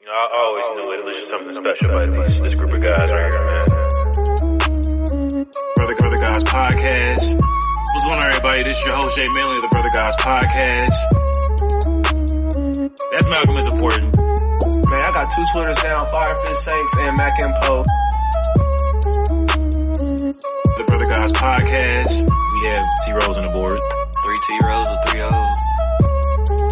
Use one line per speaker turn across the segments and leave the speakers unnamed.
You know, I always knew it was just something special about these, this group of guys right here, man.
Brother Brother Guys Podcast. What's going on, everybody? This is your host, Jay Manley of the Brother Guys Podcast. That's Malcolm is important.
Man, I got two Twitters down, Firefish Sakes and Mac and Poe.
The Brother Guys Podcast. We have T Rose on the board.
Three T rows or three O's.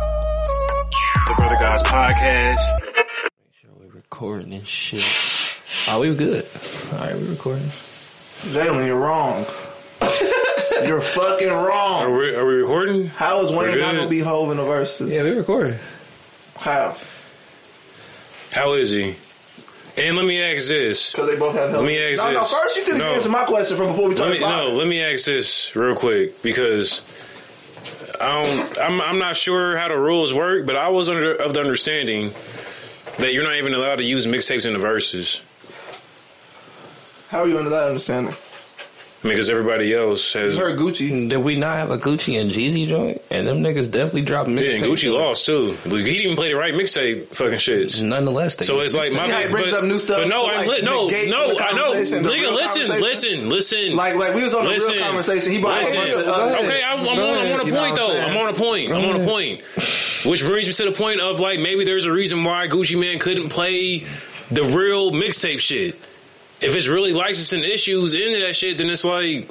The Brother Guys Podcast.
We recording and shit. Oh, we good. All right, we recording.
Jalen, you're wrong. you're fucking wrong.
we, are we recording?
How is Wayne
We're
not
good.
gonna be holding the verses?
Yeah, we recording.
How?
How is he? And let me ask this.
Because they both have health.
Let me ask
no, no.
this.
First, you could
No.
answer my question from before we
Let
talked
me no.
about.
Oh, Let me ask this real quick because I don't. I'm I'm not sure how the rules work, but I was under of the understanding that you're not even allowed to use mixtapes in the verses
How are you under that understanding?
because everybody else has.
You
Yeah,
heard Gucci.
Mm.
Did we not have a Gucci and Jeezy joint? And them niggas definitely dropped mixtapes.
and Gucci lost too. Like, He didn't even play the right mixtape fucking shits.
Nonetheless, they
So it's like my
Yeah, it brings
but,
up new stuff
But no,
to,
I'm
like,
li- no,
negate
no,
the
I know.
conversation, the real
Nigga, listen, listen,
conversation.
listen.
Like, like we was on a real conversation. He brought a bunch
listen.
of, uh,
okay, I'm, I'm
Go
on, I'm
ahead.
on a
You know
point
what I'm
though.
saying?
I'm on a point. I'm on a point. Which brings me to the point of like maybe there's a reason why Gucci Man couldn't play the real mixtape shit. If it's really licensing issues into that shit, then it's like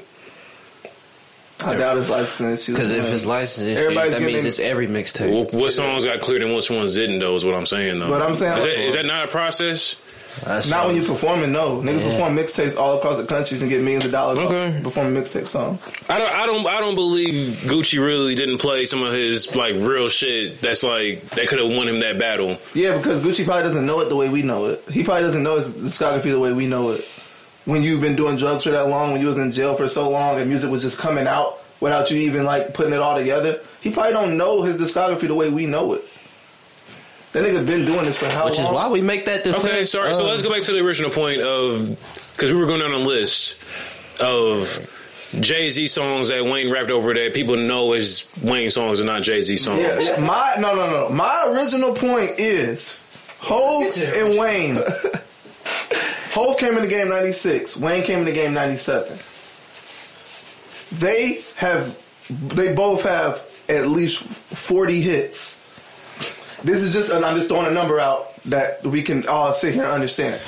I doubt his license.
Because if it's license issues,
Everybody's
that means
getting-
it's every mixtape.
wh- what songs got cleared and which ones didn't. Though is what I'm saying. Though,
But I'm saying-
is that, is that not a process?
That's
Not
all.
when you're performing, no. Niggas
Yeah.
perform mixtapes all across the countries and get millions of dollars
Okay.
off performing mixtape songs.
I don't, I don't, I don't believe Gucci really didn't play some of his like real shit. That's like that could have won him that battle.
Yeah, because Gucci probably doesn't know it the way we know it. He probably doesn't know his discography the way we know it. When you've been doing drugs for that long, when you was in jail for so long, and music was just coming out without you even like putting it all together, he probably don't know his discography the way we know it. That nigga been doing this for how
Which is
long?
why we make that the Um,
Okay, sorry.
um,
so let's go back to the original point of because we were going down a list of Jay Z songs that Wayne rapped over that people know is Wayne songs and not Jay Z songs.
Yeah, yeah, my no no no. My original point is Hove and Wayne. Hove came in the game ninety six. Wayne came in the game ninety seven. They have they both have at least forty hits. This is just and I'm just throwing a number out that we can all sit here and understand.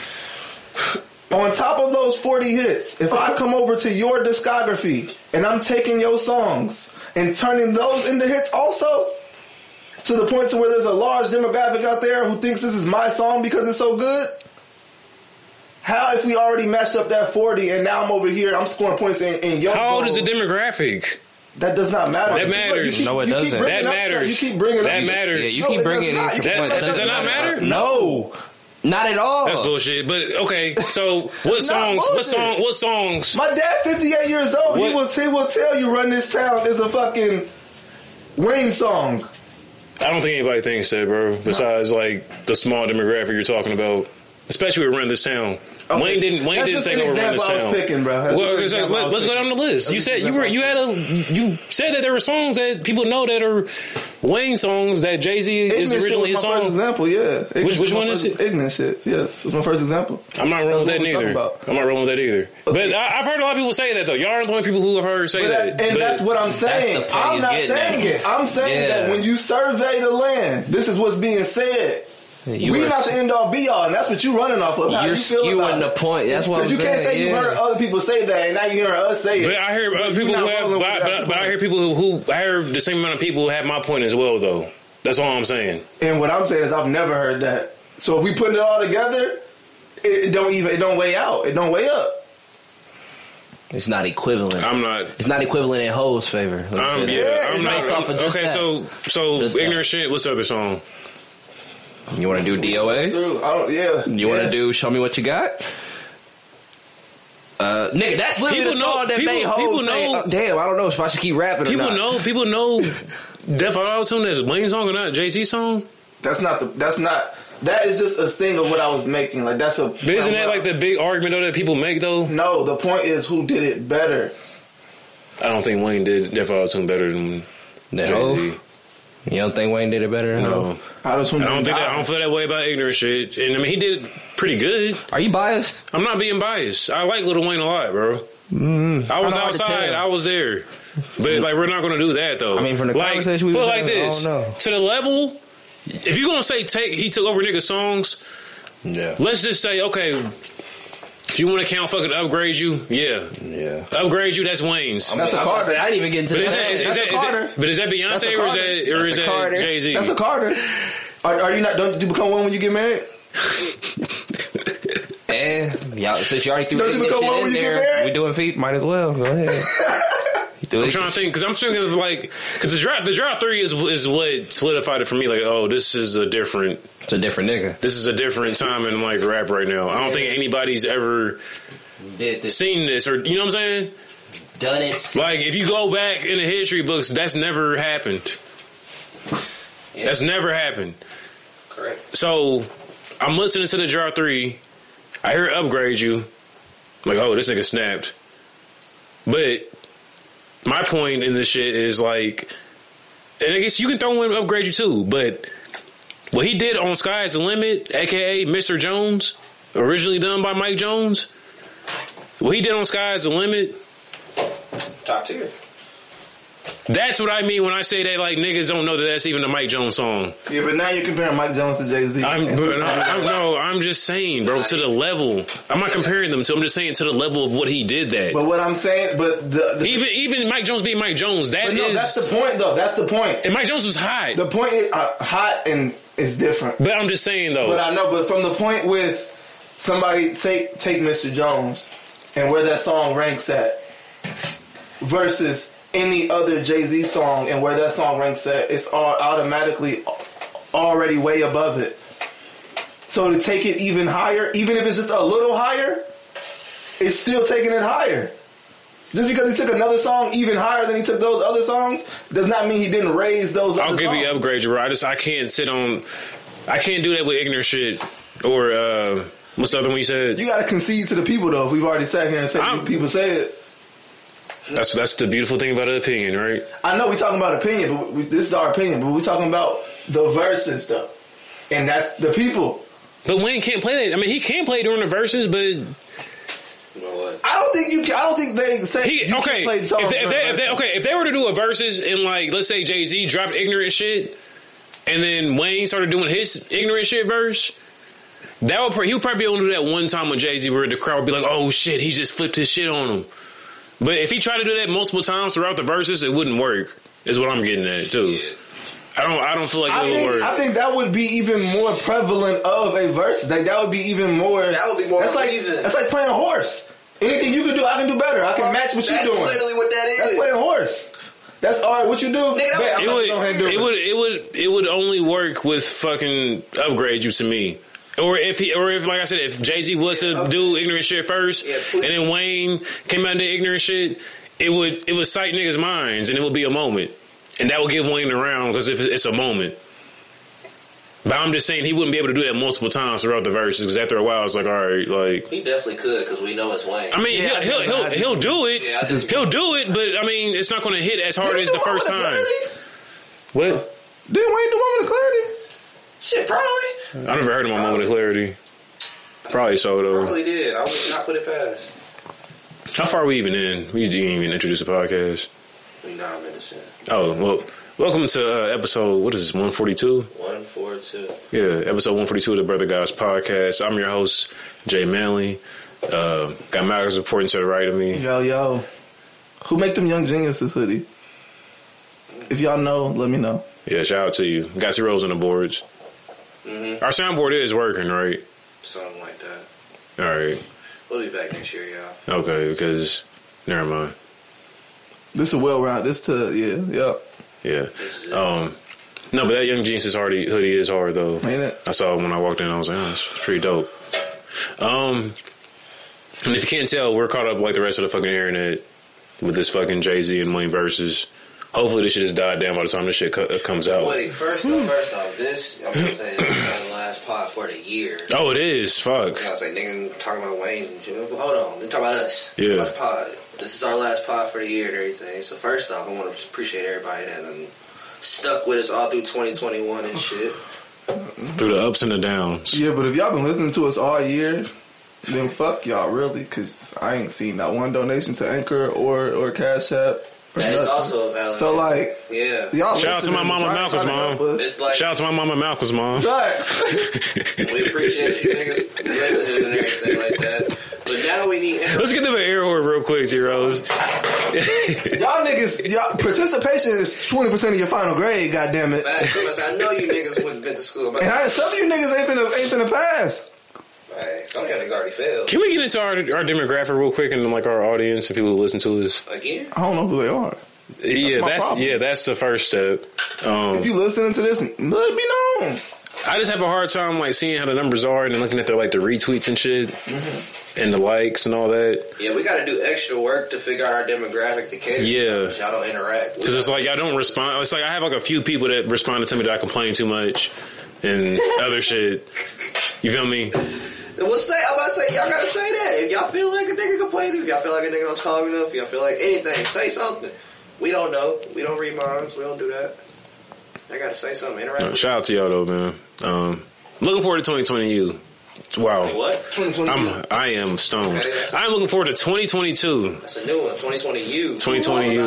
On top of those 40 hits, if I come over to your discography and I'm taking your songs and turning those into hits also, to the point to where there's a large demographic out there who thinks this is my song because it's so good, how if we already matched up that 40 and now I'm over here, I'm scoring points in, in your
How old is the
goal?
demographic?
That does not matter.
That matters.
You keep-
No, it
you keep
doesn't.
bringing
That
up
matters.
You keep bringing
That
up
matters.
Yeah, you
No,
keep
it
bringing it
does
in
not.
for
That-
what
that
does
doesn't
not matter?
No. Not at all.
That's bullshit. But okay, so what
That's
songs?
Uh. not
What
bullshit.
song? What songs?
My dad, 58 years old, he
What?
will, he will tell you Run This Town is a fucking Wayne song.
I don't think anybody thinks that, bro. Besides like the small demographic you're talking about, especially with Run This Town.
Okay.
Wayne didn't. Wayne
Oh, That's
didn't
just
take
an
over Run
example
This
I was
Town.
picking, bro. That's
Well,
just an
so
example I
let,
was
us go down the list. You
That's
said
just
you were
an
you had a you said that there were songs that people know that are Wayne songs that Jay Z is
Ignorant
originally
shit
his
was my first
song.
example, yeah. Ignorant
which
was my
one is
first-
it?
Ignorant shit, yes. It was my first example.
I'm not wrong with
That's
that
what we're
neither.
talking about.
I'm not wrong with that either. But I, I've heard a lot of people say that though. Y'all are the only people who have heard say
But that-
that.
and
But-
that's what I'm saying.
the point
I'm
he's
not
getting at.
saying it. I'm saying
Yeah.
that when you survey the land, this is what's being said.
You
we
are-
not the end all be all, and that's what you running off of. How
You're
you feel about
skewing the
it.
point. That's what I'm
you can't
saying,
say you
yeah.
heard uh, other people say that, and now you hear us say
But
it.
I hear other
you
people who
not
have, but,
rolling with
I-
that
but, I- but I hear people who, who I hear the same amount of people who have my point as well though. That's all I'm saying.
And what I'm saying is, I've never heard that. So if we putting it all together, it it don't even it don't weigh out. It don't weigh up.
It's not equivalent.
I'm not.
it's not equivalent in Ho's favor. Let me
I'm,
say
yeah,
that.
I'm not.
based off of just
okay,
that.
so so
Just that.
ignorant shit. What's the other song?
You want to do DOA?
Through, I don't, yeah.
You want
yeah.
to do show me what you got? Uh, nigga, that's literally
People
the
know-
song that
people-
made hoes
people
say,
know-
oh, "Damn, I don't know if I should keep rapping or
People
not."
know. People know. Def Auto-Tune is Wayne song or not Jay Z song?
That's not the. That's not. That is just a thing of what I was making. Like that's a.
But isn't that like the big argument though that people make though?
No, the point is who did it better.
I don't think Wayne did Def Auto-Tune better than
That
Jay
Hov?
Z.
You don't think Wayne did it better than him?
No.
I just
I
want
don't think that, I don't feel that way about ignorant shit. And I mean, he did pretty good.
Are you biased?
I'm not being biased. I like Little Wayne a lot, bro. I was
Mm-hmm. I know how to
outside.
tell.
I was there. But like, we're not going to do that though.
I mean, from the
like,
conversation we
put it
were
like
having, I
this
don't know.
to the level. If you're gonna say take, he took over nigga songs.
Yeah.
Let's just say okay. If you want to count fucking upgrade you, yeah,
Yeah.
upgrade you. That's Wayne's.
That's a
I'm about to
Carter.
say, I didn't even get into
But
the
is that, is,
Hey,
that's
that,
a
is
Carter.
that, but is that
That's
Beyonce or
a
is
Carter.
that or
That's
is
a
that
Carter.
Jay Z?
That's a Carter. Are, are you not? Don't you become one when you get married?
Eh, y'all, since you already threw
Don't
this
you become one
shit in
when you get
there,
married?
we doing feet. Might as well go ahead. Do
I'm
it.
trying to think because I'm thinking of like because the drop the drop three is is what solidified it for me. Like, oh, this is a different
It's a different nigga.
this is a different time in like rap right now. I don't think anybody's ever
Did this,
seen this or you know what I'm saying.
done it.
Like if you go back in the history books, that's never happened. That's never happened.
Correct.
So I'm listening to the drop three. I hear upgrade you. I'm like, oh, this nigga snapped. But my point in this shit is like, and I guess you can throw in upgrade you too, but what he did on Sky's the Limit, aka Mr. Jones, originally done by Mike Jones, what he did on Sky's the Limit,
Top tier.
that's what I mean when I say that like niggas don't know that that's even a Mike Jones song.
Yeah, but now you're comparing Mike Jones to Jay Z.
I'm, but I, am no, I'm just saying, bro, to the level. I'm not comparing them to. I'm just saying to the level of what he did that.
But what I'm saying, but the, the
Even even Mike Jones being Mike Jones, that
but
is.
no, that's the point though. That's the point.
and Mike Jones was hot,
The point is uh, hot and it's different.
but I'm just saying though.
But I know. But from the point with somebody take take Mr. Jones and where that song ranks at versus any other Jay Z song and where that song ranks at, it's all automatically already way above it. So to take it even higher, even if it's just a little higher, it's still taking it higher. Just because he took another song even higher than he took those other songs does not mean he didn't raise those.
I'll
other
give you
songs.
upgrade, bro. I just I can't sit on. I can't do that with ignorant shit or uh, what's the other one you said?
You gotta concede to the people though. If we've already sat here and said
I'm-
people say it,
that's that's the beautiful thing about an opinion, right?
I know we talking about opinion, but we, this is our opinion. But we talking about the verse and stuff, and that's the people.
But Wayne can't play that. I mean, he can play during the verses, but
I don't think you. Can, I don't think they say
He,
you
okay,
Can play
if
songs
they, if
during
they, if they,
verses.
okay, if they were to do a versus and like, let's say Jay Z dropped ignorant shit, and then Wayne started doing his ignorant shit verse, that would pro- he would probably only do that one time with Jay Z, where the crowd would be like, "Oh shit, he just flipped his shit on him." But if he tried to do that multiple times throughout the verses, it wouldn't work. Is what I'm getting at too. I don't. I don't feel like it
I
would
think,
work.
I think that would be even more prevalent of a verse. Like that would be even more.
That would be more
That's like
reason.
that's like playing horse. Anything you can do, I can do better. I can match what
That's
you're doing.
literally what that is.
that's playing horse. That's all right. What you do?
that
Bet, I'm
it
gonna
would,
go ahead and do
it would it would it would only work with fucking upgrade you to me. Or if he, or if like I said, if Jay Z was to do ignorant shit first, and
please.
then Wayne came out and did ignorant shit, it would it would cite niggas' minds, and it would be a moment, and that would give Wayne around because if it's a moment. But I'm just saying he wouldn't be able to do that multiple times throughout the verses because after a while it's like, all right, like
He definitely could because we know it's Wayne.
I mean,
Yeah, I
he'll
think
he'll
I
he'll,
do.
he'll do it,
Yeah, I just-
he'll do it, but I mean, it's not going to hit as hard
Didn't
as
he
the
do one
first
with the
time.
Clarity?
What?
Didn't Wayne do one with the clarity?
shit, probably.
I never heard of my moment of clarity. Probably so though.
Probably did. I would not put it past.
How far are we even in? We didn't even introduce the podcast.
We nine minutes in.
Oh well, welcome to uh, episode what is this one forty two?
One, four, two.
Yeah, episode one forty two of the Brother Guys podcast. I'm your host Jay Manley. Uh, got Malcolm's reporting to the right of me.
Yo, yo. Who make them young geniuses hoodie? If y'all know, let me know.
Yeah, shout out to you. Got your rolls on the boards. Our soundboard is working, right?
Something like that.
All right,
We'll be back next year, y'all.
okay, because never mind.
This is well round. This to yeah, yeah.
Yeah. Um, no, but that Young Genius hardy hoodie is hard though.
Ain't it?
I saw it when I walked in. I was like, oh, it's pretty dope. Um, and if you can't tell, we're caught up like the rest of the fucking internet with this fucking Jay Z and Wayne versus. Hopefully, this shit has died down by the time this shit co- uh, comes out.
Wait, first off, first off, this I'm gonna say is the last pod for the year.
Oh, it is. Fuck.
I was like, nigga, talking about Wayne. and shit. Hold on, they talk about us.
Yeah.
Last pod. This is our last pod for the year and everything. So first off, I want to appreciate everybody that um, stuck with us all through 2021 and shit.
Through the ups and the downs.
Yeah, but if y'all been listening to us all year, then fuck y'all really, because I ain't seen not one donation to Anchor or or Cash App. or
That is
nothing.
also a valid.
so like
yeah,
y'all.
Shout out to my
listening,
mama
trying-
Malcolm's
trying to help
mom.
us.
it's like
Shout out to my mama Malcolm's mom.
Facts.
we appreciate you niggas listening and everything like that. But now we need.
Let's get them an air horn real quick, zeros.
y'all niggas, y'all participation is twenty percent of your final grade. God damn it!
Back to us. I know you niggas wouldn't have been to school. But
And I, some of you niggas ain't finna ain't finna pass.
Right, some niggas already failed.
Can we get into our our demographic real quick and like our audience and people who listen to us?
Again?
I don't know who they are.
Yeah,
my
that's
problem.
yeah, that's the first step. Um,
If you listening to this, let me know.
I just have a hard time like seeing how the numbers are and then looking at their like the retweets and shit
Mm-hmm.
and the likes and all that.
Yeah, we gotta do extra work to figure out our demographic to cater.
Yeah.
Y'all don't interact.
Cause it's like I don't respond. It's like I have like a few people that responded to me that I complain too much and other shit. You feel me?
Well, say I'm about to say y'all gotta say that. If y'all feel like a nigga complaining, if y'all feel like a nigga don't talk enough, if y'all feel like anything, say something. We don't know. We don't read minds. We don't do that. They gotta say something. Interact.
Uh, shout out to y'all though, man. Um, looking forward to 2020. You,
Wait,
wow.
what? 2020.
I'm I am stoned. I am looking forward to 2022.
That's a new one. 2020. You.
2020 you.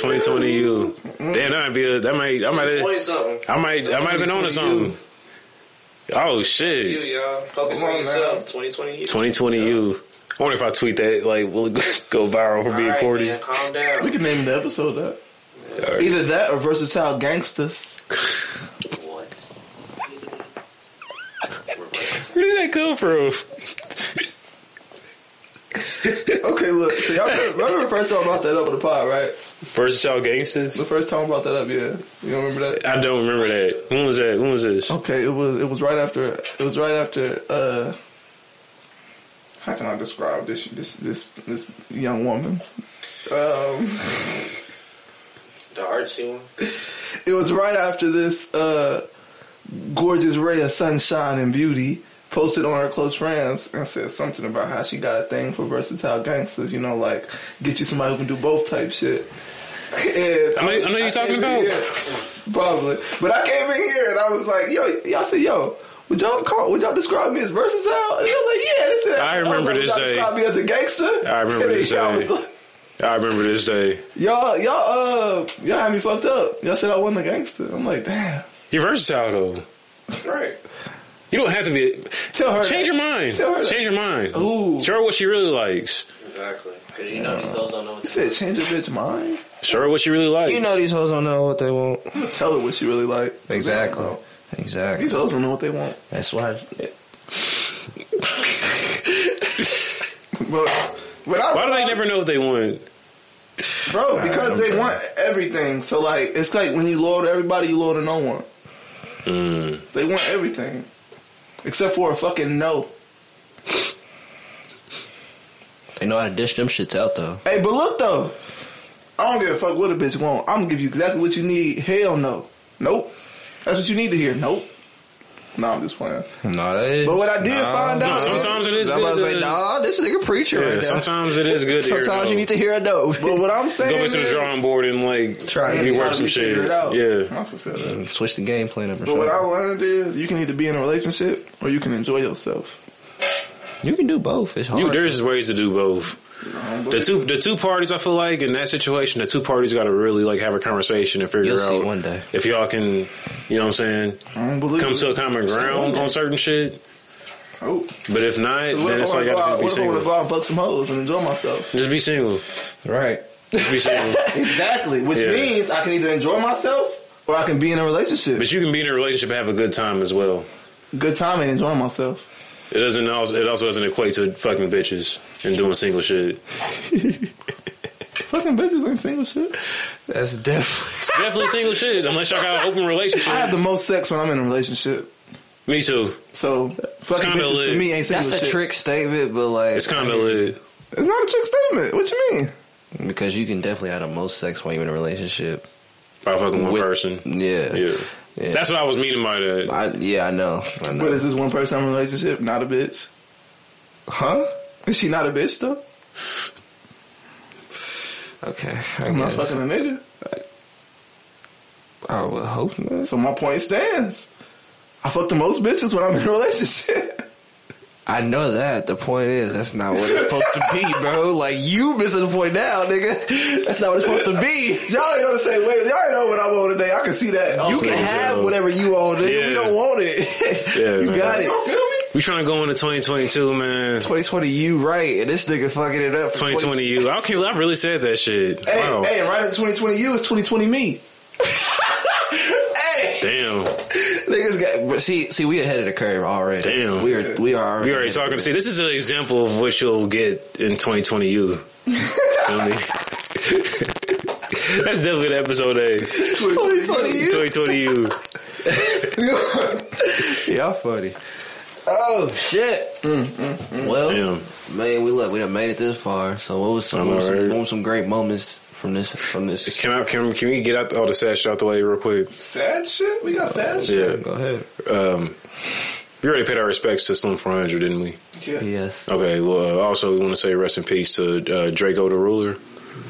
2020 you. Damn, that might be a, that might I might
Twenty something.
I might I might have been on to something. Oh
You
shit.
y'all. Focus
Come
on
on,
yourself. 2020. You.
2020 you. I wonder if I tweet that like will it go viral for
All
being
right,
corny.
man, calm
We
down.
can name the episode that.
All right.
Either that or versatile gangsters.
What?
Where did that come from?
Okay, look. So y'all remember the first time I brought that up on the pod, right?
Versatile gangsters.
The first time I brought that up, yeah. You don't remember that?
I don't remember that. When was that? When was this?
Okay, it was it was right after it was right after uh how can I describe this this this this young woman? Um
The artsy one.
it was right after this uh gorgeous ray of sunshine and beauty posted on her close friends and said something about how she got a thing for versatile gangsters, you know, like get you somebody who can do both type shit. And
I know- I know you're talking
came in
about.
here- Probably. But I came in here and I was like, yo, y'all said, yo, would y'all call, would y'all describe me as versatile? And they was like, yeah, this and that.
I remember
was like,
this
"Would y'all
day.
describe me as a gangster?
I remember
and
this
y'all
day.
was like,
I remember this day.
y'all, y'all, uh, y'all had me fucked up. Y'all said I wasn't a gangster. I'm like, damn.
You're versatile though.
Right.
You don't have to be.
Tell her.
Change your mind.
Tell her that.
Change your mind.
Ooh.
Show her what she really likes.
Exactly. Because you know these hoes don't know what
You
they
said change your bitch mind?
Show her what she really likes.
these hoes don't know what they want.
I'm gonna tell her what she really like.
Exactly. Exactly.
These hoes don't know what they want.
That's why.
But, but I
Why do they never know what they want?
Bro, because they want everything. So like, it's like when you load everybody, you load to no one.
Mm.
They want everything, except for a fucking no.
They know how to dish them shits out though.
Hey, but look though, I don't give a fuck what a bitch want. I'm gonna give you exactly what you need. Hell no, nope. That's what you need to hear. Nope. Nah, I'm just playing.
Nah, that is.
But what I did find
No,
out.
sometimes it is
I'm about
good.
to say,
to-
nah, this nigga preacher
yeah,
right now.
sometimes it is good. To hear
Sometimes
it,
you need to hear a no.
But what I'm saying
go back to the
is-
drawing board and like
Try it.
rework
How do
some
we
shit.
figure it out?
Yeah,
I can feel that.
Switch the game plan up for
But what I
sure.
learned is you can either be in a relationship or you can enjoy yourself.
You can do both. It's hard.
you, there's ways to do both. The two the two parties, I feel like in that situation, the two parties got to really like have a conversation and figure
You'll see
out
one day.
if y'all can, you know, what I'm saying,
I don't believe
come
it.
to a common ground on certain shit.
Oh.
But if not,
What
then
if
it's
I
like
wanna
I
go
have
out-
to
what
be
if I want to
single.
go out and fuck some hoes and enjoy myself?
Just be single.
Right.
Just be single.
Exactly. Which
Yeah.
means I can either enjoy myself or I can be in a relationship.
But you can be in a relationship and have a good time as well.
Good time and enjoying myself.
It doesn't also it also doesn't equate to fucking bitches and doing single shit.
Fucking bitches ain't single shit.
That's definitely.
Definitely single shit unless y'all got an open relationship.
I have the most sex when I'm in a relationship.
Me too.
So fucking
kinda
bitches
lit.
for me ain't single
That's a
shit.
trick statement, but like
It's kind of lit.
It's not a trick statement. What you mean?
because you can definitely have the most sex while you're in a relationship.
By fucking one
With-
person.
Yeah.
Yeah.
Yeah.
That's what I was meaning by that.
I, yeah, I know. I know.
But is this one person I'm in a relationship? Not a bitch. Huh? Is she not a bitch though?
okay. I
Am I
guess.
fucking a nigga?
I would hope not.
So my point stands. I fuck the most bitches when I'm in a relationship.
I know that. The point is, that's not what it's supposed to be, bro. Like, you missing the point now, nigga. That's not what it's supposed to be.
Y'all ain't on the same wave. Y'all ain't know what I'm on today. I can see that.
Oh,
You
also.
can have
yo.
whatever you own, nigga. We
uh, Yeah.
don't want it.
Yeah,
you
man.
got
You
it.
don't feel me?
We trying to go into 2022, man.
2020, you right, and this nigga fucking it up. For
2020 you. I can't. I really said that shit.
Hey,
wow.
hey, right at 2020 you is 2020 me.
Damn.
Niggas got. But see, see, we ahead of the curve already.
Damn.
we are. We are.
We already talking. See, this is an example of what you'll get in 2020 you. Feel me? That's definitely the episode A.
2020 you.
2020 you.
Y'all funny. Oh shit. mm, Well,
Damn.
man, we look. We done made it this far. So what was some,
I'm
what was some,
alright.
what was some great moments from this? From this.
Can I? Can, can we get out all the sad shit out the way real quick?
Sad shit? We got sad shit.
Yeah.
Go ahead.
Um, we already paid our respects to Slim 400, didn't we?
Yes,
Okay. Well, uh, also we want to say rest in peace to uh, Draco the Ruler.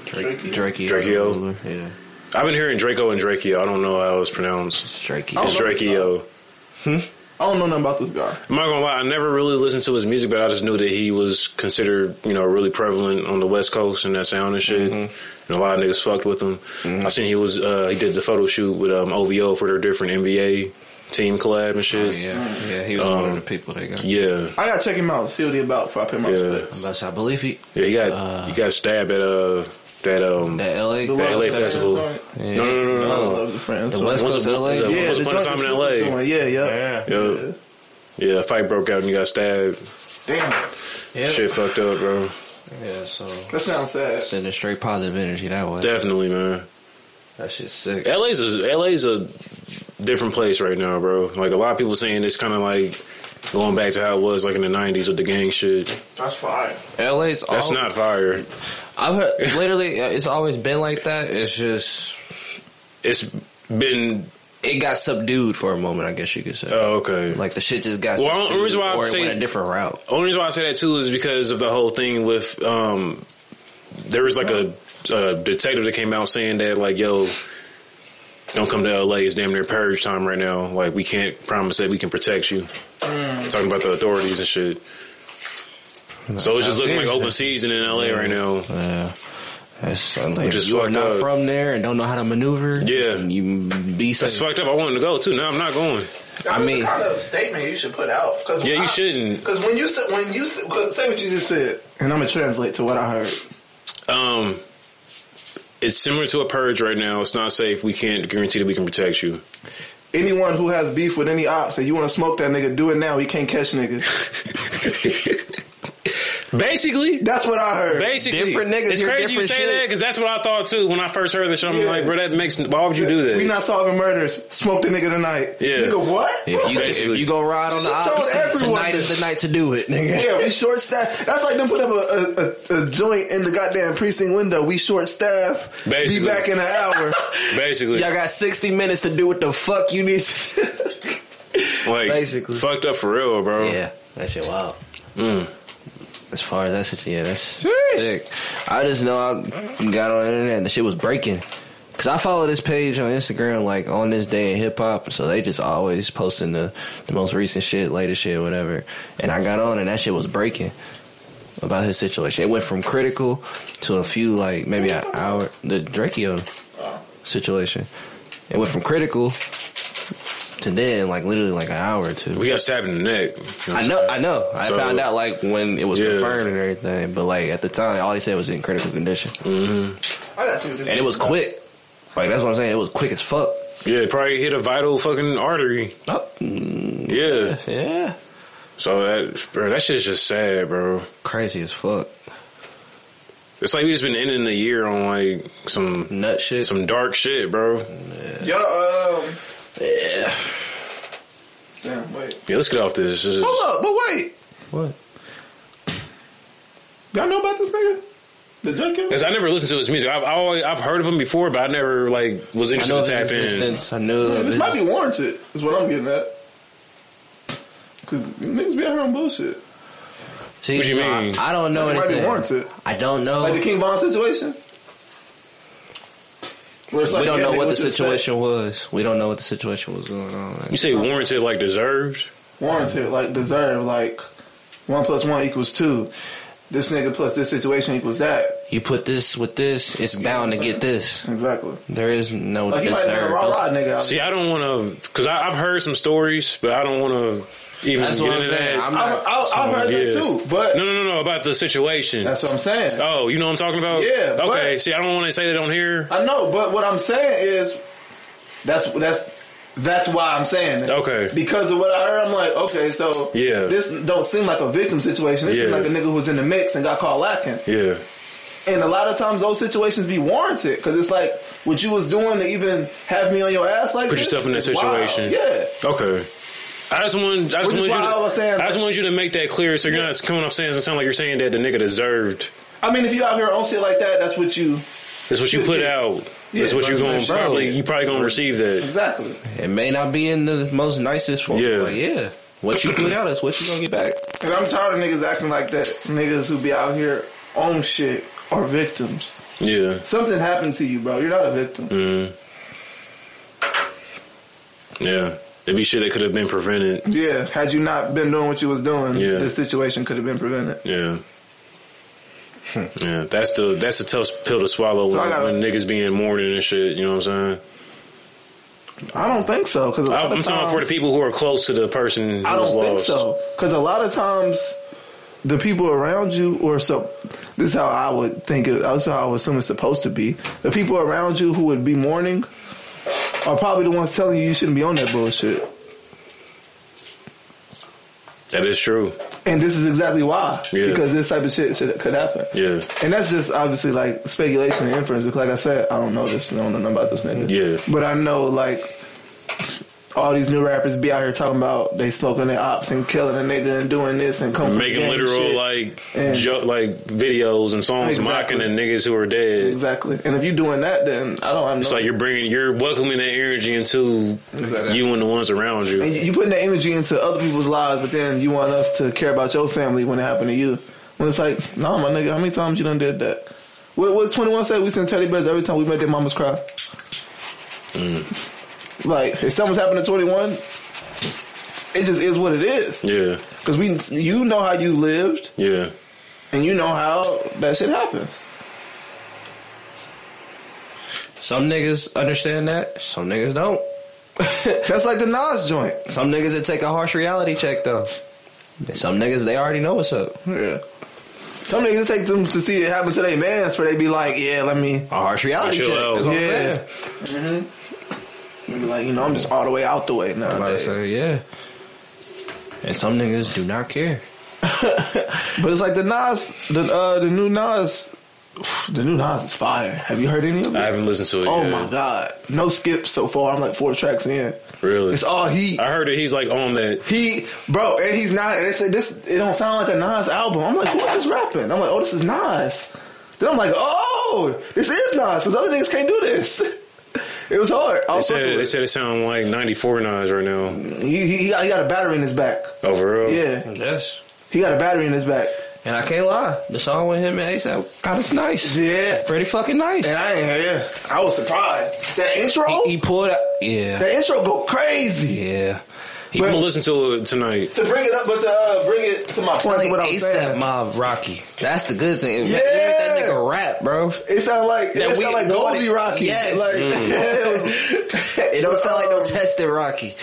Drakey.
Drakeo.
Yeah,
I've been hearing Draco and Drakeo. I don't know how it's pronounced.
it's Drakey.
Oh.
It's Drakeo.
I don't know nothing about this guy.
I'm not gonna lie. I never really listened to his music, but I just knew that he was considered, you know, really prevalent on the West Coast and that sound and shit. And a lot of niggas fucked with him. I seen he was uh, he did the photo shoot with um, OVO for their different NBA team collab and shit.
Oh, yeah, yeah. He was
Um,
one of the people they got.
yeah.
I gotta check him out, see what he about before I pay my
Yeah.
respects.
I'm about to say, I believe he
Yeah, he got
Uh,
he got stabbed at uh that um
that LA.
that
The Love
LA
Friends
festival.
joint.
Yeah.
No, no, no, no,
I
no.
love the friends.
The
joint.
West
Once
Coast
a-
LA.
yeah.
Yeah,
Once
the
upon a time
joint that
in
she was
LA.
doing. Yeah, yeah.
Yeah. Yeah, a fight broke out and he got stabbed.
Damn,
Yeah.
Shit fucked up, bro.
Yeah. So
that sounds sad.
sending straight positive energy that way.
Definitely, man.
That shit's sick.
LA's a, LA's a different place right now, bro. Like a lot of people saying it's kind of like going back to how it was like in the '90s with the gang shit.
That's fire.
LA's
That's
all,
not fire.
I've heard, literally, uh, it's always been like that. It's just
It's been
it got subdued for a moment. I guess you could say.
oh, okay.
like the shit just got.
Well, I don't-
subdued,
the reason why I
or it
say-
went a different route.
Only reason why I say that too is because of the whole thing with um, there was like a, a detective that came out saying that like yo, don't come to LA. It's damn near purge time right now. Like we can't promise that we can protect you. Talking about the authorities and shit. so it's just looking like open season in LA right now.
Yeah. That's like,
Just
you are
fucked
not
up.
from there and don't know how to maneuver.
Yeah.
you be
That's
safe.
fucked up. I wanted to go too. No, I'm not going.
I
That's
mean-
the kind of statement you should put out. Cause
Yeah,
when
you
I-
shouldn't.
Cause when you said, when you said, cause say what you just said, and I'm gonna translate to what I heard.
Um, it's similar to a purge right now. It's not safe. We can't guarantee that we can protect you.
Anyone who has beef with any ops and you want to smoke that nigga, do it now. He can't catch niggas.
Basically,
That's what I heard.
Basically,
Different niggas
It's
hear
crazy you
different
say
shit.
that because that's what I thought too when I first heard this. shit. I'm
Yeah.
like, bro, that makes. Why would you do that?
We not solving murders. Smoke the nigga tonight.
Yeah.
Nigga, what?
If you
Basically.
if you go ride on the
Just told
opposite,
everyone
tonight
this.
is the night to do it, nigga.
Yeah, we short staff. That's like them put up a, a, a, a joint in the goddamn precinct window. We short staff. Be
Basically.
back in an hour.
Basically,
Y'all got sixty minutes to do what the fuck you need. to
like
basically.
fucked up for real, bro.
Yeah, that shit wild.
Mm.
As far as that shit, yeah, that's sick. I just know I got on the internet and the shit was breaking. Cause I follow this page on Instagram, like on this day in hip hop, so they just always posting the, the most recent shit, latest shit, whatever. And I got on and that shit was breaking about his situation. It went from critical to a few, like maybe an hour, the Drakeo situation. It went from critical to then, like literally like an hour or two.
We got stabbed in the neck. You
I know, I know. I
So-
found out like when it was
Yeah.
confirmed and everything, but like at the time, all he said was in critical condition,
Mm-hmm.
I gotta see what this
and it was quick. Like that's what I'm saying. It was quick as fuck.
Yeah, probably hit a vital fucking artery.
Oh, mm,
Yeah.
yeah,
So that, bro, that shit's just sad, bro.
crazy as fuck.
It's like we just been ending the year on like some
Nut shit.
some dark shit, bro.
Yo, um.
yeah.
Damn, wait.
Yeah, let's get off this. This is-
Hold up, but wait.
What?
Y'all know about this nigga? The junkie?
Cause I never listened to his music. I've I always, I've heard of him before, but I never like was
I know
interested
of
to
his
tap in.
existence. I knew. of
This
his-
might be warranted, is what I'm getting at. Cause niggas be out here on bullshit.
See,
What you
so I-
mean?
I, don't know
It might be
anything.
warranted.
I don't know.
Like the King Von situation? Where it's like,
we don't
yeah,
know
nigga,
what the
you expect?
situation was. We don't know what the situation was going on.
You
Like,
say warranted like deserved?
warranted, like deserved, like one plus one equals two. This nigga plus this situation equals that.
you put this with this, it's bound to get this.
Exactly.
There is no
Like he might have been a
deserve.
raw rod nigga.
See, I don't want to, because I've heard some stories, but I don't want to even
That's
get
what I'm
into
saying.
that.
I'm
I,
not.
I, I've heard
Yeah.
that too, but
no, no, no, no, about the situation.
that's what I'm saying.
oh, you know what I'm talking about?
Yeah, but-
Okay, see, I don't want to say that on here.
I know, but what I'm saying is that's that's that's why I'm saying that.
Okay.
Because of what I heard, I'm like, okay, so
Yeah.
this don't seem like a victim situation. This seems
Yeah.
like a nigga who's in the mix and got caught lacking.
Yeah.
And a lot of times those situations be warranted because it's like what you was doing to even have me on your ass like
Put
this
yourself in that
is wild.
situation.
Yeah.
Okay. I just want, I just
Which is
want you to,
why I was saying,
I just
like-
wanted you to make that clear, so you're
Yeah.
not coming off saying it sound like you're saying that the nigga deserved.
I mean, if you out here on shit like that, that's what you
That's what you
Yeah,
put
yeah.
out.
Yeah,
That's what you're
bro,
going to
bro.
probably, you probably going to receive that.
exactly.
It may not be in the most nicest form.
Yeah.
Yeah. But yeah. What you put out is what you gonna get back.
And I'm tired of niggas acting like that. Niggas who be out here on shit are victims.
Yeah.
Something happened to you, bro. You're not a victim.
Mm. Yeah. It'd be shit that could have been prevented.
Yeah, had you not been doing what you was doing,
Yeah.
this situation could have been prevented.
Yeah. Yeah, that's the that's a tough pill to swallow
So I
when,
gotta-
when niggas be in mourning and shit. You know what I'm saying?
I don't think so because
I, I'm talking for the people who are close to the person who
I
was
don't
lost.
think so because a lot of times the people around you or so. This is how I would think. It, that's how I would assume it's supposed to be. The people around you who would be mourning are probably the ones telling you you shouldn't be on that bullshit.
That is true.
And this is exactly why
Yeah.
because this type of shit should, could happen.
Yeah.
And that's just obviously like speculation and inference. Because like I said, I don't know this. I don't know nothing about this nigga.
Yeah.
But I know like all these new rappers be out here talking about they smoking their ops and killing a nigga and doing this and coming
Making literal like
And-
jo- like videos and songs
Exactly.
mocking the niggas who are dead.
exactly. And if you doing that, then I don't. I know.
It's like you're bringing you're welcoming that energy into
Exactly.
you and the ones around you.
and you you putting that energy into other people's lives, but then you want us to care about your family when it happened to you. When it's like, nah, my nigga, how many times you done did that? What, what 21 say? We send teddy bears every time we make their mamas cry. Like, if something's happened to 21, it just is what it is.
Yeah,
Because we, you know how you lived,
yeah,
and you know how that shit happens.
Some niggas understand that. Some niggas don't.
That's like the Nas joint.
Some niggas that take a harsh reality check though. And some niggas they already know what's up.
Yeah. Some niggas take them to see it happen to their mans, for they be like, yeah, let me
A harsh reality
Chill
check.
out.
That's what I'm saying.
Yeah. Mm-hmm. Like, you know, I'm just all the way out the way
I'm
now.
about to say, yeah. And some niggas do not care.
But it's like the Nas, the uh, the new Nas, the new Nas is fire. Have you heard any of it?
I haven't listened to it.
oh
yet.
my god, no skips so far. I'm like four tracks in.
Really?
It's all heat.
I heard that he's like on that.
He, bro, and he's not. And they said this. It don't sound like a Nas album. I'm like, who is this rapping? I'm like, oh, this is Nas. Then I'm like, oh, this is Nas because other niggas can't do this. It was hard. I
They
was fucking
said they
with
said it sound like '94 Nas right now.
it. he, he, he got he got a battery in his back.
Overall,
Yeah,
Yes.
he got a battery in his back.
And I can't lie. The song with him and ASAP God, it's nice.
Yeah.
Pretty fucking nice.
And I ain't, yeah, I was surprised. That intro,
he, he pulled out. Yeah.
that intro go crazy.
Yeah.
I'm gonna listen to it tonight.
To bring it up, but to uh, bring it to my point, what I'm
ASAP
saying,
Mob Rocky. That's the good thing.
Yeah.
Yeah. That nigga rap, bro.
it sound like
That
it
we
sound like
know
Goldie
it.
Rocky.
Yes. Mm.
Like,
It don't sound like no
Um,
tested Rocky.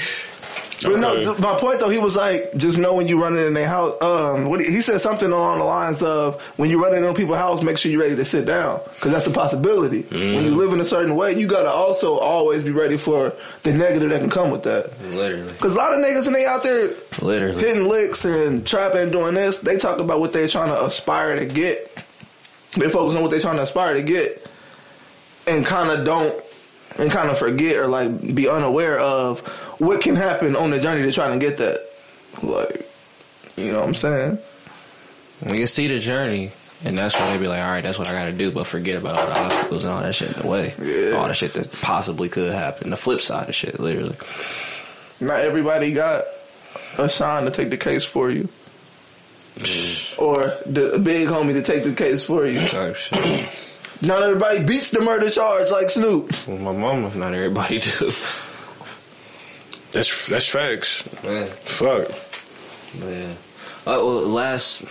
But no,
Okay.
th- my point though, he was like, just know when you running in their house. Um, what he, he said something along the lines of, when you running in people's house, make sure you're ready to sit down because that's a possibility. When you live in a certain way, you gotta also always be ready for the negative that can come with that.
Literally.
Because a lot of niggas and they out there
Literally.
hitting licks and trapping and doing this. They talk about what they're trying to aspire to get. They focus on what they're trying to aspire to get, and kind of don't, and kind of forget or like be unaware of what can happen on the journey to trying to get that. Like, you know what I'm saying?
When you see the journey, and that's when they be like, all right, that's what I gotta do, but forget about all the obstacles and all that shit in the way.
Yeah.
All the shit that possibly could happen. The flip side of shit, literally.
Not everybody got a shine to take the case for you. Or the big homie to take the case for you.
Type shit.
Not everybody beats the murder charge like Snoop.
Well, my mama, not everybody do.
That's that's facts.
Man,
Fuck.
but yeah. Uh, well, last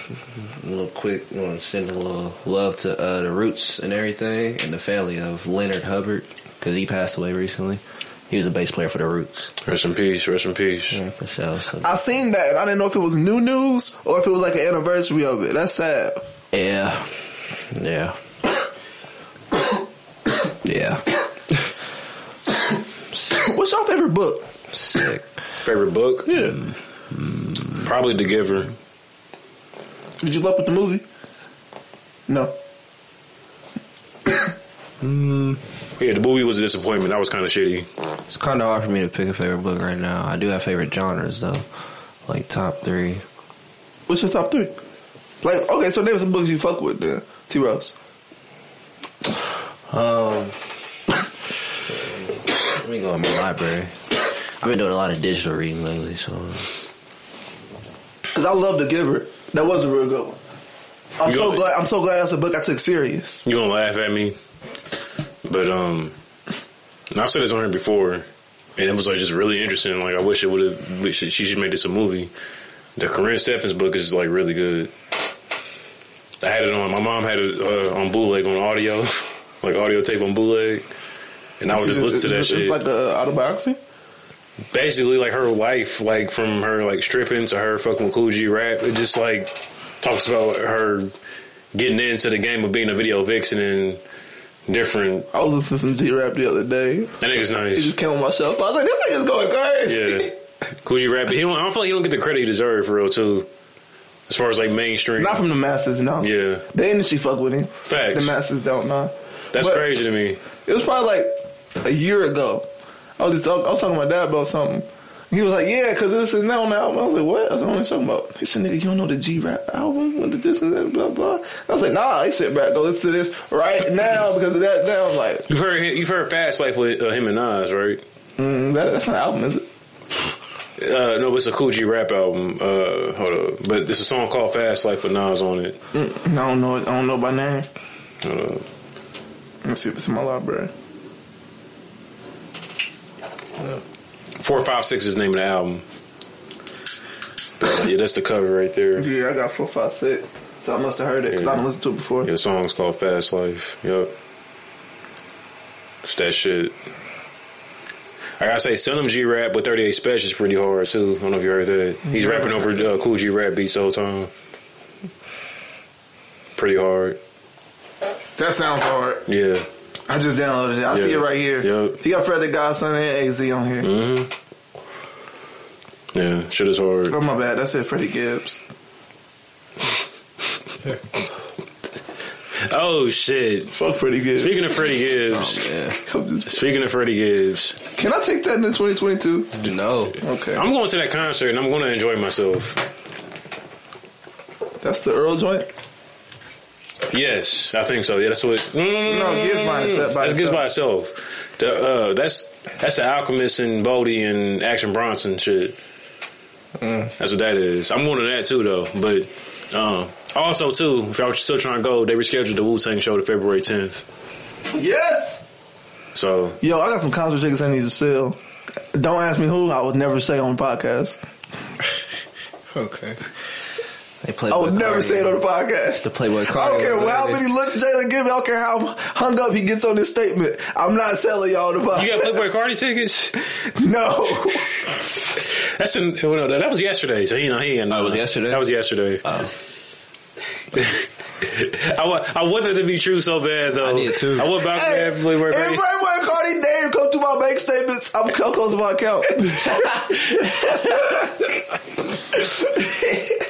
little quick, want to send a little love to uh, the roots and everything, and the family of Leonard Hubbard because he passed away recently. He was a bass player for the Roots.
Rest in peace. Rest in peace.
Yeah, for sure. So,
I seen that and I didn't know if it was new news or if it was like an anniversary of it. That's sad.
yeah, yeah, yeah.
What's your favorite book?
Sick.
Favorite book?
Yeah.
Probably The Giver.
Did you love with the movie? No.
Yeah, the movie was a disappointment. That was kind of shitty.
It's kind of hard for me to pick a favorite book right now. I do have favorite genres though, like top three.
What's your top three? Like, okay, so name some books you fuck with then. T Rose.
Um, let me go in my library. I've been doing a lot of digital reading lately, so
Cause I love The Giver. That was a real good one. I'm
You
so
love it?
glad I'm so glad that's a book I took serious.
You gonna laugh at me, but um, and I've said this on here before, and it was like just really interesting. Like I wish it would have. wish She should make this a movie. The Corinne Stephens book is like really good. I had it on. My mom had it uh, on bootleg on audio, like audio tape on bootleg, and I would Oh, just listen to that
it's,
shit.
It's like the autobiography.
basically like her life, like from her like stripping to her fucking with Cool G rap. It just like talks about her getting into the game of being a video vixen and different.
I was listening to some G rap the other day.
That nigga's
It
nice.
just came on my shelf. I was like, this nigga's going crazy.
Yeah, Cool G rap. He don't, I don't feel like he don't get the credit he deserves for real too. As far as like mainstream,
Not from the masses, no.
yeah,
The industry fuck with him.
Facts.
The masses don't know.
that's
But
crazy to me.
It was probably like a year ago. I was just I was talking to my dad about something. He was like, yeah, cause this and that on the album. I was like, what? I was like, what are you talking about? He said, nigga, you don't know the G-Rap album? What did this and that, blah, blah. I was like, nah, I sit back, go listen to this right now because of that. Now I'm like,
You've heard you've heard Fast Life with uh, him and Nas, right?
mm, that, that's not an album, is it?
Uh, no, it's a Cool G rap album. Uh, hold up, but it's a song called Fast Life with Nas on it.
Mm, I don't know it. I don't know by name.
Hold up.
Let's see if it's in my library.
Four Five Six is the name of the album. But, uh, yeah, that's the cover right there. Yeah,
Yeah, I got four, five, six. So I must have heard it because I didn't listen to it before.
the song's called Fast Life. Yup. It's that shit. I gotta say, Selim G rap with 38 Special is pretty hard too. I don't know if you heard that. He's rapping over uh, Cool G rap beats all the time. Pretty hard.
That sounds hard.
Yeah.
I just downloaded it. I see
Yeah.
it right here.
Yep.
He got Fred the Godson and AZ on here.
Mm-hmm. Yeah, shit is hard.
Oh my bad, that's it, Freddie Gibbs.
Oh shit.
Fuck Freddie Gibbs.
Speaking of Freddie Gibbs.
yeah.
I'm just-
Speaking of Freddie Gibbs.
Can I take that in 2022?
No,
Okay,
I'm going to that concert and I'm going to enjoy myself.
that's the Earl joint.
Yes, I think so. Yeah, that's what. No, no, no, no, no,
Gibbs
no,
by
no, no.
itself- by
That's Gibbs by itself. The, uh, that's that's the Alchemist and Bodie and Action Bronson shit. That's what that is. I'm going to that too though. But um, also too, if y'all still trying to go, they rescheduled the Wu Tang show to February 10th.
Yes.
So
Yo, I got some concert tickets I need to sell. Don't ask me who. I would never say on the podcast.
okay. They play.
I would never say it on the podcast.
The Playboy
I don't
Cardi.
care how many looks Jalen give me. I don't care how hung up he gets on this statement. I'm not selling y'all the podcast.
you got Playboy Cardi tickets?
no.
That's in, well, no, that was yesterday. So you know he ain't.
Oh, it was yesterday?
That was yesterday.
Oh.
I, wa- I want that to be true so bad though.
I need it, too.
I want back
Hey,
to have Playboy Cardi.
If Playboy Cardi name come to my bank statements, I'm co- closing my account.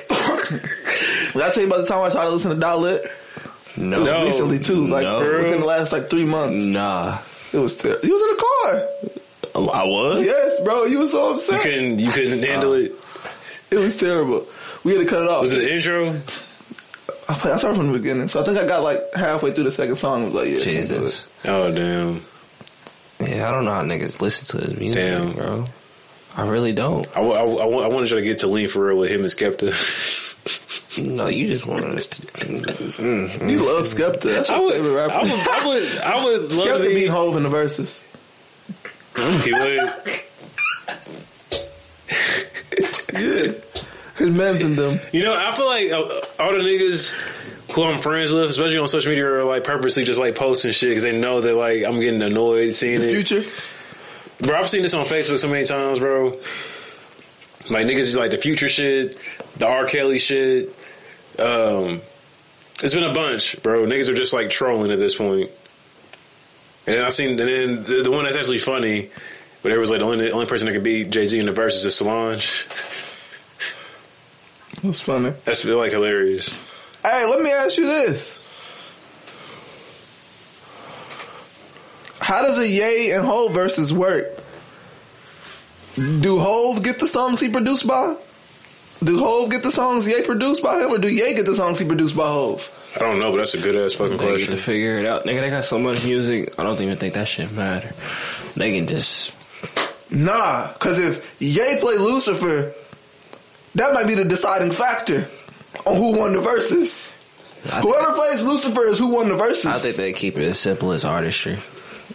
Did I tell you about the time I tried to listen to Dollar?
No,
No. Mm.
recently too, like
no.
within the last like three months.
nah.
It was ter- you was in the car.
Oh, I was. Oh.
Yes, bro, you was so
You
upset.
couldn't you couldn't handle it.
It was terrible. We had to cut it off.
Was it the intro?
I, play, I started from the beginning, so I think I got like halfway through the second song. and was like, yeah,
Jesus.
Oh damn!
Yeah, I don't know how niggas listen to his music,
Damn.
bro. I really don't.
I, wa- I, wa- I, wa- I wanted you to get to lean for real with him and Skepta.
No, you just want us to. Mm,
You love Skepta. That's your
I would,
favorite rapper.
I would, I would, I would love
Skepta
to
beat
be.
Hov in the verses.
He would.
Yeah. His men's in them.
You know, I feel like uh, all the niggas who I'm friends with, especially on social media, are like purposely just like posting shit because they know that like I'm getting annoyed seeing
The
it.
future.
Bro, I've seen this on Facebook so many times, bro. Like niggas is like the future shit, the R. Kelly shit. Um, it's been a bunch, bro. Niggas are just like trolling at this point. And I seen, and then the, the one that's actually funny, but everyone's like the only, the only person that could beat Jay Z in the verses is Solange.
That's funny.
That's like hilarious.
Hey, let me ask you this. How does a Ye and Hove versus work? Do Hove get the songs he produced by? Do Hove get the songs Ye produced by him, or do Ye get the songs he produced by Hove?
I don't know, but that's a good ass fucking
They get to
question.
figure it out. Nigga, they got so much music. I don't even think that shit matter. They can just.
Nah, because if Ye play Lucifer, that might be the deciding factor on who won the verses.
I think,
Whoever plays Lucifer is who won the verses.
I think they keep it as simple as artistry.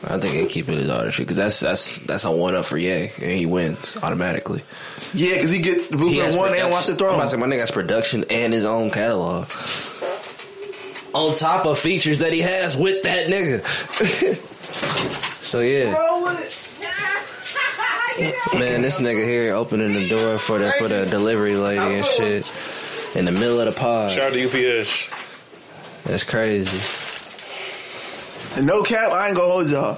I think they keep it as artistry because that's that's that's a one up for Ye and he wins automatically.
yeah, because he gets the
He has
Blueprint one and
production-
Watch the
I'm
Throne.
about to say, my nigga has production and his own catalog. On top of features that he has with that nigga. so yeah.
Roll it.
Man, this nigga here opening the door for the for the delivery lady and shit. In the middle of the pod.
Shout out to UPS.
That's crazy.
No cap, I ain't gonna hold y'all.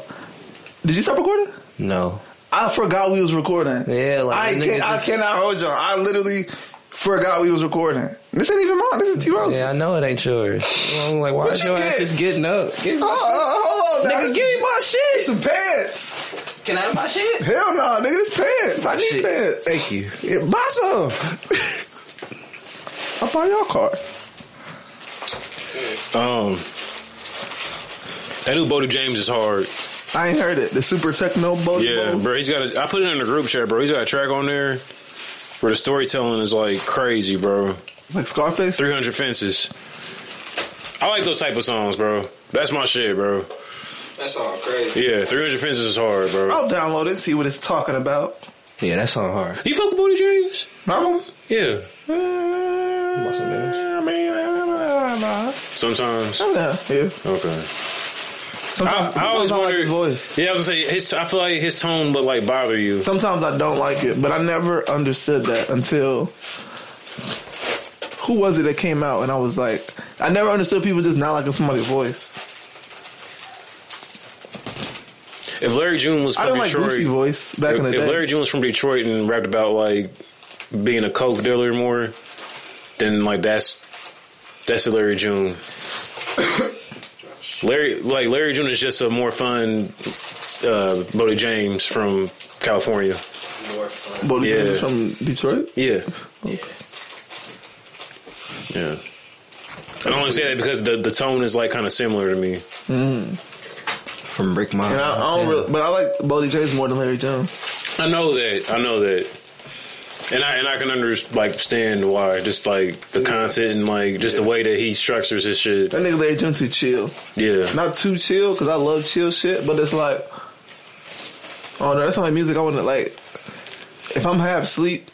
Did you stop recording?
No.
I forgot we was recording.
Yeah, like,
I
that
can't,
nigga
I
just-
cannot hold y'all. I literally forgot we was recording. This ain't even mine. This is T Rose.
Yeah, I know it ain't yours. Well, I'm like, why
What
is
you
your ass
get?
just getting up? Give me
Uh, uh, hold on,
Nigga,
now.
give me
my shit. Some pants.
Can I have my shit?
Hell no, nigga, this pants. I need
Shit.
pants.
Thank you.
Yeah, buy some. I buy y'all cards.
Um, that new Bodie James is hard.
I ain't heard it. The super techno boat.
Yeah, bro. He's got. A, I put it in the group chat, bro. He's got a track on there where the storytelling is like crazy, bro.
Like Scarface.
Three hundred fences. I like those type of songs, bro. That's my shit, bro.
That's all crazy.
Yeah, three hundred fences is hard, bro.
I'll download it. See what it's talking about.
Yeah, that's on hard.
You fuck with Bodie James?
Mama.
Yeah.
I mean, I
Sometimes.
don't know. Yeah.
Okay.
Oh. Sometimes,
I, I always
sometimes
wonder.
like his voice.
Yeah, I was gonna say his. I feel like his tone would like bother you.
Sometimes I don't like it, but I never understood that until who was it that came out and I was like, I never understood people just not liking somebody's voice.
If Larry June was
I
from
didn't like
Detroit,
Boosie voice back
if,
in the
if
day.
Larry June was from Detroit and rapped about like being a coke dealer more, then like that's that's a Larry June. Larry like Larry June is just a more fun uh Bodie James from California.
More fun.
Bo-
yeah.
was from Detroit.
Yeah. Yeah. I only say that because the, the tone is like kind of similar to me.
From Rick Mile.
And I, I don't really, but I like Bodie J's more than Larry Jones.
I know that. I know that. And I and I can under, like understand why. Just like the content and like just the way that he structures his shit.
That nigga Larry Jones too chill.
Yeah.
Not too chill because I love chill shit, but it's like, oh no, that's not like music I want to like. If I'm half asleep,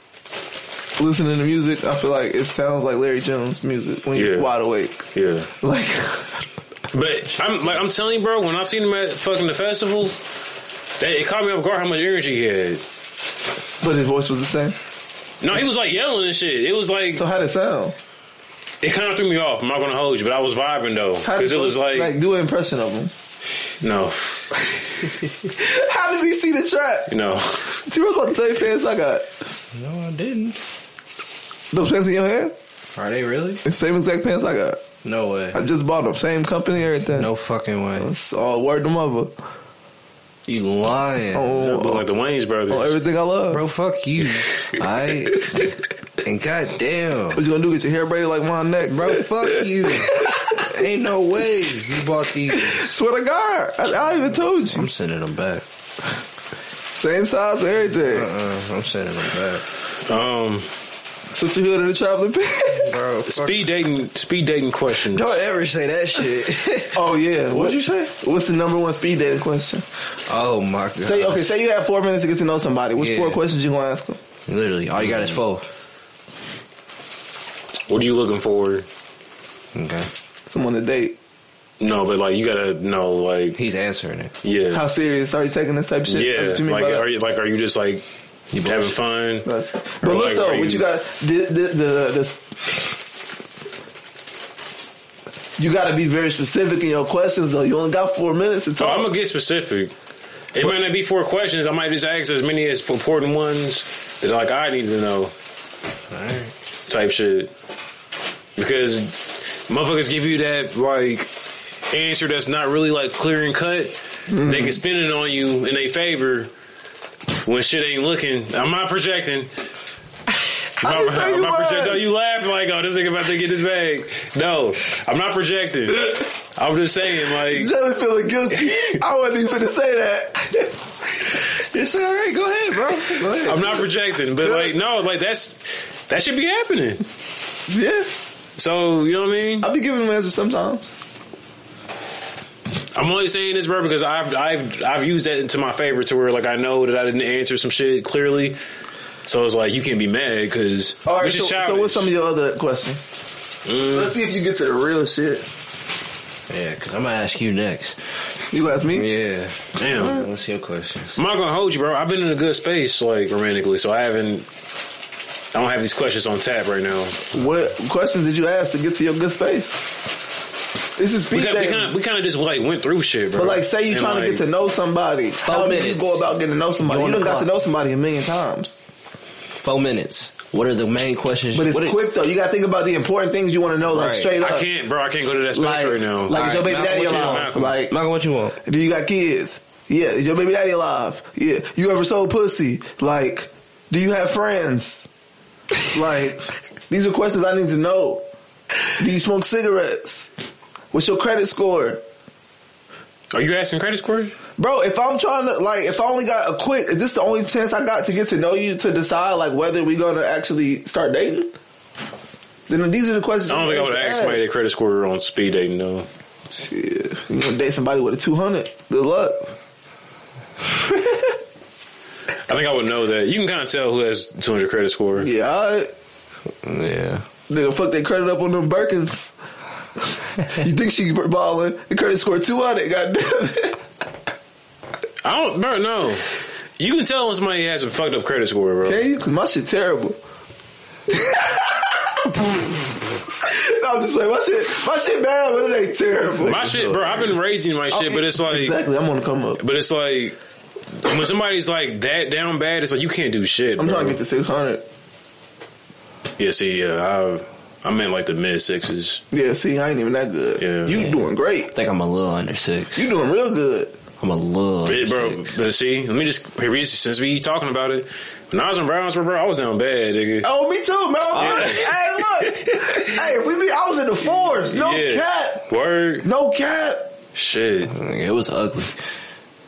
listening to music, I feel like it sounds like Larry Jones music when you're
Yeah.
wide awake.
Yeah.
Like,
But I'm like I'm telling you, bro. When I seen him at fucking the festival, that it caught me off guard how much energy he had.
but his voice was the same.
No, he was like yelling and shit. It was like
So how did it sound?
it kind of threw me off. I'm not gonna hold you, but I was vibing though
How did
because it was like,
do an impression of him.
no,
How did he see the track?
no.
T Rock got the same pants I got.
No, I didn't.
Those pants in your hand?
Are they really?
The same exact pants I got.
No way.
I just bought them. Same company, everything.
No fucking way.
It's all word to mother.
You lying.
That
On,
looked like the Wayne's brothers.
on everything I love.
Bro, fuck you. I and goddamn,
What you gonna do? Get your hair braided like my neck,
bro, fuck you. Ain't no way you bought these.
Swear to God, I, I even told you.
I'm sending them back.
Same size and everything.
Uh, I'm sending them back.
Um,
Sisterhood and the Traveling Pants.
Bro, fuck.
Speed dating, speed dating question.
Don't ever say that shit.
Oh yeah. What, would you say? What's the number one speed dating question?
oh my god.
Say okay. Say you have four minutes to get to know somebody. Which
Yeah.
four questions you gonna ask them?
Literally, all you got is four.
What are you looking for?
Okay.
Someone to date.
No, but like you gotta know, like
He's answering it.
yeah,
How serious are you taking this type of shit?
yeah.
That's what you mean
Like
by that?
are you like are you just like having fun?
Gotcha.
Or like,
But look
are
though, what
you-
you got the the the this. You got to be very specific in your questions, though. You only got four minutes to
So
talk.
I'm gonna get specific. It might not be four questions. I might just ask as many as important ones that like I need to know type shit. Because motherfuckers give you that like answer that's not really like clear and cut.
Mm-hmm.
They can spin it on you in their favor when shit ain't looking. I'm not projecting.
I didn't say you was.
projecting. you laughing like, oh, this nigga about to get this bag. No, I'm not projecting. I'm just saying, like,
Jelly feeling guilty. I wasn't even finna say that.
It's all right. Go ahead, bro. Go ahead.
I'm not projecting, but like no, like that's that should be happening.
yeah,
So you know what I mean.
I'll be giving them answers sometimes.
I'm only saying this, bro, because I've I've I've used that into my favor to where like I know that I didn't answer some shit clearly. So it's like you can't be mad because
All right.
which
So,
is childish.
so what's some of your other questions?
Mm.
Let's see if you get to the real shit.
Yeah, because I'm gonna ask you next.
You ask me.
Yeah.
Damn.
What's your questions?
I'm not gonna hold you, bro. I've been in a good space, like romantically, so I haven't. I don't have these questions on tap right now.
What questions did you ask to get to your good space? This is
We
speed
kind
dating.
of we kind of just like went through shit, bro.
But like, say you're
And,
trying to
like,
get to know somebody. How do you
minutes.
go about getting to know somebody? You,
You on
done
the
got to
clock.
know somebody a million times.
Four minutes. What are the main questions?
But it's
what are-
quick though. You got to think about the important things you want to know, like
Right.
straight up.
I can't, bro. I can't go to that space
Like,
right now.
like is your baby
Malcolm,
daddy
what you
alive?
Malcolm?
Like,
Malcolm, what you want?
do you got kids? Yeah, is your baby daddy alive? Yeah, you ever sold pussy? Like, do you have friends? Like, these are questions I need to know. Do you smoke cigarettes? What's your credit score?
Are you asking credit scores?
Bro, if I'm trying to like, if I only got a quick, is this the only chance I got to get to know you to decide like whether we're gonna actually start dating? Then these are the questions.
I don't think I would ask somebody their credit score on speed dating though.
Shit, you gonna date somebody with a two hundred? Good luck.
I think I would know that. You can kind of tell who has 200 credit score.
Yeah, all right.
Yeah.
Nigga, fuck they credit up on them Birkins. you think she balling? The credit score two hundred. Goddamn it.
I don't, bro. No, you can tell when somebody has a fucked up credit score, bro.
Can you? Cause my shit terrible. no, I'm just like my shit. My shit bad, but it ain't terrible.
My shit, bro. I've been raising my shit, but it's like,
exactly. I'm gonna come up.
but it's like when somebody's like that down bad, it's like you can't do shit.
I'm
bro.
trying to get to 600.
Yeah, see, yeah, I've. I'm in like the mid sixes.
Yeah, see, I ain't even that good.
Yeah.
You doing great.
I think I'm a little under six.
You doing real good.
I'm a little.
But,
Under
bro,
six.
but see, let me just here we since we talking about it. When I was in Brownsburg, bro, I was down bad, nigga.
Oh, me too, man. Hey, look. hey, we be. I was in the fours. No
Yeah.
cap.
Word,
No cap.
shit.
It was ugly.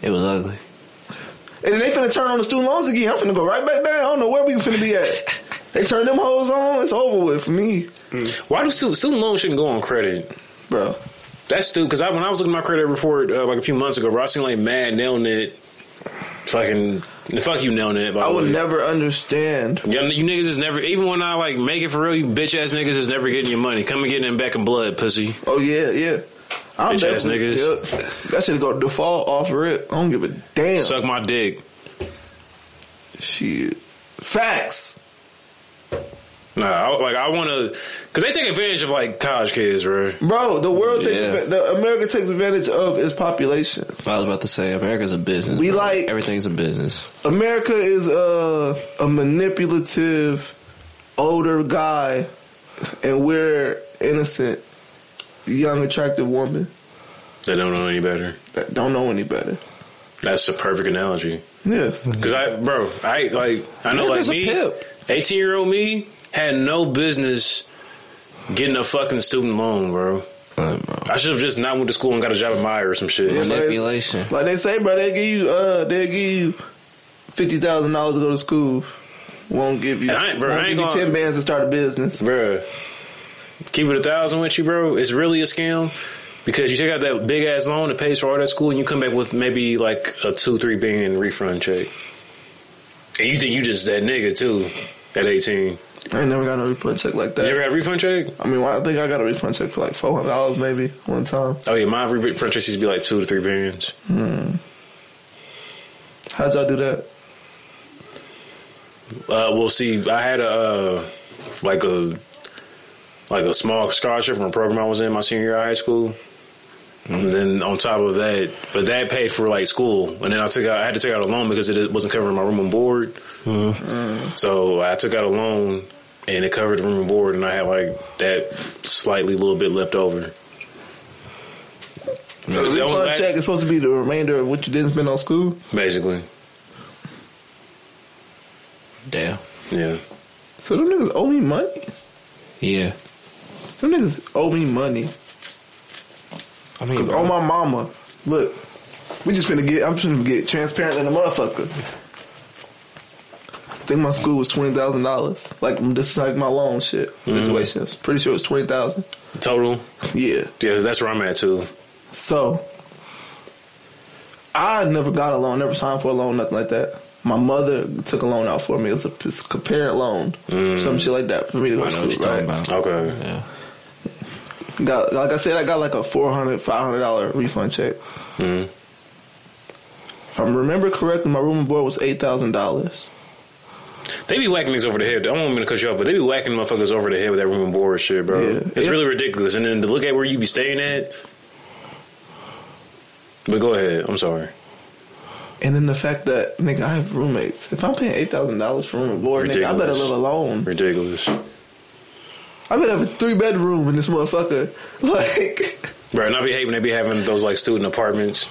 It was ugly.
And then they finna turn on the student loans again. I'm finna go right back down. I don't know where we finna be at. they turn them hoes on. It's over with for me,
Why do student, student loans shouldn't go on credit?
bro.
That's stupid. Because I, when I was looking at my credit report uh, like a few months ago, bro, I seen like mad nailnet. Fucking fuck you, nailnet. By
I
the
would
way.
never understand.
Y'all- you niggas is never. Even when I like make it for real, you bitch ass niggas is never getting your money. Come and get them back in blood, pussy.
Oh yeah, yeah. I'm
Bitch ass
definitely-
niggas.
Yep. That shit go default off rip. I don't give a damn.
Suck my dick.
Shit. Facts.
Nah, I, like I want to, because they take advantage of like college kids, bro.
Bro, the world takes
Yeah.
adva- the America takes advantage of its population.
I was about to say America's a business.
We
bro.
like-
everything's a business.
America is a a manipulative older guy, and we're innocent, young, attractive woman
They don't know any better.
that don't know any better.
That's a perfect analogy.
Yes,
Because I, bro, I like I know
America's a
like me,
pimp.
eighteen year old me had no business getting a fucking student loan, bro.
Uh, bro.
I should have just not went to school and got a job at Meyer or some shit.
Yeah.
Manipulation.
like they say, bro, they give you uh, they give you fifty thousand dollars to go to school. Won't give you,
And I ain't- bro,
won't
I ain't
give you
gonna-
ten bands to start a business.
Bruh. Keep it a thousand with you, bro. It's really a scam because you take out that big ass loan that pays for all that school and you come back with maybe like a two, three billion refund check. And you think you just that nigga too at 18.
I ain't never got no refund check like
You
that.
ever got a refund check?
I mean, well, I think I got a refund check for like four hundred dollars maybe one time.
Oh yeah, my refund check used to be like two to three billions.
How'd y'all do that?
Uh, well, see, I had a uh, like a like a small scholarship from a program I was in my senior year of high school. And then on top of that, but that paid for like school, and then I took out, I had to take out a loan because it wasn't covering my room and board. So I took out a loan, and it covered the room and board, and I had like that slightly little bit left over.
The
It was the only
refund
way-
check is supposed to be the remainder of what you didn't spend on school.
basically,
Damn.
yeah.
So them niggas owe me money.
Yeah.
Them niggas owe me money.
I mean,
Cause on my mama, look, we just finna get. I'm finna get transparent than a motherfucker. I think my school was twenty thousand dollars. Like this is like my loan shit
Mm-hmm.
situations. Pretty sure it was twenty thousand.
Total,
Yeah.
yeah. That's where I'm at too.
So I never got a loan. Never signed for a loan. Nothing like that. My mother took a loan out for me. It was a, it's a parent loan, some shit like that for me to go
Mm. I
to
know
school.
what you're talking
right?
about.
Okay.
Yeah.
Got, like I said, I got like a $400, $500 refund check.
Mhm.
If I remember correctly, my room and board was $8,000.
They be whacking niggas over the head. I don't want me to cut you off, but they be whacking motherfuckers over the head with that room and board shit, bro.
Yeah.
It's really ridiculous. And then to look at where you be staying at. But go ahead. I'm sorry.
And then the fact that, nigga, I have roommates. If I'm paying $8,000 for room and board, nigga, I better
Ridiculous.
live alone.
Ridiculous.
I better have a three bedroom in this motherfucker. Like,
Bro, and I be hating they be having those like student apartments.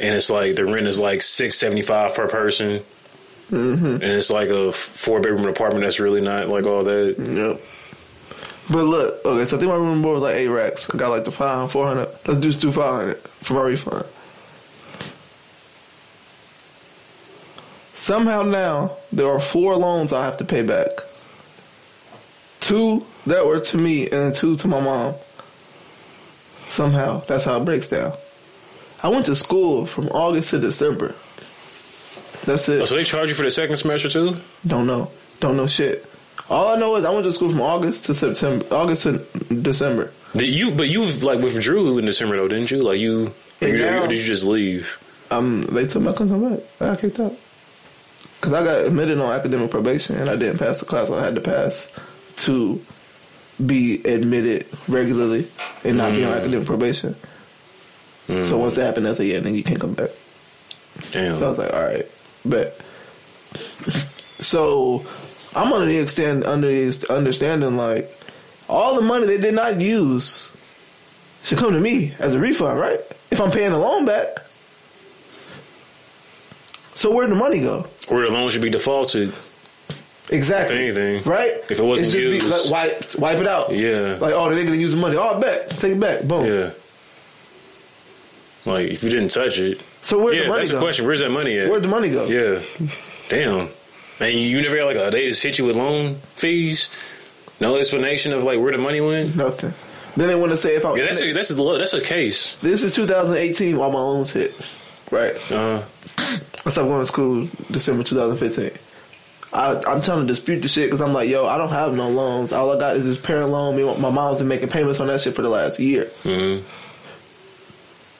And it's like the rent is like six seventy five per person.
Mm-hmm.
And it's like a four bedroom apartment that's really not like all that.
yep. But look, okay, so I think my room and board was like 8 racks. I got like the 500, 400. Let's do two 500 for my refund. Somehow now there are four loans I have to pay back. Two that were to me and two to my mom. Somehow that's how it breaks down. I went to school from August to December. That's
Oh,
it.
so they charge you for the second semester too?
Don't know. Don't know shit. All I know is I went to school from August to September, August to December.
Did you but you like withdrew in December though, didn't you? Like you or you-
Yeah.
or did you just leave?
Um, they told me I couldn't come back. I got kicked out because I got admitted on academic probation and I didn't pass the class I had to pass to be admitted regularly and not be on academic probation. So once that happened, I said, "Yeah, then you can't come back."
Damn.
So I was like, all right, but so I'm under the extend under the understanding like all the money they did not use should come to me as a refund, right? If I'm paying the loan back. So where'd the money go?
Where the loan should be defaulted.
Exactly.
If anything.
right?
If it wasn't
It's just be-
used.
like, wipe, wipe it out.
Yeah.
Like, oh, they're gonna use the money. Oh, I bet. Take it back. Boom.
Yeah. Like if you didn't touch it.
So where'd
yeah,
the money
that's
go?
the question. Where's that money at?
Where'd the money go?
yeah. Damn. And you never got like a they just hit you with loan fees. No explanation of like where the money went.
Nothing. Then they want to say if I
Yeah, that's a that's a lo- that's a case.
this is 2018 while my loans hit, right?
Uh,
I stopped going to school December 2015. I, I'm trying to dispute the shit because I'm like, yo, I don't have no loans. All I got is this parent loan. Me- My mom's been making payments on that shit for the last year.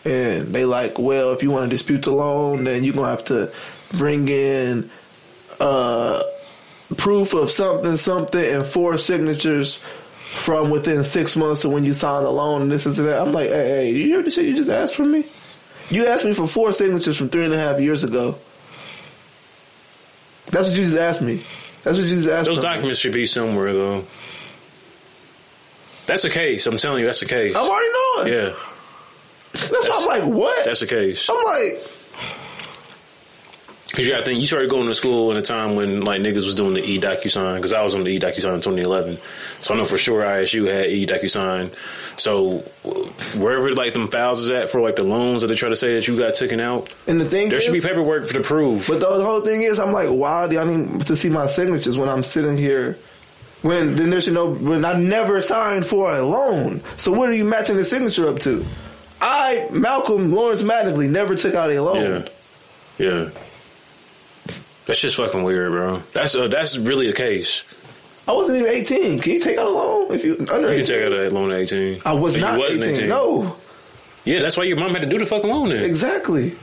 And they like, well, if you want to dispute the loan, then you're going to have to bring in uh, proof of something, something, and four signatures from within six months of when you sign the loan and this, this, and that. I'm like, hey, hey, you hear the shit you just asked from me? You asked me for four signatures from three and a half years ago. That's what you just asked me. That's what you just asked
those
from me.
documents should be somewhere though. That's a case. I'm telling you, that's a case.
I'm already knowing.
Yeah,
That's, why I'm like, what?
that's a case.
I'm like,
Cause you gotta think you started going to school in a time when like niggas was doing the e DocuSign. Cause I was on the e DocuSign in 2011, so I know for sure ISU had e DocuSign. So w- wherever like them files is at for like the loans that they try to say that you got taken out,
And the thing
there
is,
should be paperwork for to prove.
But the whole thing is, I'm like, wow, y'all need to see my signatures when I'm sitting here. When then there should no when I never signed for a loan. So what are you matching the signature up to? I Malcolm Lawrence Mattingly never took out a loan.
yeah, yeah. That's just fucking weird, bro. That's uh, that's really the case.
I wasn't even 18. Can you take out a loan if you under
You can
18?
take out a loan at 18.
I was
But you
not
wasn't
18. No,
Yeah, that's why your mom had to do the fucking loan then.
exactly.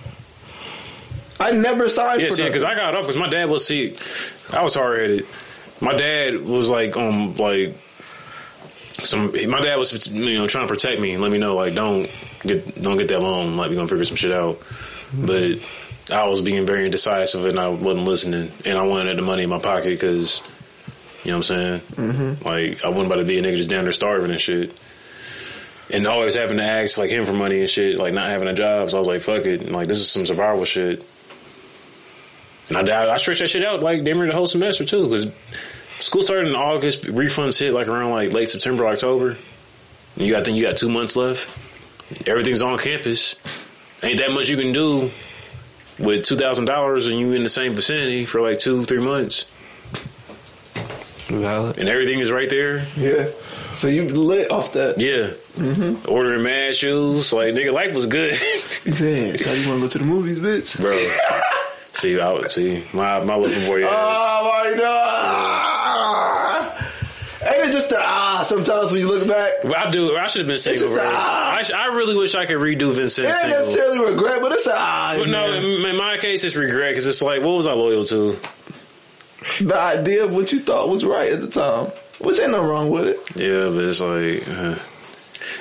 I never signed
Yeah,
for
see,
that.
because I got off because my dad was see, I was hard headed. My dad was like, um, like some. My dad was you know trying to protect me and let me know like don't get don't get that loan. Like we gonna figure some shit out. But I was being very indecisive and I wasn't listening and I wanted the money in my pocket because you know what I'm saying. Like I wasn't about to be a nigga just down there starving and shit. And always having to ask like him for money and shit, like not having a job. So I was like, "Fuck it!" And, like this is some survival shit. And I, I, I stretched that shit out like damn near the whole semester too, because school started in August. Refunds hit like around like late September, October. And you got think you got two months left. Everything's on campus. Ain't that much you can do with two thousand dollars, and you in the same vicinity for like two, three months,
Valid.
and everything is right there.
yeah. So you lit off that.
Yeah, ordering mad shoes. Like nigga, life was good,
Damn, so you want to go to the movies, bitch?
bro. see, I would see my my looking for you.
Oh, Marty, no. Ah. Ain't it just the ah sometimes when you look back?
I do. I should have been single.
just a-
bro. I, sh- I really wish I could redo Vincent.
It ain't
single.
necessarily regret, but it's a ah.
But no,
man.
in, in my case, it's regret because it's like, what was I loyal to?
the idea of what you thought was right at the time, which ain't no wrong with it.
Yeah, but it's like. Uh.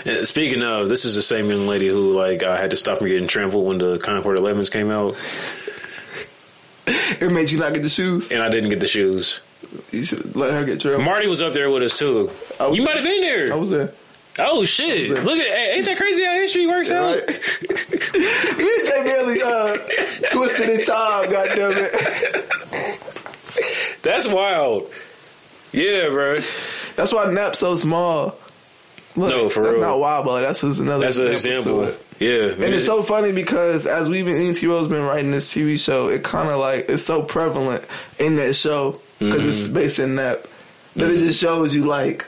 And speaking of, this is the same young lady who like I had to stop from getting trampled when the Concord 11s came out,
It made you not get the shoes.
and I didn't get the shoes.
You should let her get trampled.
Marty was up there with us too.
I was-
you might have been
I
there.
was there.
oh shit!
there.
Look at hey, ain't that crazy how history works out?
Right? DJ Bailey uh, twisted in time. Goddamn it!
That's wild. Yeah, bro.
That's why Nap's so small. Look,
No, for
that's
real.
not wild, but that's just another.
That's an
to
example.
it.
Yeah,
And it's so funny because as we've been, ET Rose been writing this TV show, it kind of like, it's so prevalent in that show because it's
Mm-hmm.
based in that, that it just shows you like,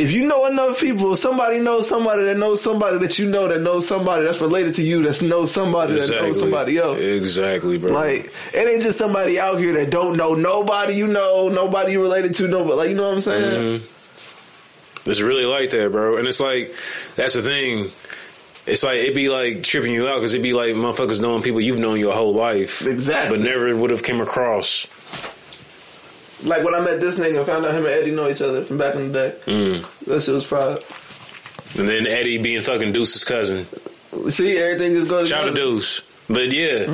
if you know enough people, somebody knows somebody that knows somebody that you know that knows somebody that's related to you that knows somebody that knows somebody else.
Exactly, bro.
Like, it ain't just somebody out here that don't know nobody you know, nobody you related to, no, but like, you know what I'm saying?
It's really like that, bro. And it's like, that's the thing. It's like, it'd be like tripping you out because it'd be like motherfuckers knowing people you've known your whole life.
Exactly.
Mm-hmm. But never would have came across.
Like when I met this nigga, found out him and Eddie know each other from back in the day.
Mm.
That shit was pride.
And then Eddie being fucking Deuce's cousin.
See, everything just goes.
Shout out to
together.
Deuce. But yeah.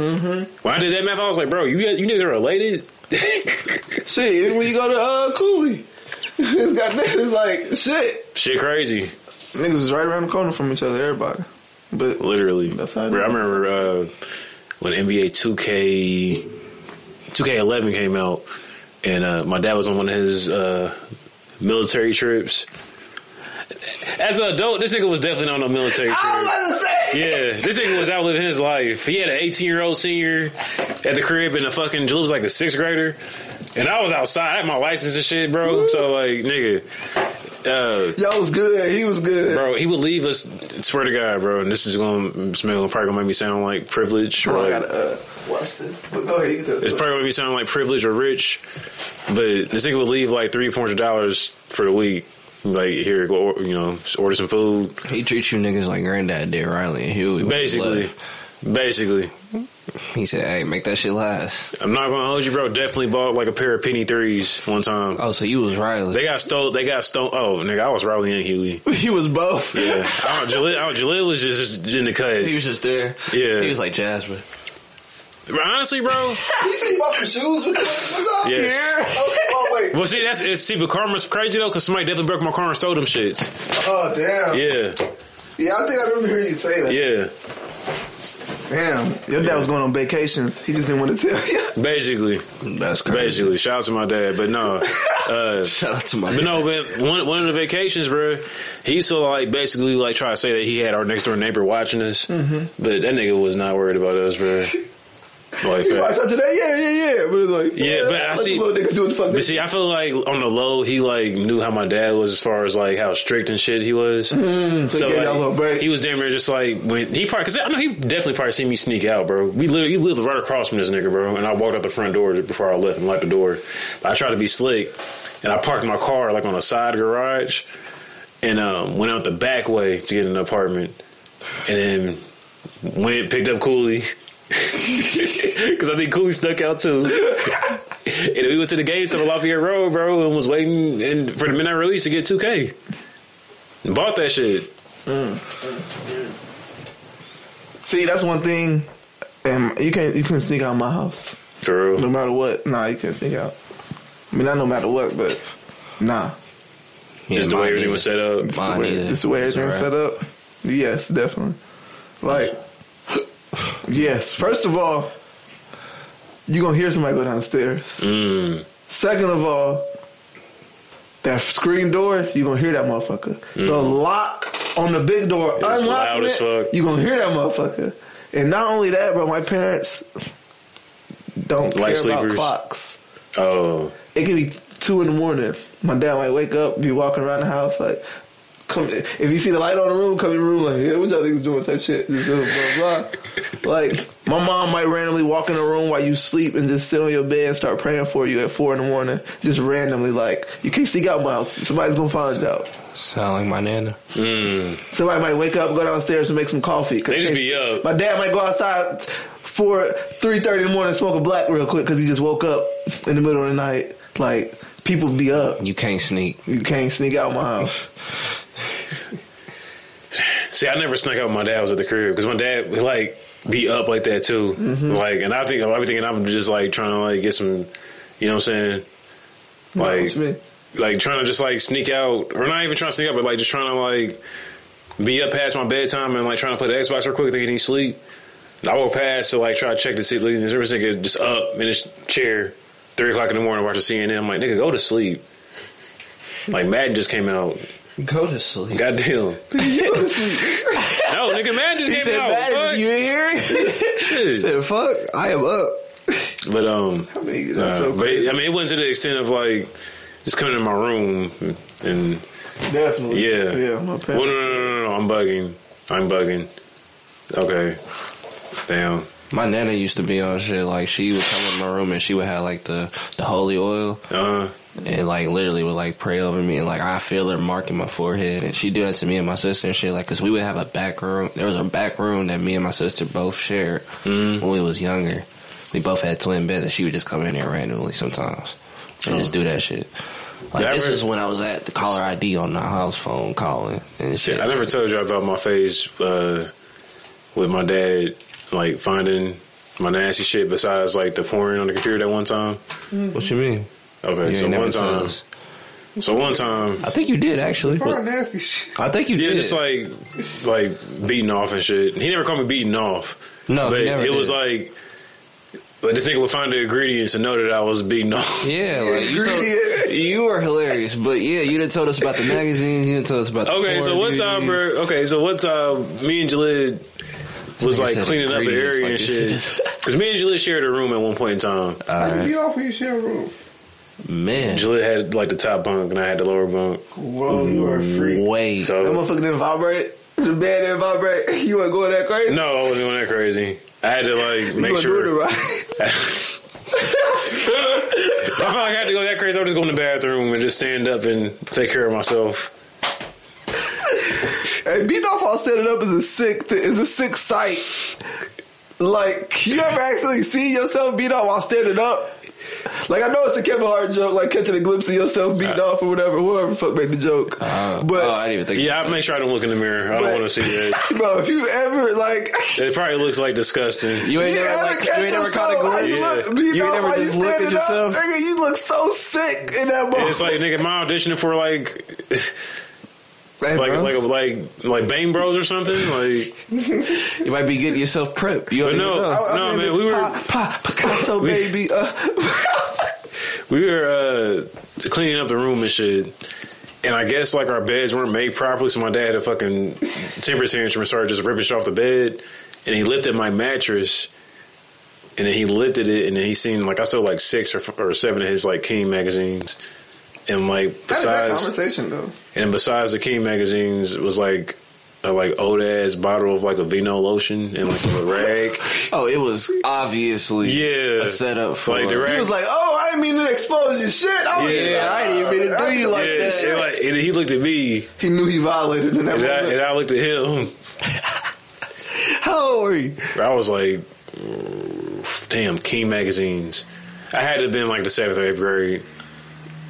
When I did that math, I was like, bro, you, you niggas are related?
Shit, even when you go to uh, Cooley, it's got niggas like shit.
Shit crazy.
Niggas is right around the corner from each other, everybody. But
Literally.
That's how it
Bro, I
is.
remember uh, when NBA 2K 2K11 came out, and uh, my dad was on one of his uh, military trips. As an adult, this nigga was definitely on a military
Oh
trip.
was about to say,
Yeah, this nigga was outliving his life. He had an 18 year old senior at the crib and a fucking, it was like a sixth grader. And I was outside. I had my license and shit, bro. So, like, nigga. Uh,
yo was good. He was good.
Bro, he would leave us. Swear to God, bro. And this is going to smell. Probably going to make me sound like privileged. Or
Bro, I
like,
gotta uh, watch this. But go ahead, you can tell the
it's
story.
probably going to be sound like privileged or rich. But this nigga would leave like three, four hundred dollars for the week. Like here, go or- you know, order some food.
He treats you niggas like granddad did Riley and Huey. when he
Basically,
left.
basically,
He said, hey, make that shit last.
I'm not going to hold you, bro. Definitely bought like a pair of penny threes one time.
Oh, so you was Riley.
They got stole. They got stole. Oh, nigga, I was Riley and Huey.
he was both.
Yeah, I, don't- Jaleel, I, don't- Jaleel was just, just in the cut.
he was just there.
Yeah.
He was like Jasmine.
Honestly, bro.
you see, he bought some shoes with this up
Yeah.
here. Oh, oh, wait.
Well, see, that's it's, see, but karma's crazy though, because somebody definitely broke my car and stole them shits.
Oh damn. Yeah.
Yeah,
I think I remember hearing you say that.
yeah.
Damn, your dad was going on vacations. He just didn't want to tell you.
Basically,
That's crazy.
basically. Shout out to my dad, but no. Uh,
Shout out to my.
But no, man, one one of the vacations, bro, he used to like basically like try to say that he had our next door neighbor watching us,
Mm-hmm.
but that nigga was not worried about us, bro. Like,
You
bro.
watch out today? Yeah, yeah, yeah. But it's like,
Yeah, but I
let
see-
these little niggas do what the fuck. they-
But see, I feel like on the low, he like knew how my dad was as far as like how strict and shit he was.
Mm, so he gave y'all a little break.
he was damn near just like when he probably because I know he definitely probably seen me sneak out, bro. We literally he lived right across from this nigga, bro. And I walked out the front door before I left and locked the door. But I tried to be slick and I parked my car like on a side garage and um, went out the back way to get an apartment and then went picked up Cooley. Because I think Cooley stuck out too. and we went to the game to Lafayette Road, bro, and was waiting and for the midnight release to get 2K. And bought that shit.
See, that's one thing. And you can't you couldn't sneak out of my house
For real.
no matter what. Nah, you couldn't sneak out. I mean, not no matter what, but nah.
Yeah,
Just the way
mine
everything
either.
was set up.
Just
Mine
the way,
either.
just the way
It's
everything's
alright.
set up. Yes, definitely. Like, yes. First of all, you gonna hear somebody go down the stairs.
Mm.
Second of all, that screen door, you gonna hear that motherfucker. The lock on the big door,
Mm. loud
unlocking
as fuck.
it, you gonna hear that motherfucker. And not only that, bro, my parents don't
Light
care about
sleepers.
clocks.
Oh.
It could be two in the morning. My dad might wake up, be walking around the house like, come. If you see the light on the room, come in the room like, yeah, what y'all niggas doing type shit. Just blah blah blah. like my mom might randomly walk in the room while you sleep and just sit on your bed and start praying for you at four in the morning, just randomly like, you can't sneak out, Miles. Somebody's gonna find out.
Sound like my nana.
Mm.
Somebody might wake up, go downstairs and make some coffee. 'cause
They just
they-
be up.
My dad might go outside for three thirty in the morning, and smoke a black real quick because he just woke up in the middle of the night. Like people be up.
You can't sneak.
You can't sneak out my house.
See, I never snuck out when my dad was at the crib because my dad would like be up like that too. Like, and I think I be thinking I'm just like trying to like get some, you know what I'm saying? Like,
What you mean?
like trying to just like sneak out, or not even trying to sneak out, but like just trying to like be up past my bedtime and like trying to play the Xbox real quick, thinking he sleep. And I walk past to like try to check to see like, this nigga just up in his chair, three o'clock in the morning watching CNN. I'm like, nigga, go to sleep. Like Madden just came out.
Go to sleep.
Goddamn. no, nigga, Madden just came out. Fuck.
you hear?
Shit.
said, fuck, I am up.
But um,
I mean,
uh,
that's so
but
crazy.
I mean, it wasn't to the extent of like just coming in my room and
Definitely.
yeah,
Yeah, my
Well, no,
parents.
no, no, no, no, I'm bugging. I'm bugging. Okay, damn.
My nana used to be on shit. Like, she would come in my room and she would have, like, the, the holy oil.
Uh,
and like literally would like pray over me and like I feel her marking my forehead and she do that to me and my sister and shit like because we would have a back room there was a back room that me and my sister both shared
Mm-hmm.
when we was younger we both had twin beds and she would just come in there randomly sometimes and just do that shit like
Yeah, I
this
Oh. re-
is when I was at the caller ID on the house phone calling and shit
I never told you about my phase uh, with my dad, like finding my nasty shit besides like the porn on the computer that one time.
what you mean
Okay,
You
so
ain't never
one
told
time,
us.
so one time,
I think you did actually
nasty shit.
I think you
Yeah,
did
just like like beating off and shit. He never called me beating off.
No, he
but
never
it was
did.
like like this nigga would find the ingredients and know that I was beating off.
yeah, like you, told, you are hilarious, but yeah, you didn't told us about the magazines. You didn't tell us about the
Okay, so
porn,
one
you-
time,
you-
bro. Okay, so one time, me and Jalid was
Nigga
like
said
cleaning up the
ingredients,
area
like,
and
this
shit.
is-
Because me and Jalid shared a room at one point in time.
Alright.
Get off when you share a room.
Man,
Jalid had like the top bunk and I had the lower bunk.
Whoa, you are a freak.
wait.
That
So
motherfucker didn't vibrate. The bed didn't vibrate. You weren't going that crazy.
no, I wasn't doing that crazy. I had to like
you
make
were doing it
sure.
right.
I felt like I had to go that crazy. I would just go in the bathroom and just stand up and take care of myself.
Hey, beating off all set it up is a sick th- is a sick sight. Like you ever actually see yourself beat off while standing up? Like I know it's a Kevin Hart joke, like catching a glimpse of yourself beating off or whatever, whoever the fuck made the joke. but
Uh. oh, I didn't even think.
Yeah, I make sure I don't look in the mirror. I don't
But-
want to see that.
bro, if you ever like
It probably looks like disgusting.
you ain't
You
never
ever
like. You
catch
ain't never caught
yourself? How
a glimpse.
You,
glimpse.
look, beat
You ain't
off
never
while you
just looked at
standing
yourself?
Up, nigga, you look so sick in that moment.
It's like nigga, my auditioning for like
Hey,
like
bro.
like like like Bane Bros or something. Like
You might be getting yourself prepped. You
But
don't
no,
even know.
no, man, we were
Pa, pa, Picasso,
We-
baby. Uh,
we were uh, cleaning up the room and shit. And I guess like our beds weren't made properly, so my dad had a fucking temper tantrum and started just ripping shit off the bed. And he lifted my mattress, and then he lifted it, and then he seen like I still like six or f- or seven of his like King magazines, and like
how did that
besides
conversation go?
And besides the King magazines, it was like a like old ass bottle of like a vino lotion and like a rag.
Oh, it was obviously
Yeah.
a setup for
Like the
He
rag-
was like, "Oh, I didn't mean to expose your shit. I was
Yeah,
I didn't even mean to do you like
yeah,
that."
and, like, and he looked at me,
He knew he violated in that
and I,
moment.
and I looked at him.
How old were you?
I was like, "Oof, damn, King magazines. I had to have been like the seventh or eighth grade.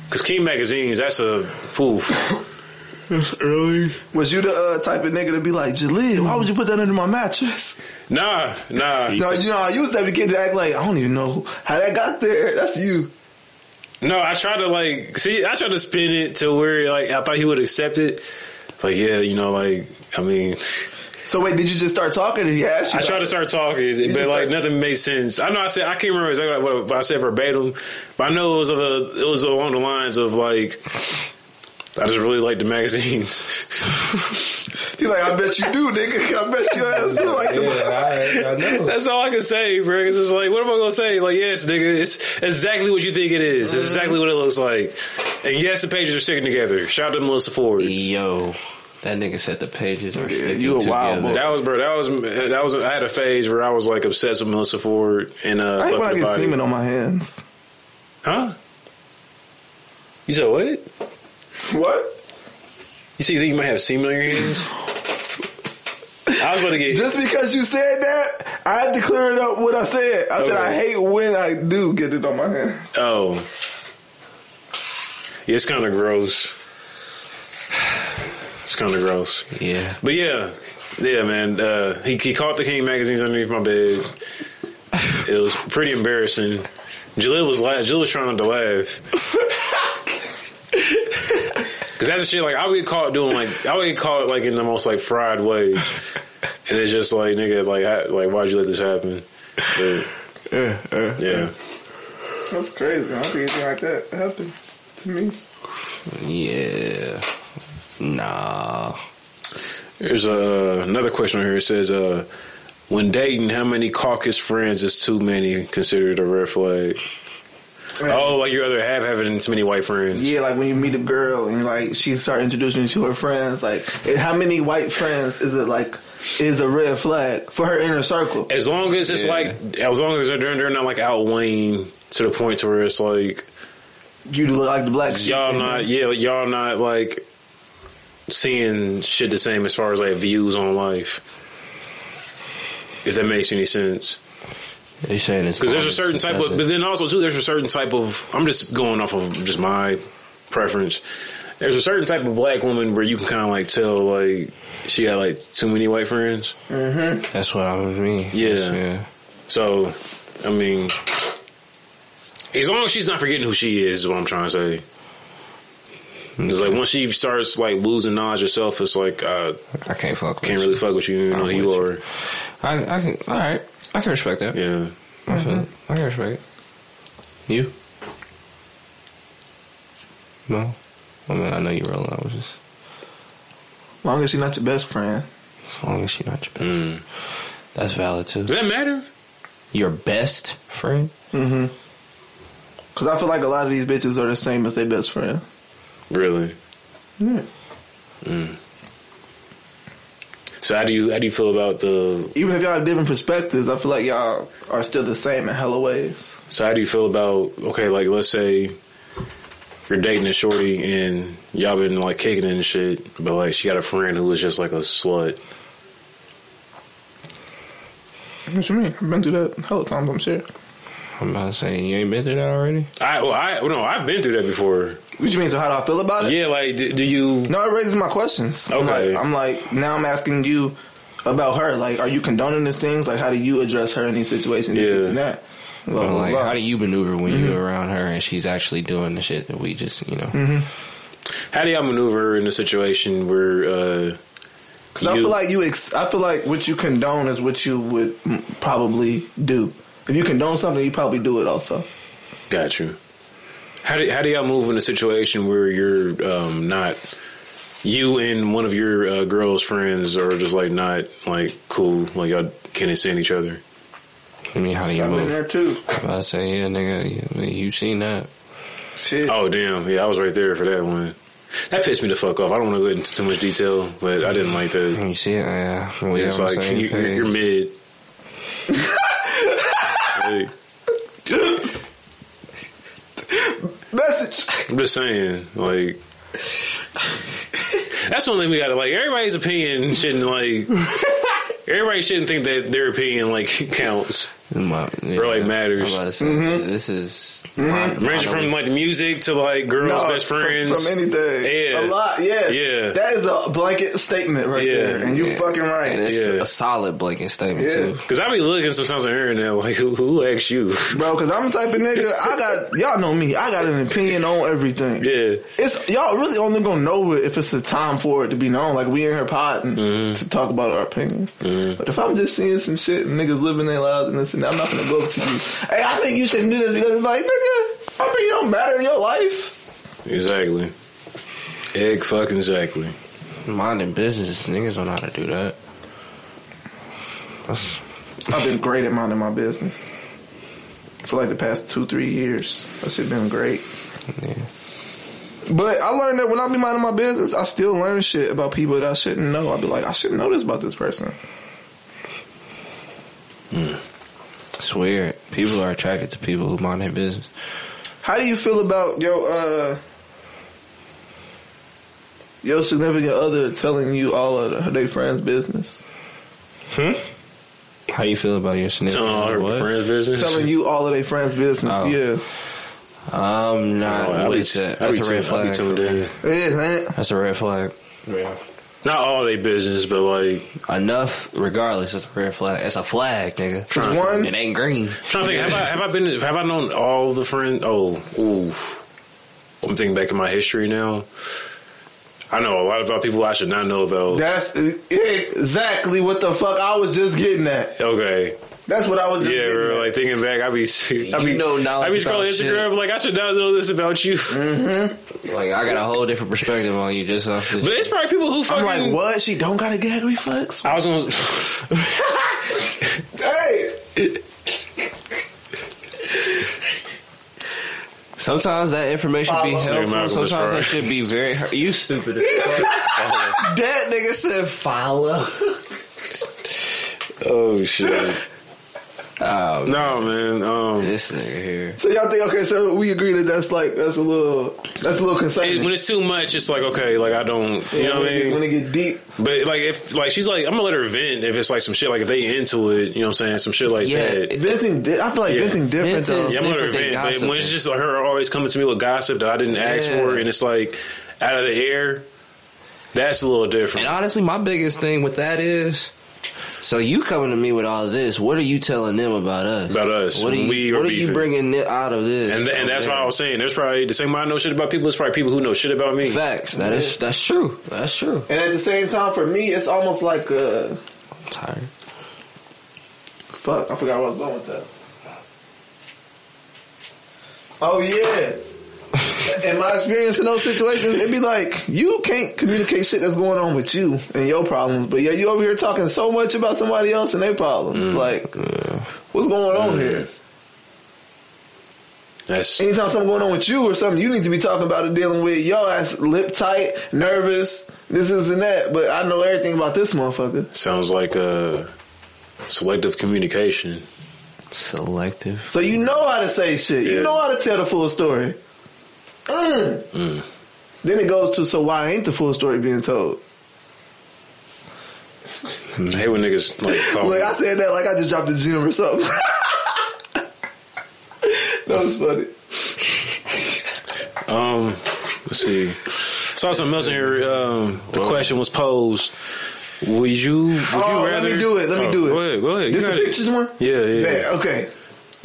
Because King magazines, that's a poof.
Was you the uh, type of nigga to be like, Jaleel, why would you put that under my mattress?
Nah, nah.
No, you know, you was that kid to act like, I don't even know how that got there. That's you.
No, I tried to like see. I tried to spin it to where like I thought he would accept it. Like yeah, you know, like I mean,
So wait, did you just start talking and he asked you?
I tried to start talking,
just
but like
start-
nothing made sense. I know I said I can't remember exactly what I said verbatim, but I know it was of a, it was along the lines of like I just really like the magazines.
He's like, I bet you do, nigga. I bet your ass do like the
I, I know.
That's all I can say, bro. 'cause it's like, what am I gonna say? Like, yes, nigga, it's exactly what you think it is. It's exactly what it looks like. And yes, the pages are sticking together. Shout out to Melissa Ford.
Yo, that nigga said the pages are sticking
you a wild
together.
boy.
That was bro. That was that was. I had a phase where I was like obsessed with Melissa Ford and uh,
I
Buffy
ain't want
the
to get
Body.
semen on my hands.
Huh? You said what?
What?
You see, you think you might have semen on your hands? I was about to get.
Just because you said that, I had to clear it up what I said. I said,
Okay.
I hate when I do get it on my hands.
oh, yeah, it's kind of gross. It's kind of gross.
Yeah.
But yeah, yeah, man. Uh, he he caught the King magazines underneath my bed. It was pretty embarrassing. Jaleel was laugh. Jaleel was trying not to laugh. Cause that's the shit. Like I would get caught doing like I would get caught like in the most like fried ways, and it's just like nigga, like I, like why'd you let this happen? But, yeah,
That's crazy. I don't think anything like that happened to me.
Yeah. Nah.
there's uh, another question on here. It says, uh, "When dating, how many caucus friends is too many considered a red flag?" Oh, like your other half having too many white friends.
Yeah, like when you meet a girl and like she start introducing you to her friends, like and how many white friends is it like is a red flag for her inner circle?
As long as it's like, as long as they're, they're not like outweighing to the point to where it's like
You look like the black sheep.
y'all not, yeah, like, y'all not like seeing shit the same as far as like views on life. If that makes any sense,
They saying it's
because there's a
honest,
certain
it
type of,
doesn't.
but then also too, there's a certain type of. I'm just going off of just my preference. There's a certain type of black woman where you can kind of like tell like she got like too many white friends.
That's what I mean.
Yeah.
yeah.
So, I mean, as long as she's not forgetting who she is, is what I'm trying to say. It's like once she starts like losing knowledge herself, it's like I
I can't fuck.
can't
with
really fuck with you, you know who
I'm
you are.
with I, I can. All right. I can respect that.
Yeah,
I, feel it. I can respect it. You? No. I mean, I know you rolling. I was just
As long as she's not your best friend.
as long as you're not your best. friend.
Mm.
That's valid too.
does that matter?
Your best friend?
Mm-hmm. Cause I feel like a lot of these bitches are the same as their best friend.
Really? Mm.
Yeah.
So how do you how do you feel about the?
Even if y'all have different perspectives, I feel like y'all are still the same in hella ways.
So how do you feel about? Okay, like let's say you're dating a shorty and y'all been like kicking it and shit, but like she got a friend who was just like a slut.
What you mean? I've been through that hella times, I'm sure.
I'm not saying you ain't been through that already.
I well, I well, no, I've been through that before.
What you mean? So how do I feel about it?
Yeah, like do, do you?
No, it raises my questions. I'm
Okay.
like, I'm like, now I'm asking you about her. Like, are you condoning these things? Like, how do you address her in these situations? This,
Yeah.
this, and that.
Oh,
Blah,
But
blah,
like,
blah.
Mm-hmm. Mm-hmm.
how do you maneuver when you're around her and she's actually doing the shit that we just, you know?
How do y'all maneuver in a situation where uh,
Cause I
you-
feel like you. Ex- I feel like what you condone is what you would mm, probably do. If you condone something, you probably do it also.
Got you. How do how do y'all move in a situation where you're um, not you and one of your uh, girls' friends are just like not like cool, like y'all can't understand each other?
I mean, how do you
I've been
move?
there too.
I say, yeah, nigga, you, you seen that?
Shit.
Oh damn, yeah, I was right there for that one. That pissed me the fuck off. I don't want to go into too much detail, but I didn't like that.
You see it? Yeah, we
It's
on the
like
same
you, you're,
page.
you're mid. Like,
Message.
I'm just saying, like. That's one thing we gotta like. Everybody's opinion shouldn't like. Everybody shouldn't think that their opinion like counts.
My, yeah,
Really matters.
I'm about to say,
Mm-hmm.
This is
Ranging from like the music to like girls'
No,
best
from-
friends.
From, anything.
Yeah.
A lot, yeah.
Yeah.
That is a blanket statement right
Yeah.
there. And you
Yeah.
fucking
and
right.
it's
Yeah.
a solid blanket statement
Yeah.
too.
Cause I be looking sometimes on the internet like who, who asked you?
Bro, cause I'm the type of nigga, I got, y'all know me, I got an opinion on everything.
yeah,
It's, y'all really only gonna know it if it's a time for it to be known. Like we in here potting
Mm-hmm.
to talk about our opinions. But if I'm just seeing some shit and niggas living their lives and this and that, I'm not gonna go up to you. Hey, I think you should do this because it's like, nigga, I mean, you don't matter in your life.
exactly. Egg fucking exactly.
Minding business, niggas don't know how to do that. That's,
I've been great at minding my business for like the past two, three years. That shit been great.
yeah.
But I learned that when I be minding my business, I still learn shit about people that I shouldn't know. I be like, I shouldn't know this about this person.
It's weird. People are attracted to people who mind their business.
How do you feel about your uh your significant other telling you all of their friends' business?
How you feel about your
Telling
significant
all her
other what?
friends business.
telling you all of their friends' business,
Oh.
yeah.
I'm not
Oh, I be-
with that.
I be
uh, That's a red
tuned- I be
flag.
tuned
for me.
in.
It is, ain't it?
That's a red flag.
Not all they business, but like
Enough, regardless. That's a red flag. That's a flag, nigga.
Cause one
It ain't green.
Trying to think, have I have I been have I known all the friends? Oh, oof. I'm thinking back in my history now. I know a lot about people I should not know about.
that's exactly what the fuck I was just getting at.
okay,
That's what I was just
yeah,
getting
bro,
at.
like thinking back, I be I
You
be
know knowledge
I be
about
scrolling
shit.
Instagram like I should not know this about you.
Mm-hmm.
Like I got a whole different perspective on you just off
But
this.
it's probably people who
I'm
fucking.
like, what? She don't got a gag reflex?
I was gonna.
Hey,
Sometimes that information be
Follow.
Nigga, Michael
helpful.
was
Sometimes
right.
that should be very. You stupid.
that nigga said follow.
oh shit. no man. Um,
This nigga here.
So y'all think okay? So we agree that that's like that's a little that's a little
it-
concerning.
when it's too much, it's like okay, like I don't, you
Yeah,
know what
when,
I
it,
mean.
when it get deep,
But like if like she's like I'm gonna let her vent if it's like some shit like if they into it you know what I'm saying some shit like
Yeah,
that.
venting. Di- I feel like
Yeah.
venting different
Vince is-
though.
Yeah, I'm gonna let her
different than
vent. But when it's
gossiping.
just like her always coming to me with gossip that I didn't ask
Yeah.
for and it's like out of the air, that's a little different.
And honestly, my biggest thing with that is. So you coming to me with all this? What are you telling them about us?
About us.
What are you,
We are
what are you
beefing.
bringing th- out of this?
and th- and
Oh,
that's why I was saying there's probably the same way I know shit about people. It's probably people who know shit about me.
Facts. That is that's true. That's true.
And at the same time, for me, it's almost like uh,
I'm tired.
fuck. I forgot where I was going with that. Oh yeah. In my experience in those situations, it'd be like you can't communicate shit that's going on with you and your problems, but yeah, you over here talking so much about somebody else and their problems. Like, what's going on here?
That's
Anytime something going on with you or something, you need to be talking about it, dealing with your ass lip tight, nervous, this, this, and that. But I know everything about this motherfucker.
sounds like uh, selective communication.
Selective.
So you know how to say shit. You
Yeah.
know how to tell the full story. Mm. Then it goes to so why ain't the full story being told?
I hate when niggas like call
Like
me.
I said that like I just dropped the gym or something. that was funny.
Um, let's see. Saw something else in here. Um, the question was posed. Would you? Would
Oh,
you
let
rather?
me do it, let me do it.
Go ahead. Go ahead. You
This the
got it.
pictures one?
Yeah, yeah.
Man, okay.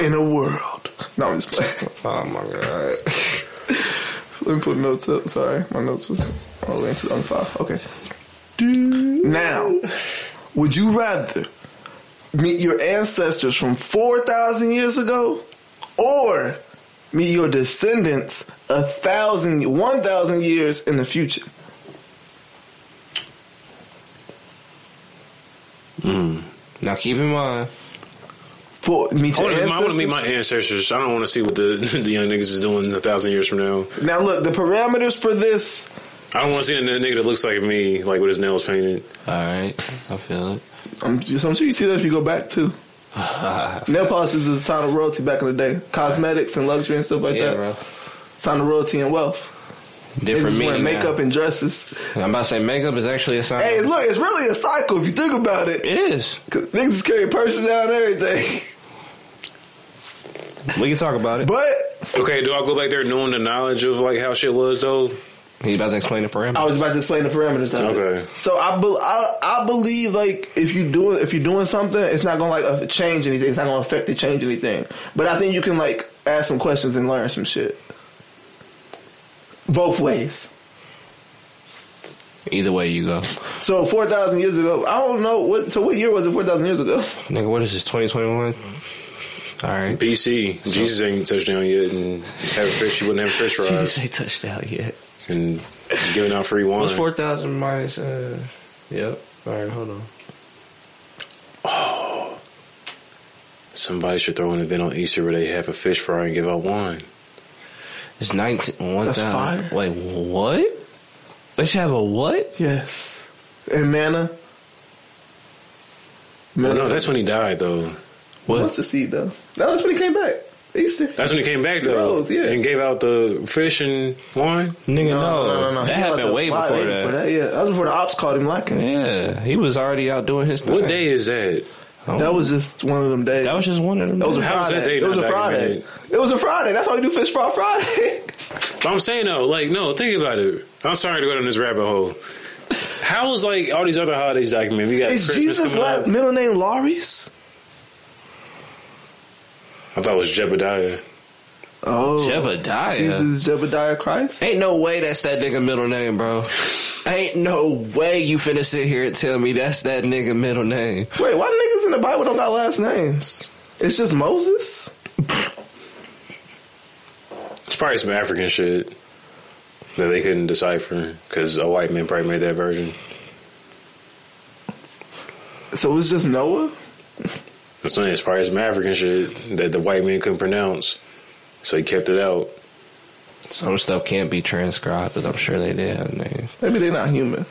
In a world. No, I'm just playing.
Oh my god.
Alright. Let me pull the notes up. Sorry, my notes was all the way into the other file. Okay. Now, would you rather meet your ancestors from 4,000 years ago or meet your descendants a thousand, 1,000 years in the future?
Now keep in mind,
For, meet
I
your
want to
ancestors?
meet my ancestors. I don't want to see what the, the young niggas is doing a thousand years from now.
Now look, the parameters for this
I don't want to see a nigga that looks like me, like with his nails painted.
all right, I feel it.
I'm, just, I'm sure you see that if you go back too. Nail polish is a sign of royalty back in the day. Cosmetics and luxury and stuff like
yeah,
that.
bro.
Sign of royalty and wealth. They
Different
just wearing
meaning.
makeup
Makeup
and dresses.
I'm about to say makeup is actually a sign.
Hey, look, it's really a cycle if you think about it.
it is.
'Cause niggas carry purses out and everything.
We can talk about it.
But
Okay, do I go back there knowing the knowledge of like how shit was though?
He's about to explain the
I
parameter.
was about to explain the parameters of
Okay.
it. So I, bel I I believe like if you do if you're doing something, it's not gonna like uh, change anything. It's not gonna affect it, change anything. But I think you can like ask some questions and learn some shit. Both ways.
Either way you go,
So four thousand years ago, I don't know what. So what year was it? Four thousand years ago.
nigga. What is this? 2021. All right.
BC, Jesus ain't touched down yet, and having fish, you wouldn't have fish
Jesus
fries,
ain't touched out yet.
and giving out free wine.
What's four thousand minus? Uh, yep. All right, hold on.
Somebody should throw an event on Easter where they have a fish fry and give out wine.
It's nineteen one
That's
thousand.
fire.
Wait, what? They should have a what?
Yes. And manna.
No, no, that's when he died though.
what? mustard seed though. No, that's when he came back. Easter.
That's when he came back though,
Rose, yeah.
and gave out the fish and wine.
Nigga, no,
He
that
was
happened
like
way
a- why-
before that.
Yeah, that was before the ops called him lacking.
Yeah, he was already out doing his thing.
What day is that?
Oh,
That was just one of them days.
that was just one of them.
That was a
days.
How was that
Friday.
day
it was a
not
Friday.
documented?
It was a Friday. That's how we do fish fry Friday.
But I'm saying though, like, no, think about it. I'm sorry to go down this rabbit hole. How is like all these other holidays documented? We got
Is
Christmas
Jesus'
coming
last
up.
middle name Larius?
I thought it was Jebediah.
Oh,
Jebediah.
Jesus Jebediah Christ.
Ain't no way that's that nigga middle name, bro. Ain't no way you finna sit here and tell me that's that nigga middle name.
Wait, why the niggas in the Bible don't got last names? It's just Moses.
It's probably some African shit that they couldn't decipher because a white man probably made that version.
So it's just Noah.
That's what it's probably some African shit that the white man couldn't pronounce, so he kept it out.
Some stuff can't be transcribed, but I'm sure they did have names.
Maybe they're not human.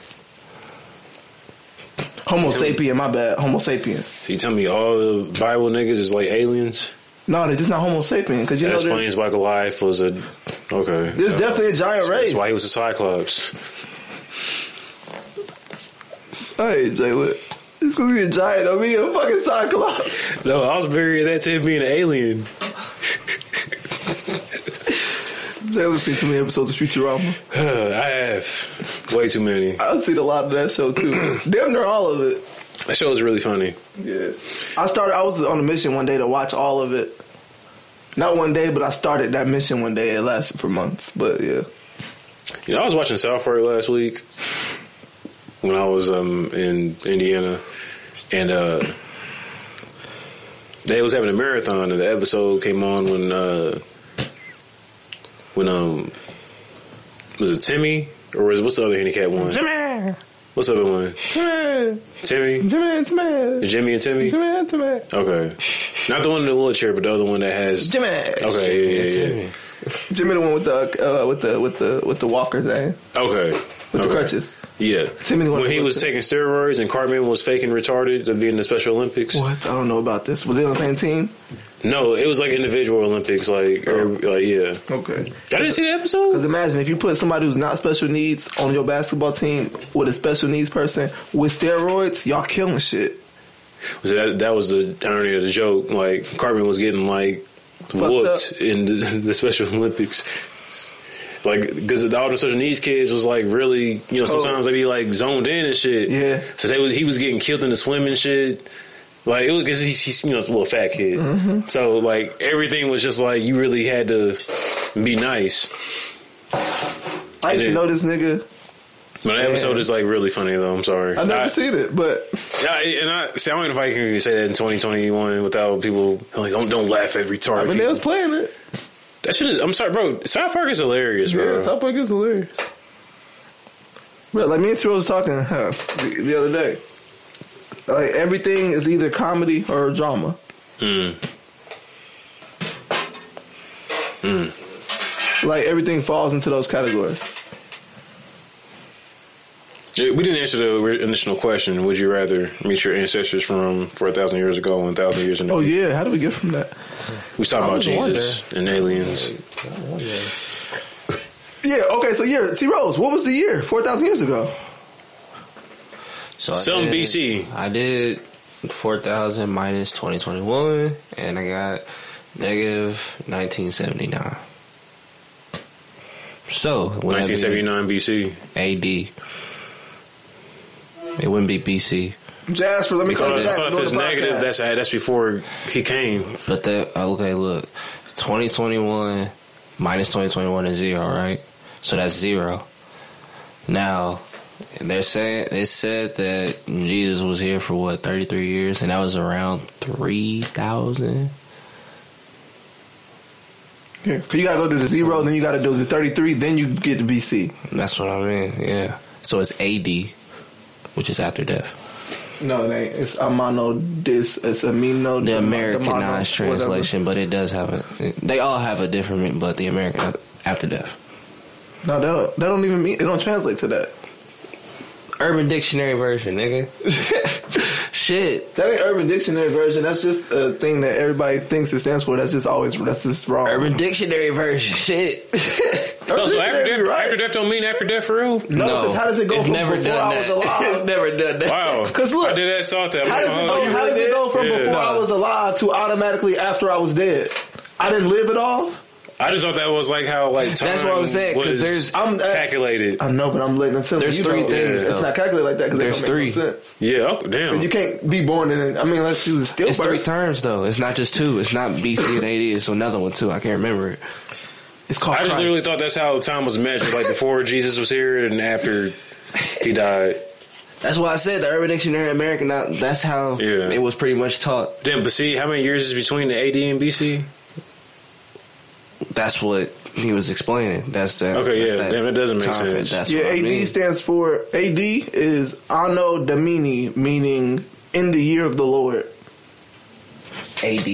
Homo sapien, my bad. Homo sapien.
So you tell me all the Bible niggas is like aliens?
No, they're just not Homo sapien because you
that
know there-
explains why Goliath was a okay.
there's definitely a
That's
giant race.
why he was a Cyclops.
Hey, Jalen, it's gonna be a giant. I mean, a fucking cyclops.
No, I was buried that to him being an alien.
Jalen's seen too many episodes of Futurama.
I have way too many.
I've seen a lot of that show too. Damn near all of it.
That show is really funny.
Yeah. I started. I was on a mission one day to watch all of it. Not one day, but I started that mission one day. It lasted for months, but yeah.
You know, I was watching South Park last week when I was um, in Indiana, and uh, they was having a marathon, and the episode came on when uh, when um was it Timmy or was what's the other handicap one?
Jimmy,
What's the other one?
Jimmy,
Timmy,
Jimmy, Jimmy,
Jimmy, and Timmy.
Jimmy, Jimmy.
Okay, not the one in the wheelchair, but the other one that has.
Jimmy.
Okay, yeah, yeah, yeah.
Jimmy, the one with the uh, with the with the with the walkers, eh?
Okay,
With the
okay.
crutches.
Yeah.
Timmy the one
when
who
he was
was-
taking steroids and Cartman was faking retarded to be in the Special Olympics.
What? I don't know about this. Was they on the same team?
No, it was like individual Olympics, like, or, like yeah.
Okay.
Y'all didn't see the
Because
episode?
imagine if you put somebody who's not special needs on your basketball team with a special needs person with steroids, y'all killing shit.
So that, that was the irony of the joke. Like Cartman was getting like whooped in the, the Special Olympics. Like, because all the special needs kids was like really, you know, sometimes they be like zoned in and shit.
Oh. Yeah.
So they was he was getting killed in the swimming shit. Like it was because he's, he's you know a little fat kid.
Mm-hmm.
So like everything was just like you really had to be nice.
I used to
Yeah.
know this nigga.
But that episode is like really funny though. I'm sorry.
I never
I-
seen it, but
Yeah, I- and I see. I don't know if I can say that in 2021 without people like don't don't laugh at retarded.
when they was
people.
playing it,
That shit is. I'm sorry, bro. South Park is hilarious, bro.
yeah, South Park is hilarious. Bro, like me and Terrell was talking huh, the, the other day. Like everything is either comedy or drama.
Mm.
Like everything falls into those categories.
Yeah, We didn't answer the ri- initial question. Would you rather meet your ancestors from four thousand years ago, one thousand years ago?
Oh yeah, how do we get from that?
we talking
I
about
was
Jesus and aliens.
Yeah, okay, so year T Rose, what was the year? Four thousand years ago.
So I
Some
did-
BC.
I did 4,000 minus 2021, and I got negative 1979. So, would that be
1979 BC.
AD. It wouldn't be BC.
Jasper, let me call
Because
you
I
back.
thought if
doing
it's
the
negative,
podcast.
that's that's before he came.
But that, okay, look. 2021 minus 2021 is zero, right? So that's zero. Now, they're saying, they said that Jesus was here for what, 33 years, and that was around 3,000?
Yeah, 'cause you gotta go to the zero, then you gotta do the thirty-three, then you get to BC.
That's what I mean, yeah. So it's AD, which is after death.
No, it ain't. It's amino dis. It's amino.
The
demo-
Americanized
demono- whatever.
translation, but it does have a. They all have a different, meaning, but the American after death.
No, that don't, that don't even mean. It don't translate to that.
Urban Dictionary version, nigga. Shit.
That ain't Urban Dictionary version. That's just a thing that everybody thinks it stands for. That's just always. That's just wrong.
Urban Dictionary version. Shit.
Urban
No, so after
Dictionary
death,
be right.
after death don't mean after death for real.
no, 'cause how does it go
it's
from
never
before
done
I was
that.
alive?
It's never done that.
Wow,
Because look,
I did that. Saw that.
How does it go,
Oh,
how does it go from
Yeah.
before I was alive to automatically after I was dead? I didn't live at all.
I just thought that was like how like time
That's what I'm saying, 'cause
was
there's-
I'm- I-
calculated.
I know, but I'm letting them tell
There's
you.
three
though,
things,
It's
though.
not calculated like that because there's
There's
three.
three.
No sense.
yeah, oh, damn.
You can't be born in. An, I mean, unless you was
It's three
stillbirth.
terms though. It's not just two. It's not BC and AD. It's another one too. I can't remember it.
It's called.
I just
Christ.
literally thought that's how time was measured, like before Jesus was here and after he died.
That's why I said the Urban Dictionary American. That's how
Yeah.
it was pretty much taught.
Damn, but see, how many years is between the AD and BC?
That's what he was explaining. That's that.
Okay,
that's
yeah, damn, that doesn't make
time.
sense.
That's
Yeah,
what I
AD
mean.
stands for AD is Anno Domini, meaning in the year of the Lord.
AD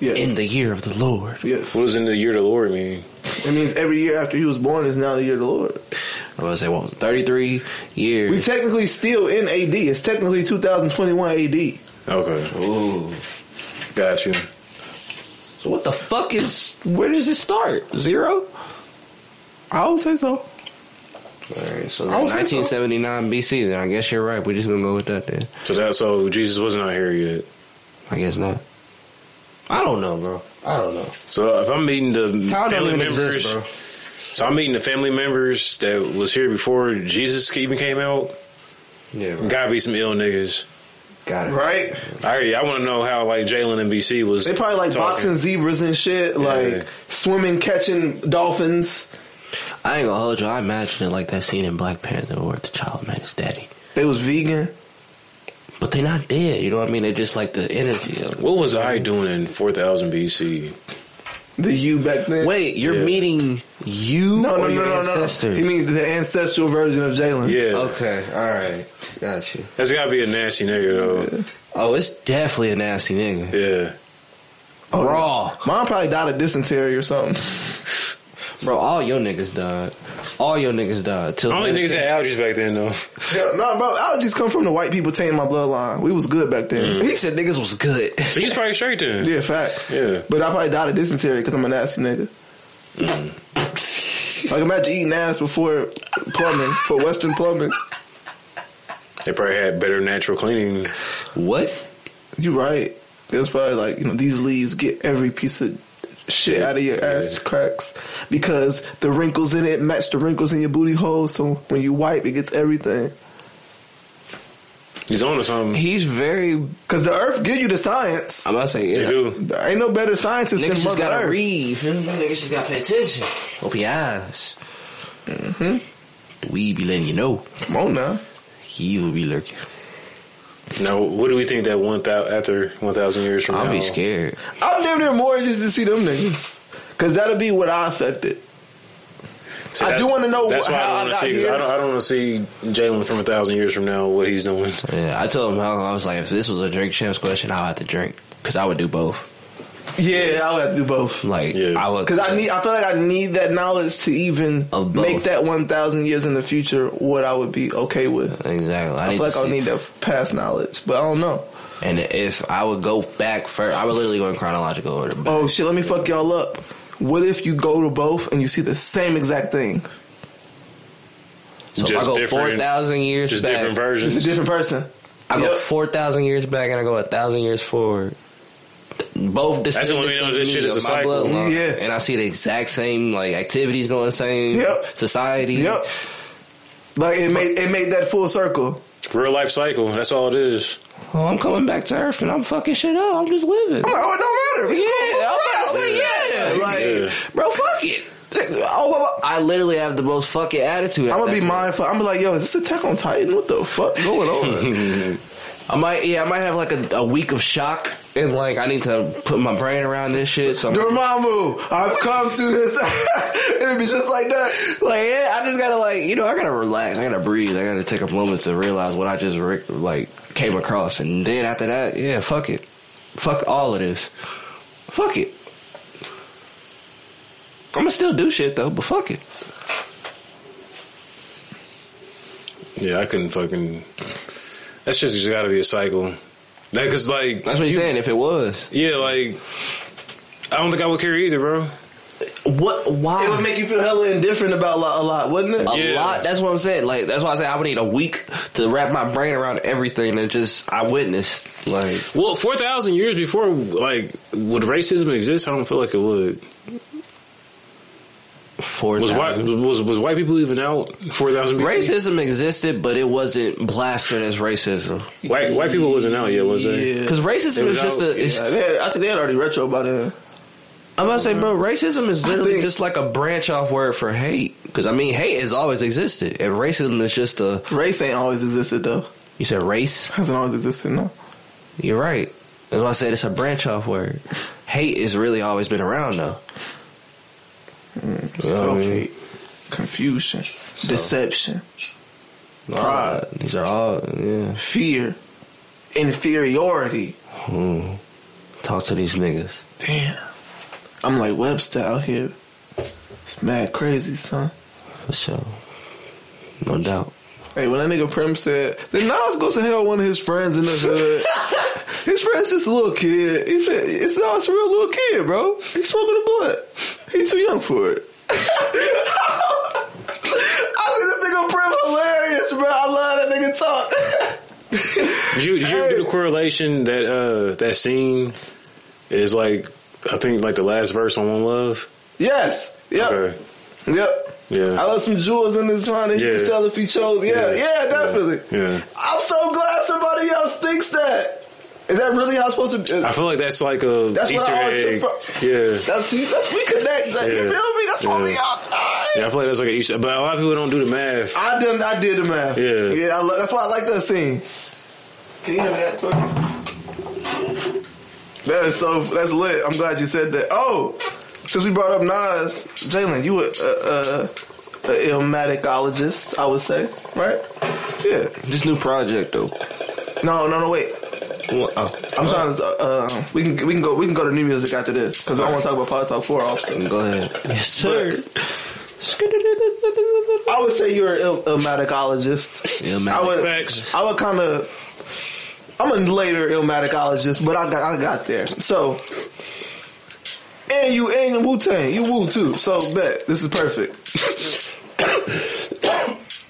Yes.
in the year of the Lord.
yes.
What does in the year of the Lord mean?
It means every year after he was born is now the year of the Lord.
I was say, well, thirty three
We
years.
technically still in AD. It's technically 2021 AD.
Okay,
Ooh.
got you.
So what the fuck is? Where does it start? Zero.
I would say so.
All right, so
I
then
would say
1979 BC. Then I guess you're right. We're just gonna go with that then.
So that so Jesus was not here yet.
I guess not. I don't know, bro. I don't know.
So if I'm meeting the
Time don't
family
even
members,
exist, bro.
so I'm meeting the family members that was here before Jesus even came out.
Yeah, bro.
Gotta be some ill niggas.
got it.
Right?
I already, I want to know how like Jalen and BC was.
They probably like
talking.
boxing zebras and shit,
Yeah.
like swimming, catching dolphins.
I ain't gonna hold you. I imagine it like that scene in Black Panther where the child met his daddy,
They was vegan.
but they're not dead. You know what I mean? They're just like the energy of
What was I doing in 4000 BC?
The you back then.
Wait, you're
Yeah.
meeting you
no, no,
or
no,
your
no, no.
ancestors?
You mean the ancestral version of Jalen?
Yeah,
Okay, all right, got you.
that's gotta be a nasty nigga
Oh, it's definitely a nasty nigga.
though. Yeah,
Oh,
Raw,
Mom probably died of dysentery or something.
bro. All your niggas died. All your niggas died. Till
only niggas had allergies back then though.
Yeah, no, bro. Allergies come from the white people taking my bloodline. We was good back then.
Mm.
he said niggas was good.
So you was probably straight then.
Yeah, facts.
Yeah.
But I probably died of dysentery because I'm a nasty nigga.
Mm.
like imagine eating ass before plumbing for Western plumbing.
They probably had better natural cleaning.
What?
You right. It was probably like you know these leaves get every piece of shit out of your ass
Yeah.
cracks because the wrinkles in it match the wrinkles in your booty hole. So when you wipe, it gets everything.
He's on to something.
He's very.
Cause the earth give you the science.
I'm about to say
They
yeah.
do.
There ain't no better scientist than
Niggas just
Mother
gotta
Earth.
read. you feel me? Niggas just gotta pay attention. Open your eyes. Mm-hmm. We be letting you know.
Come on now.
He will be lurking.
Now, what do we think that one thou- after one thousand years from
I'll
now?
be scared.
I'm damn near more just to see them niggas. Cause that'll be what I affected.
See,
I do wanna know
That's why
how I
I don't want
got
to see. 'cause
here.
I don't. I don't want to see Jalen from a thousand years from now what he's doing.
Yeah, I told him how I was like, if this was a drink champs question, I'll have to drink because I would do both.
Yeah, I would have to do both.
Like,
Yeah.
I would
Cause I need, I feel like I need that knowledge to even
Of both.
make that one thousand years in the future what I would be okay with.
exactly. I,
I
need
feel like
to
I'll
see-
need that past knowledge, but I don't know.
And if I would go back first, I would literally go in chronological order. But
Oh shit, let me fuck y'all up. What if you go to both and you see the same exact thing?
so if I
Just
go
different-
four thousand years
Just
back,
different
It's a
versions.
different person.
I go
Yep.
four thousand years back, and I go a thousand years forward. Both
That's when we
descendants
know
of
this
me,
shit is
of
a
my
cycle.
bloodline.
Yeah.
and I see the exact same like activities going same.
Yep.
Society.
Yep. Like it made it made that full circle.
Real life cycle. That's all it is.
Oh, I'm coming back to Earth, and I'm fucking shit up. I'm just living.
I'm like, oh, it don't matter.
Yeah, I'm about to say yeah. Like,
Yeah.
bro, fuck it.
Oh,
I literally have the most fucking attitude.
I'm
at
gonna
that
be
point.
mindful. I'm gonna be like, yo, is this Attack on Titan? What the fuck going on?
I might, yeah, I might have like a, a week of shock, and like I need to put my brain around this shit. So I'm
Dormammu, I've come to this. It'd be just like that.
like, yeah, I just gotta like, you know, I gotta relax, I gotta breathe, I gotta take a moment to realize what I just re- like came across, and then after that, yeah, fuck it, fuck all of this, fuck it. I'm gonna still do shit though, but fuck it.
Yeah, I couldn't fucking. That's just, just got to be a cycle. That cause like
That's what you're saying. If it was,
yeah, like I don't think I would care either, bro.
what? Why?
It would make you feel hella indifferent about a lot, a lot wouldn't it?
a
Yeah.
lot. That's what I'm saying. Like that's why I say I would need a week to wrap my brain around everything that just I witnessed. Like
Well, four thousand years before, like, would racism exist? I don't feel like it would.
four
Was white
times.
was was white people even out four thousand?
Racism existed, but it wasn't blasted as racism.
White white people wasn't out yet, was they?
Yeah.
Because racism
It was
is just
all-
a. It's,
Yeah, they had- I think they had already retro by then.
I'm about to say, bro, racism is literally
think-
just like a branch off word for hate. Because I mean, hate has always existed, and racism is just a.
Race ain't always existed though.
You said race.
Hasn't always existed. No.
You're right. That's why I said it's a branch off word. Hate has really always been around though. You know what I mean?
Self-hate, confusion, deception, pride,
These are all yeah.
fear, inferiority.
Mm. Talk to these niggas.
Damn. I'm like Webster out here. It's mad crazy, son.
For sure. No doubt.
Hey, when that nigga Prim said, then Nas goes to hell with one of his friends in the hood. his friend's just a little kid. He said, it's Nas, a real little kid, bro. He's smoking a blunt. He's too young for it. I see this nigga Prim hilarious, bro. I love that nigga talk.
Did you, did you
Hey.
do the correlation that uh that scene is like I think like the last verse on One Love?
yes. Yep.
Okay.
Yep.
Yeah.
I left some jewels in his honey. He
Yeah.
could sell if he chose. Oh, Yeah, yeah,
Yeah.
definitely.
Yeah.
I'm so glad somebody else thinks that. Is that really how it's supposed to be?
I feel like that's like a
That's what
Easter
I always
egg.
took from-
yeah.
That's, see, that's we connect. Like, You
Yeah.
feel me? That's why we
Yeah.
all. all right.
Yeah, I feel like that's like an Easter, but a lot of people don't do the math.
I done. I did the math.
Yeah.
yeah. I lo- that's why I like that scene. Can you hear that? Torcus? That is so. That's lit. I'm glad you said that. Oh, since we brought up Nas, Jalen, you a, a, a, a illmaticologist, I would say, right? Yeah.
This new project though.
No, no, no. Wait.
Oh,
I'm trying to. Uh, uh, we can we can go we can go to new music after this because I want to talk about Pod Talk Four also.
Go ahead. Yes, sir.
I would say you're an ill- illmaticologist.
Illmatic.
I would.
Facts.
I would kind of. I'm a later illmaticologist, but I got I got there. So, and you and Wu Tang, you Wu too. So bet this is perfect.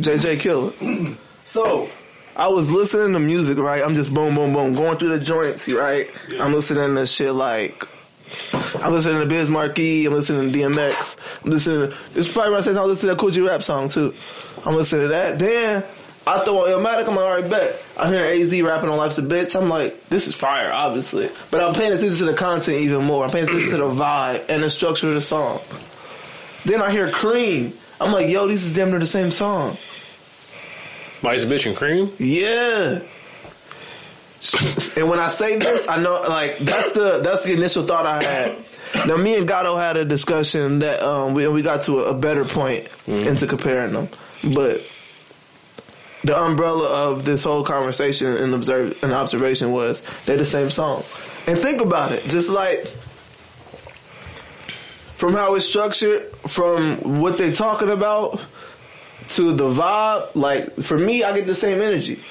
JJ Killer. So I was listening to music, right? I'm just boom, boom, boom, going through the joints, right? I'm listening to shit like I'm listening to Biz Markie. I'm listening to DMX. I'm listening to, this is probably my second time I listen to that Coogee rap song too. I'm listening to that. Then I throw on Illmatic. I'm like, alright, bet. I hear AZ rapping on Life's a Bitch. I'm like, this is fire, obviously. But I'm paying attention to the content even more. I'm paying attention to the vibe and the structure of the song. Then I hear Cream. I'm like, yo, this is damn near the same song.
Life's a bitch and cream.
Yeah. and when I say this, I know like that's the that's the initial thought I had. Now me and Gato had a discussion that um we we got to a, a better point into comparing them, but the umbrella of this whole conversation and observe and observation was they're the same song. And think about it, just like from how it's structured, from what they're talking about to the vibe. Like for me, I get the same energy.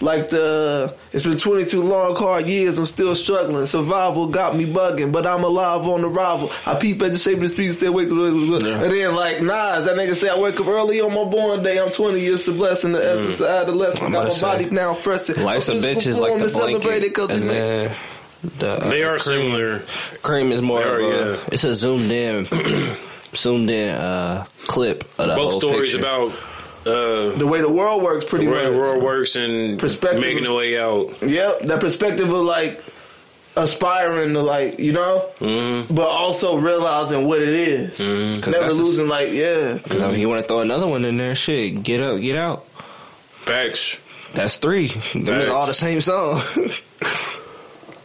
Like the it's been 22 long hard years. I'm still struggling. Survival got me bugging, but I'm alive on arrival. I peep at the shape of the streets. They wake up, and then like Nas, that nigga say I wake up early on my born day. I'm 20 years to blessing the
Mm.
essence of adolescence.
I'm
Got
about
my
to
body
say,
now freshet.
Life's a bitch is like the blanket, and then the,
They are similar.
cream is more.
They are,
of a,
yeah.
It's a zoomed in, zoomed in uh, clip of the whole
Both stories
picture.
about uh,
The way the world works, pretty
the way the
much.
world works and
Perspective.
making the way out.
Yep, that perspective of like aspiring to like you know,
Mm-hmm.
but also realizing what it is. Never
Mm-hmm. that's the-
losing like yeah.
You know, you want to throw another one in there? Shit, get up, get out.
Facts.
That's three. Them is
Facts.
all the same song.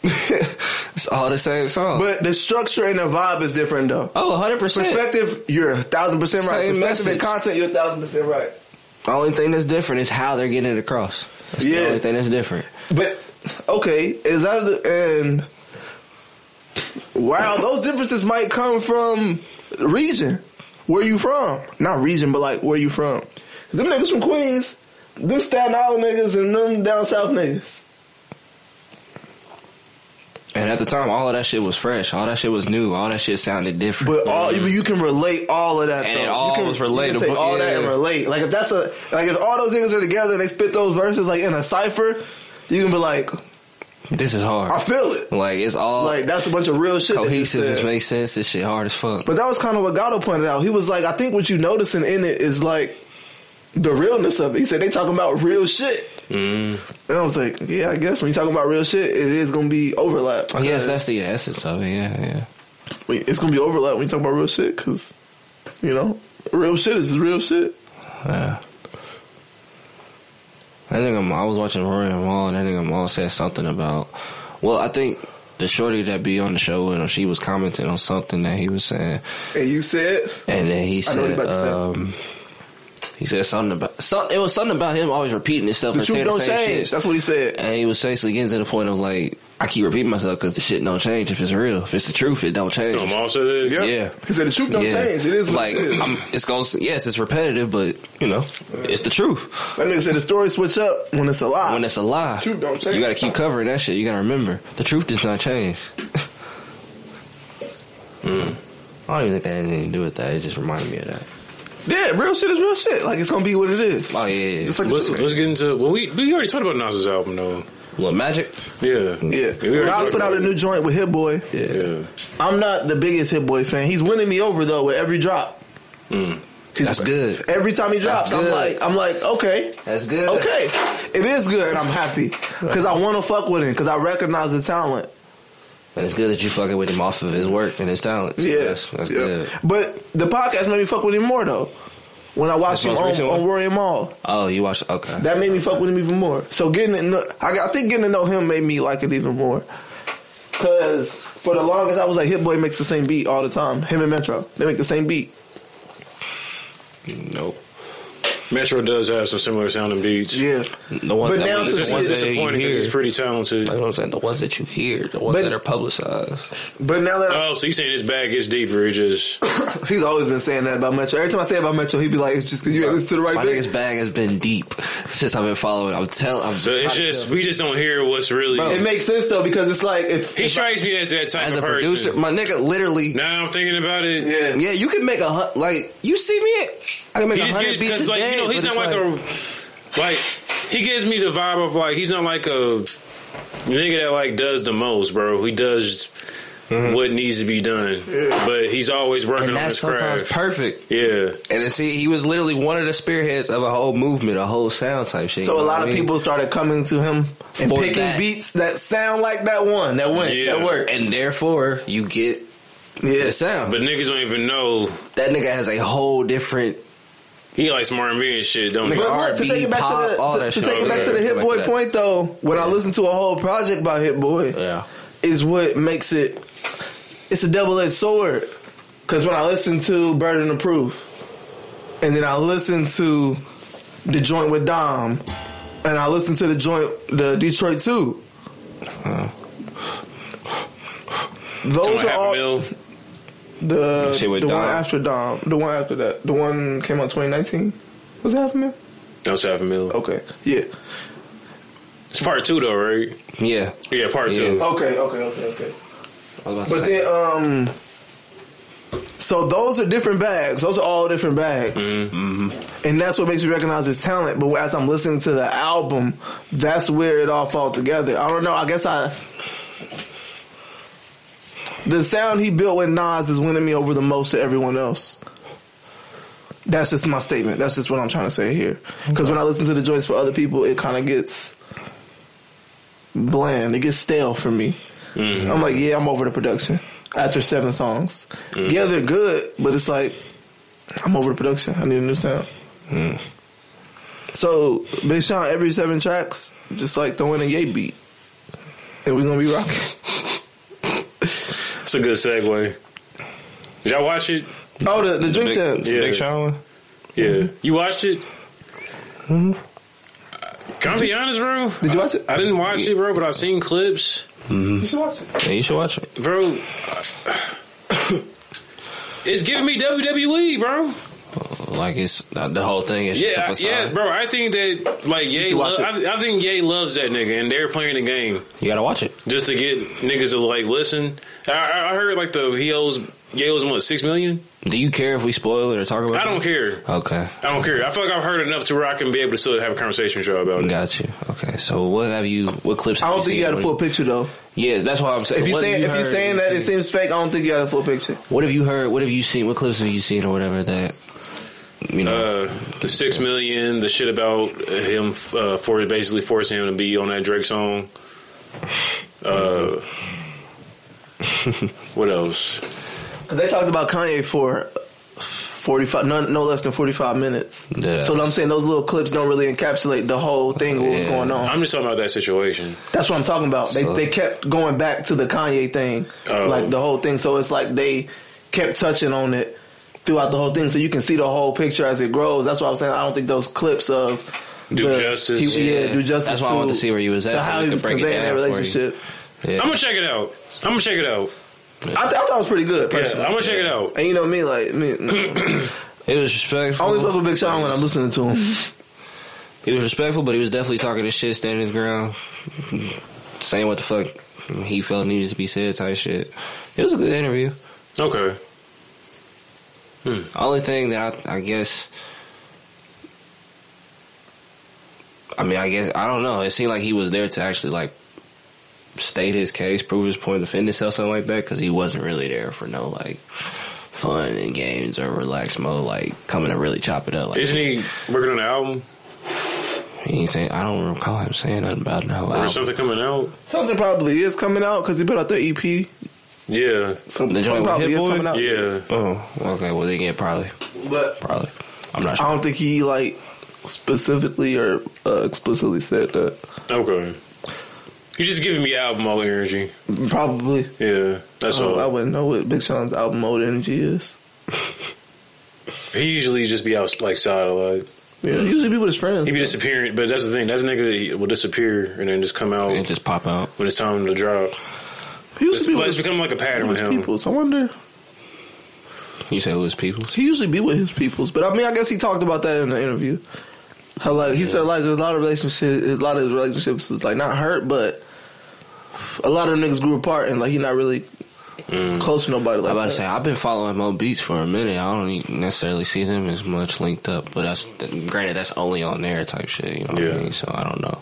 it's all the same song.
But the structure and the vibe is different though.
oh, 100 percent.
Perspective, you're a thousand percent right.
Same
Perspective
message.
and content, you're a thousand percent right.
The only thing that's different is how they're getting it across. That's
Yeah.
the only thing that's different.
But okay, is that the and wow, those differences might come from region. Where you from? Not region, but like where you from. 'Cause Them niggas from Queens, them Staten Island niggas and them down south niggas.
And at the time, all of that shit was fresh. All that shit was new. All that shit sounded different.
But all you, you can relate all of that.
Mm. And
though.
it all
you can,
was
You can take
relatable,
all that
yeah.
and relate. Like if that's a like if all those niggas are together and they spit those verses like in a cipher, you can be like,
this is hard.
I feel it.
like it's all
Like uh, that's a bunch of real shit. that they
cohesive.
said.
It makes sense. This shit hard as fuck.
But that was kind of what Gatto pointed out. He was like, I think what you noticing in it is like the realness of it. He said they talking about real shit.
Mm.
And I was like, yeah, I guess when you talking about real shit, it is gonna be overlap.
oh, yes, that's the essence of it. Yeah, yeah.
Wait, it's gonna be overlap when you talk about real shit because you know real shit is real shit.
Yeah. I think I'm, I was watching Roy and Maul, and I think Maul said something about. Well, I think the shorty that be on the show with him, she was commenting on something that he was saying,
And you said,
and then he
I know what
said,
you're about
um, he said something about something. It was something about him always repeating himself.
the
and
truth
saying the
don't
same
change.
shit.
That's what he said.
And he was basically getting to the point of like, I keep repeating myself because the shit don't change if it's real. If it's the truth, it don't change.
So I'm also there.
Yep.
Yeah.
He said the truth don't
Yeah.
change. It is what
like
it is.
I'm, it's going. to Yes, it's repetitive, but you know, it's the truth.
that nigga said the story switch up when it's a lie.
When it's a lie,
Truth don't change.
You got to keep covering that shit. You got to remember the truth does not change. Mm. I don't even think that had anything to do with that. It just reminded me of that.
yeah, real shit is real shit. Like it's gonna be what it is.
Oh yeah, yeah.
Just like the
Let's,
truth.
let's get into well we we already talked about Nas's album though.
what magic?
Yeah.
Yeah,
we already
Nas
talked
put
about
out a new joint with Hit Boy.
it. Yeah.
I'm not the biggest Hit Boy fan. He's winning me over though with every drop. He's-
That's good.
Every time he drops, I'm
good.
like, I'm like, okay,
That's good.
okay, it is good, and I'm happy because I want to fuck with him because I recognize the talent.
And it's good that you fucking with him off of his work and his talent.
Yeah,
that's, that's
Yeah.
good.
But the podcast made me fuck with him more though. When I watched
That's
him
most
on,
recent one?
on Warrior Mall,
Oh, you watched? Okay.
that made me fuck with him even more. So getting to know, I, I think getting to know him made me like it even more. Cause for the longest I was like, Hit Boy makes the same beat all the time. Him and Metro, they make the same beat.
nope.
Metro does have some similar sounding beats.
Yeah.
The ones
But
that
now
we-
It's
to
just
the ones
see-
that you
disappointing
hear.
because he's pretty talented.
That's what I'm saying. The ones that you hear, the ones
But-
that are publicized.
But now that
Oh, so you saying his bag gets deeper? It just
Uh,
I, he's always been saying that about Metro. Every time I say about Metro, he'd be like, "It's just because you ain't listen to the
My
right
nigga's
thing."
bag has been deep since I've been following. I'm telling. I'm
so it's just we just don't hear what's really.
It makes sense though because it's like if
he strikes me as that type
as a
of person.
producer, my nigga literally.
Now I'm thinking about it.
yeah,
Yeah, you can make a hun- like you see me. I can make
He
a
just
hundred
get
beats a
because like
day.
you know he's
but
not like,
it's
a like he gives me the vibe of like he's not like a nigga that like does the most, bro. He does what needs to be done, but he's always working
and
on
that's
his
sometimes
craft.
perfect.
yeah,
And then see, he was literally one of the spearheads of a whole movement, a whole sound type shit.
so
you
a
know
lot
what
of
I mean?
people started coming to him and
For
picking
that.
beats that sound like that one that went
Yeah.
that worked.
and therefore you get
Yeah,
the sound.
but niggas don't even know.
that nigga has a whole different
He like smart and me and shit, don't
But
he?
look, to
R&B,
take it back
pop,
to
all
the,
that
to, to
shit.
take it back to the
Yeah,
Hit
like
Boy
that.
point though, when I listen to a whole project by Hit Boy,
Yeah.
is what makes it. It's a double edged sword. Because when I listen to Burden of Proof, and then I listen to the joint with Dom, and I listen to the joint, the Detroit 2. Those
Don't
are
have
all
Mill.
the,
Shit with
the one
Dom.
after Dom, the one after that, the one came out 2019. Was that half a mil?
Don't have a mill.
Okay, yeah.
It's part two though, right?
Yeah.
Yeah, part two.
Yeah.
Okay, okay, okay, okay.
I was about to
But
say.
then, um, so those are different bags. Those are all different bags, and that's what makes me recognize his talent. But as I'm listening to the album, that's where it all falls together. I don't know. I guess I. The sound he built with Nas is winning me over the most to everyone else. That's just my statement. That's just what I'm trying to say here. Because when I listen to the joints for other people, it kind of gets bland. It gets stale for me. I'm like, yeah, I'm over the production after seven songs.
Mm.
Yeah, they're good, but it's like, I'm over the production. I need a new sound.
Mm.
So, Big Sean, every seven tracks, just like throwing a yay beat. And we're gonna be rocking.
It's a good segue. Did y'all watch it?
Oh, the, the drink
Big-
champs.
Yeah.
Big Sean one?
Yeah.
Mm-hmm.
You watched it? Can I be honest, bro?
Did you watch it?
I didn't watch it, bro, but I've seen clips.
Mm.
You should watch it.
Yeah, you should watch it.
Bro, it's giving me WWE, bro.
Like it's the the whole thing is
Yeah,
just a
yeah,
facade.
bro. I think that, like, Ye,
should
lo-
watch it.
I, I think Ye loves that nigga, and they're playing the game
You gotta watch it.
just to get niggas to, like, listen. I, I I heard, like, the he owes, Ye owes, him, what, six million?
Do you care if we spoil it or talk about it?
I don't care.
Okay.
I don't care. I feel like I've heard enough to where I can be able to still have a conversation with y'all about it.
Got you. Okay. So what have you? What clips?
I
have
don't think you got a
seen?
full picture though.
Yeah, that's what I'm saying.
If you
What have
saying if you
heard?
saying that it seems fake, I don't think you got a full picture.
What have you heard? What have you seen? What clips have you seen or whatever that? You know.
Uh, the six million, the shit about him uh, for basically forcing him to be on that Drake song. Uh, what else?
Cause they talked about Kanye for forty five, no, no less than forty five minutes.
Yeah.
So what I'm saying those little clips don't really encapsulate the whole thing of what's
Yeah.
going on.
I'm just talking about that situation.
That's what I'm talking about. They
So-
they kept going back to the Kanye thing,
Oh.
like the whole thing. So it's like they kept touching on it throughout the whole thing, so you can see the whole picture as it grows. That's why I'm saying I don't think those clips of
Do
the-
justice.
he- yeah,
Yeah.
do justice.
That's why I wanted to see where you was at,
to
so
how
we
he
could
was
break it
conveying
down
that
for you.
relationship.
yeah.
I'm gonna check it out. I'm gonna check it out.
I, th- I thought it was pretty good.
Yeah,
Personally.
I'm gonna check it out.
and you know me, like me, I
It was respectful.
only fuck with Big Sean when I'm listening to him.
He was respectful, but he was definitely talking his shit, standing his ground, saying what the fuck he felt needed to be said, type shit. It was a good interview.
Okay.
Only thing that I, I guess, I mean, I guess I don't know. It seemed like he was there to actually like state his case, prove his point, defend himself, something like that, because he wasn't really there for no like fun and games or relaxed mode, like coming to really chop it up. Like,
Isn't he working on an album
he ain't saying I don't recall him saying nothing about no
or
album.
something coming out?
Something probably is coming out because he put out the EP.
Yeah,
So
The joint Oh, with
probably
Hit
is
Boy?
coming out.
yeah.
Oh, okay. Well, they get probably,
But
probably. I'm not sure.
I don't think he like specifically or uh, explicitly said that.
Okay. You're just giving me album all energy.
Probably.
Yeah, that's
So I
all.
wouldn't know what Big Sean's album mode energy is.
He usually just be out like side a lot.
Yeah, usually be with his friends.
He be disappearing, but that's the thing. That's a nigga that he will disappear and then just come out
It just pop out.
when it's time to drop.
He used
It's,
to be
like,
with
it's
his,
become like a pattern
with
with
his
him.
peoples. I wonder.
You said it was people's.
He usually be with his peoples, but I mean, I guess he talked about that in the interview. How like he said, like a lot of relationships, a lot of his relationships was like not hurt, but a lot of niggas grew apart, and like he not really close to nobody. Like
I'm about to
that.
say I've been following Mo Beats for a minute. I don't even necessarily see them as much linked up, but that's granted that's only on there type shit. You know what
Yeah.
I mean? So I don't know.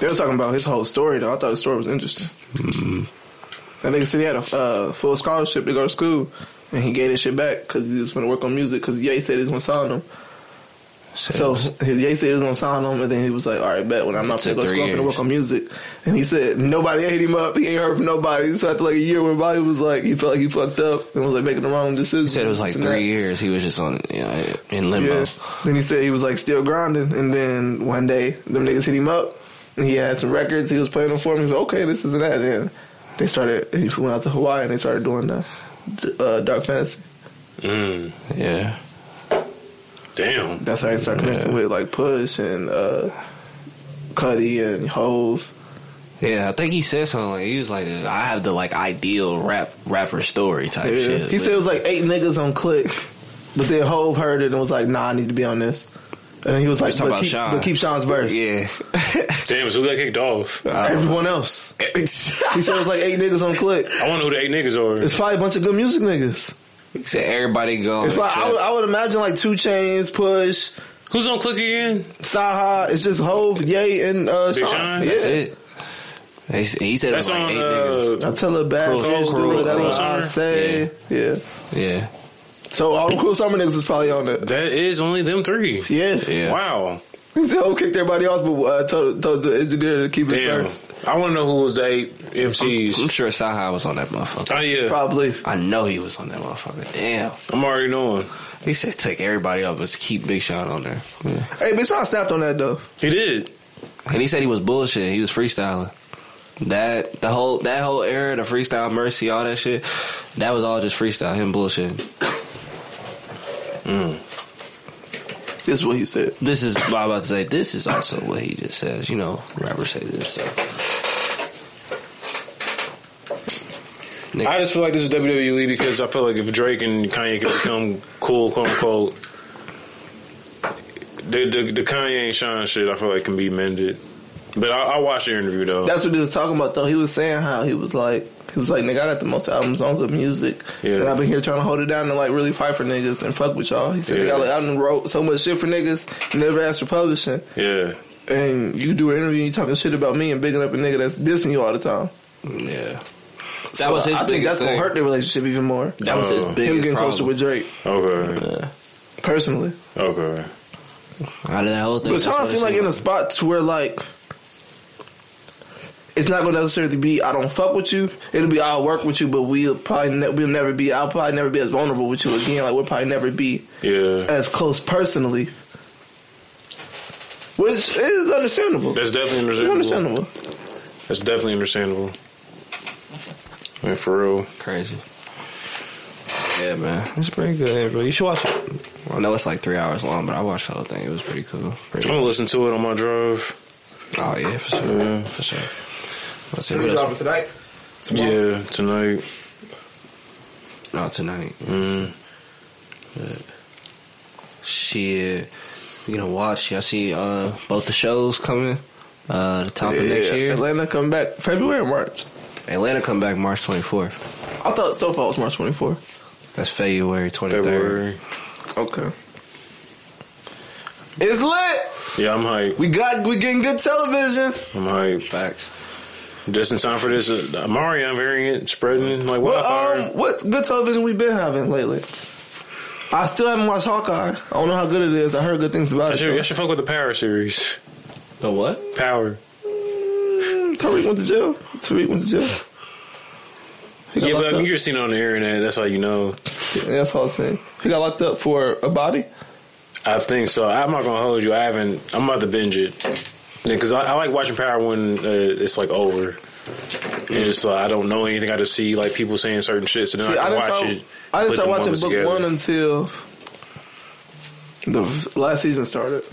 They were talking about his whole story, though. I thought the story was interesting.
Mm-hmm.
That nigga said he had a uh, full scholarship to go to school, and he gave that shit back because he was going to work on music because Ye said he was going to sign him. So Ye said he was gonna sign him, and then he was like, "All right, bet when I'm not
took
gonna go
three
school, I'm gonna
years.
work on music." And he said nobody ate him up. He ain't heard from nobody. So after like a year, went by, he was like, he felt like he fucked up and was like making the wrong decision.
He said it was like three years. He was just on you know, in limbo.
Yeah. Then he said he was like still grinding, and then one day them niggas hit him up, and he had some records. He was playing them for him. He said, "Okay, this is that." And they started. He went out to Hawaii and they started doing the uh, dark fantasy.
Mm,
Yeah.
damn.
That's how he started connecting with like Push and uh, Cuddy and Hove.
Yeah, I think he said something like he was like, "I have the like ideal rap rapper story type
Yeah.
shit."
He said it was like eight niggas on click, but then Hove heard it and was like, "Nah, I need to be on this." And he was like,
was talking
but
about
keep,
Sean.
but keep Sean's verse.
yeah,
Damn, so who got kicked off?
Everyone else.
he
He said it was like eight niggas on click.
I want to know who the eight niggas are.
It's probably a bunch of good music niggas.
said everybody gone.
It's like, I, would,
except-
I would imagine like Two Chains, Push,
Who's on click again?
Saha. It's just Hove, Ye, and uh,
Big
Sean.
Sean?
Yeah.
That's it. They s- He said it
That's
was like
on.
eight niggas.
I
Uh,
tell her back,
Cruel-
bitch,
Cruel-
do whatever
Cruel
I
Summer?
say. Yeah.
uh,
Yeah,
So all the Cruel Summer niggas was probably on that.
that is only them three.
Yeah.
yeah.
Wow.
He said Hove kicked everybody else, but uh, told, told the engineer to keep it
Damn.
first.
I want to know who was the eight
I'm
MCs.
sure Saha was on that motherfucker.
Oh yeah,
Probably.
I know he was on that motherfucker. Damn.
I'm already knowing.
He said take everybody off, but keep Big Sean on there. Yeah.
Hey, bitch, Sean snapped on that though.
He did.
And he said he was bullshit. He was freestyling. That the whole that whole era, the freestyle mercy, all that shit, that was all just freestyle. Him bullshit.
This is what he said.
This is what I'm about to say. This is also what he just says. You know, rappers say this. So.
I just feel like this is WWE because I feel like if Drake and Kanye can become cool, quote unquote, the the, the Kanye and Sean shit, I feel like can be mended. But I, I watched the interview though.
That's what he was talking about though. He was saying how he was like, he was like, nigga, I got the most albums on good music,
Yeah.
and I've been here trying to hold it down and like really fight for niggas and fuck with y'all. He said,
Yeah.
nigga, I like, I done wrote so much shit for niggas, never asked for publishing,
yeah,
and you do an interview, and you talking shit about me and bigging up a nigga that's dissing you all the time.
Yeah, that was his
I think
biggest
that's
thing.
gonna hurt their relationship even more.
That was his
Oh. Him
Him
biggest
getting
problem.
closer with Drake,
okay,
yeah. personally.
okay.
Out of that whole thing,
But
that's what
Sean
it
seemed like in a
like.
spot to where like it's not gonna necessarily be I don't fuck with you. It'll be I'll work with you, but we'll probably ne- we'll never be I'll probably never be as vulnerable with you again. Like we'll probably never be
Yeah,
as close personally, which is understandable.
that's definitely
It's
understandable.
understandable.
That's definitely understandable. Man, for real.
crazy. Yeah, man, it's pretty good. Andrew. You should watch it. I know it's like three hours long, but I watched the whole thing. It was pretty cool. Pretty
I'm gonna listen to it on my drive.
Oh yeah, for sure,
Yeah.
for sure. Let's see what else.
tonight.
Yeah, tonight.
No, tonight.
Mm.
Shit, we gonna watch. Y'all see uh, both the shows coming. Uh, the top
Yeah,
of next year.
Atlanta come back February or March.
Atlanta come back March 24th.
I thought so far was March 24th.
That's February 23rd.
February.
Okay. It's lit.
Yeah, I'm hype.
We got we getting good television.
I'm hype.
Facts.
Just in time for this, uh, I'm already I'm hearing it spreading like wildfire.
Well, um, what good television we been having lately? I still haven't watched Hawkeye. I don't know how good it is. I heard good things about
I
it.
should, I should fuck with the Power series.
The what?
Power.
Mm, Tariq went to jail. Tariq went to jail. He got
Yeah, but
locked
I mean,
up.
you're seeing it on the internet. That's how you know.
Yeah, that's all I'm saying. He got locked up for a body.
I think so. I'm not gonna hold you. I haven't. I'm about to binge it because I, I like watching Power when uh, it's like over. And just like I don't know anything. I just see like people saying certain shit, so then
See,
I
I
can
didn't
watch
start,
it.
I didn't
put
start
the
watching
moments
book
together.
one until the last season started.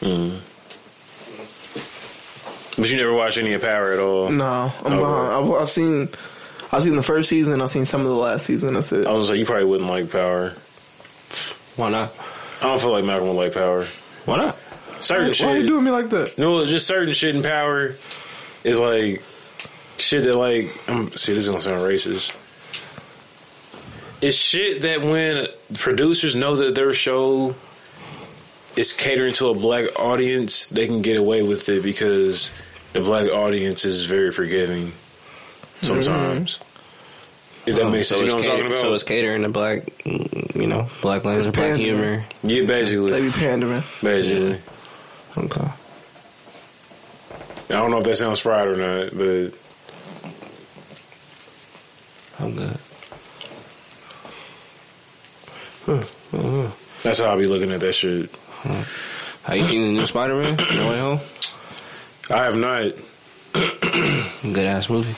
but you never watch any of Power at all.
No, I'm
Oh,
behind. I've, I've seen, I've seen the first season. I've seen some of the last season. That's it.
I was like, you probably wouldn't like Power.
Why not?
I don't feel like Malcolm would like Power.
Why not?
Certain
Why
shit.
are you doing me like that?
No, it's just certain shit in power is like shit that like I'm see this is gonna sound racist. It's shit that when producers know that their show is catering to a black audience, they can get away with it because the black audience is very forgiving sometimes. If that makes
Oh, so
sense, you know what
it's
I'm talking
cater-
about?
So it's catering to black, mm, you know, black language, black
pandering.
humor.
yeah,
They
basically,
be pandering.
basically.
Okay.
I don't know if that sounds fried or not, but
I'm good.
that's how I be looking at that shit.
How you seen the new Spider Man? No Way Home?
I have not.
Good ass movie.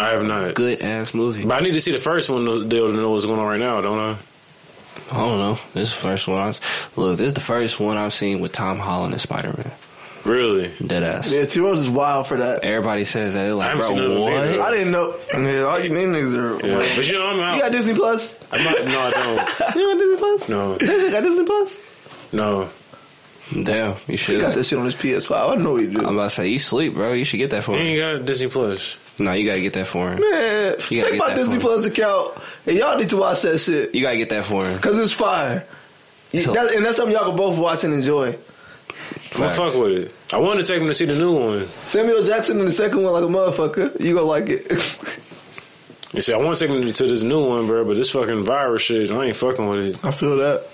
I have not.
Good ass movie.
But I need to see the first one to be able to know what's going on right now, don't I?
I don't know. This is the first one. I, look, this is the first one I've seen with Tom Holland and Spider Man.
Really?
Dead ass.
Yeah, T Rose is wild for that.
Everybody says that. They're
I
like,
haven't seen none of
bro,
them either.
what?
I didn't know. Yeah, all you them niggas are.
Yeah.
Like,
But you know, I'm out.
you got Disney Plus?
I'm not, no, I
You got Disney Plus?
No.
That shit got Disney Plus?
don't.
Damn, you
You
should.
got this shit on this PS5. I know what you do.
I'm about to say, you sleep, bro. You should get that for
No. You
him.
ain't got Disney Plus.
No, you gotta get that for him.
Man,
You gotta
take
get
my
that
Disney
for
Plus account, and y'all need to watch that shit
You gotta get that for him.
because it's fire. You-
So-
that's- and that's something y'all can both watch and enjoy.
Well,
Facts.
fuck with it. I wanted to take him to see the new one.
Samuel Jackson in the second one, like a motherfucker. You gonna like it.
You see, I want to take him to this new one, bro, but this fucking virus shit, I ain't fucking with it.
I feel that.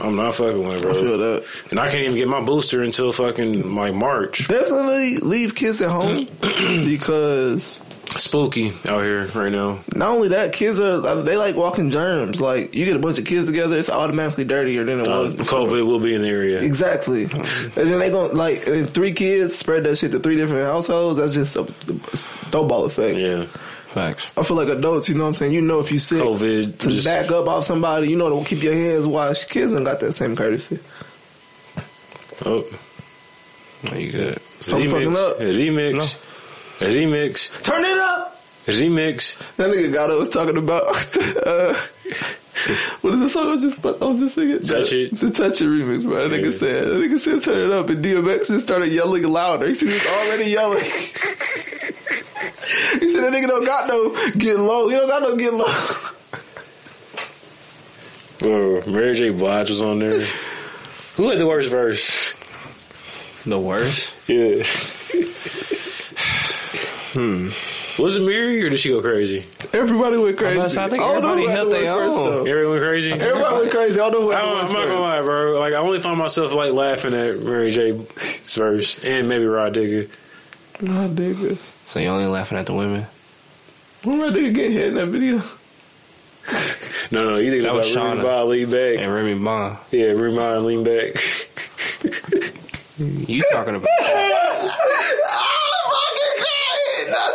I'm not fucking with it,
I feel
bro.
that.
And I can't even get my booster until fucking like March.
Definitely leave kids at home because
Spooky out here right now.
not only that, kids are they like walking germs. Like you get a bunch of kids together, it's automatically dirtier than it
Oh,
Uh,
was. before.
COVID will be in the area.
Exactly, and then they gonna like and three kids spread that shit to three different households. That's just a snowball effect.
Yeah.
Facts.
I feel like adults, you know what I'm saying? You know if you sick
COVID.
to
Just,
back up off somebody, you know to keep your hands washed. Kids don't got that same courtesy.
oh,
No, you good.
So I'm
remix,
fucking up.
A remix. A remix.
Turn it up.
A remix.
That nigga Gato was talking about uh, what is the song I just I was just singing?
Touch It.
The touch it remix, bro. That nigga
Yeah.
said that nigga said turn it up and DMX just started yelling louder. He said he was already yelling. he said that nigga don't got no get low. He don't got no get low.
Bro, Mary J. Blige was on there. Who had the worst verse?
The worst?
Yeah. hmm. Was it Mary or did she go crazy?
Everybody went crazy.
about to say, I think
don't know
everybody
who had
held
the
their
worst
own.
though.
Everyone crazy?
Everybody went crazy. I don't know who
I
had the
don't- I'm
worst
not gonna
friends.
lie, bro. Like I only find myself like laughing at Mary J.'s verse and maybe Rod Digger.
Nah, nigga.
So you only laughing at the women?
When my nigga get hit in that video?
No, no, you think
That
that
was
was Remy
Shauna.
Ma lean back?
And Remy Ma.
Yeah, Remy Ma lean back.
You talking about
That's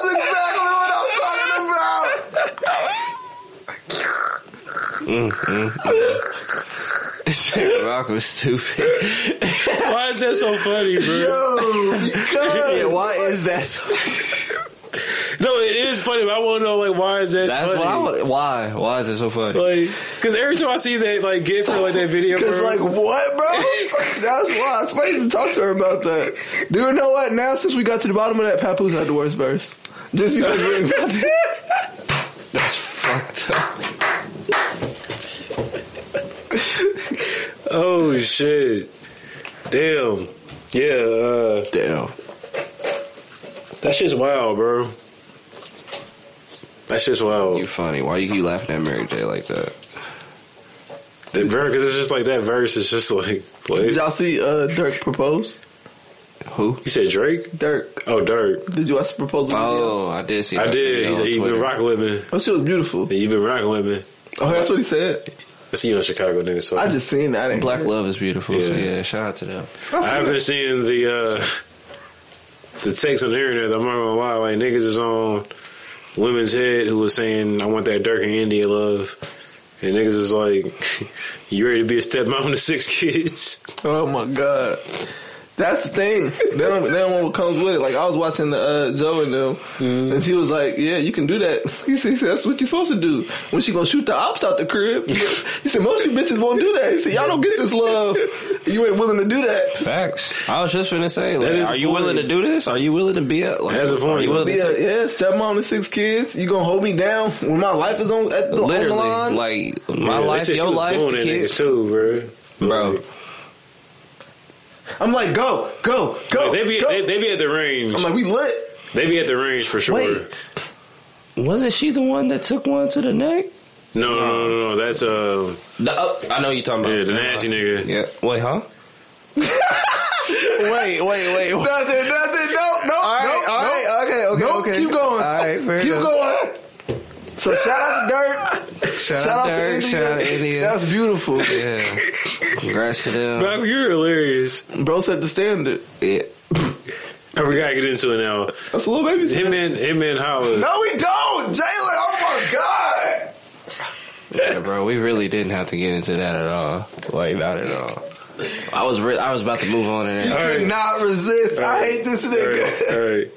exactly what I'm talking about.
Malcolm stupid.
Why is that so funny, bro? Oh,
yeah, why is that so
No, it is funny, but I want to know like why is that?
That's
funny?
why I would- why? Why is it so funny?
Like, cause every time I see that like gif for like that video,
Cause
bro,
like what, bro? That's why. It's funny to talk to her about that. Do you know what? Now since we got to the bottom of that, Papoose had the worst verse. Just because we're about it.
That's fucked up.
oh shit, damn, yeah, uh,
Damn.
that shit's wild, bro. That shit's wild.
You funny. Why you keep laughing at Mary J like that?
That ver- Cause it's just like that verse is just like
Did
what?
y'all see uh, Dirk propose?
Who?
You said Drake?
Dirk,
Oh, Dirk.
did you watch the proposal? video?
Oh, I did see
I
that
did.
video
He
on
said you've been
Twitter.
rocking with me.
That shit was beautiful.
You've been rocking with me.
Oh, that's what he said.
I see you in Chicago, nigga. So
I just seen that. I didn't
Black
hear it.
Love is beautiful, so
Yeah.
yeah, shout out to them.
I
I
seen
have
it.
been seeing the uh the text on the internet. I'm not gonna lie, like niggas is on women's head who was saying, "I want that Dirk and India love," and niggas is like, "You ready to be a stepmom to six kids?"
Oh my god. That's the thing. They don't, they don't know what comes with it. Like I was watching the, uh, Joe and them,
Mm-hmm.
and she was like, "Yeah, you can do that." He said, he said, "That's what you're supposed to do." When she gonna shoot the ops out the crib? He said, "Most of you bitches won't do that." He said, "Y'all don't get this love. You ain't willing to do that."
Facts. I was just finna say, like,
is
are you
funny.
willing to do this? Are you willing to be a like?
That's a
are
funny.
you willing
Yeah,
to take-
yeah, stepmom to six kids. You gonna hold me down when my life is on at the, on the
literally
line?
like
Yeah,
my
they
life,
said she
your
was
life,
blowing
the
at
kids,
niggas too, bro.
bro.
Like,
I'm like, go, go, go.
they be
Oh, go.
they, they be at the range.
I'm like, we lit.
They be at the range for sure.
Wait. Wasn't she the one that took one to the neck?
No, no, no, no, no. That's uh,
No, oh, I know you talking about.
yeah, the nasty nigga.
Yeah. Wait, huh? wait, wait, wait. wait.
Nothing, nothing, no, no,
All right,
no,
all
no.
right, okay, okay,
Nope,
okay.
keep going.
All right, fair
keep
enough.
going. So shout out to Dirk.
Shout,
Shout out
out Dirk,
to India.
shout out to India.
That's beautiful.
Yeah. Congrats to them.
Malcolm, you're hilarious.
Bro set the standard.
Yeah.
Oh, we gotta get into it now.
That's a little baby.
Him and him and Holla.
No, we don't, Jalen. Oh my god.
Yeah, bro, we really didn't have to get into that at all. Like, not at all. I was re- I was about to move on to that.
All right.
Cannot resist. I hate this
All
nigga.
right, all right.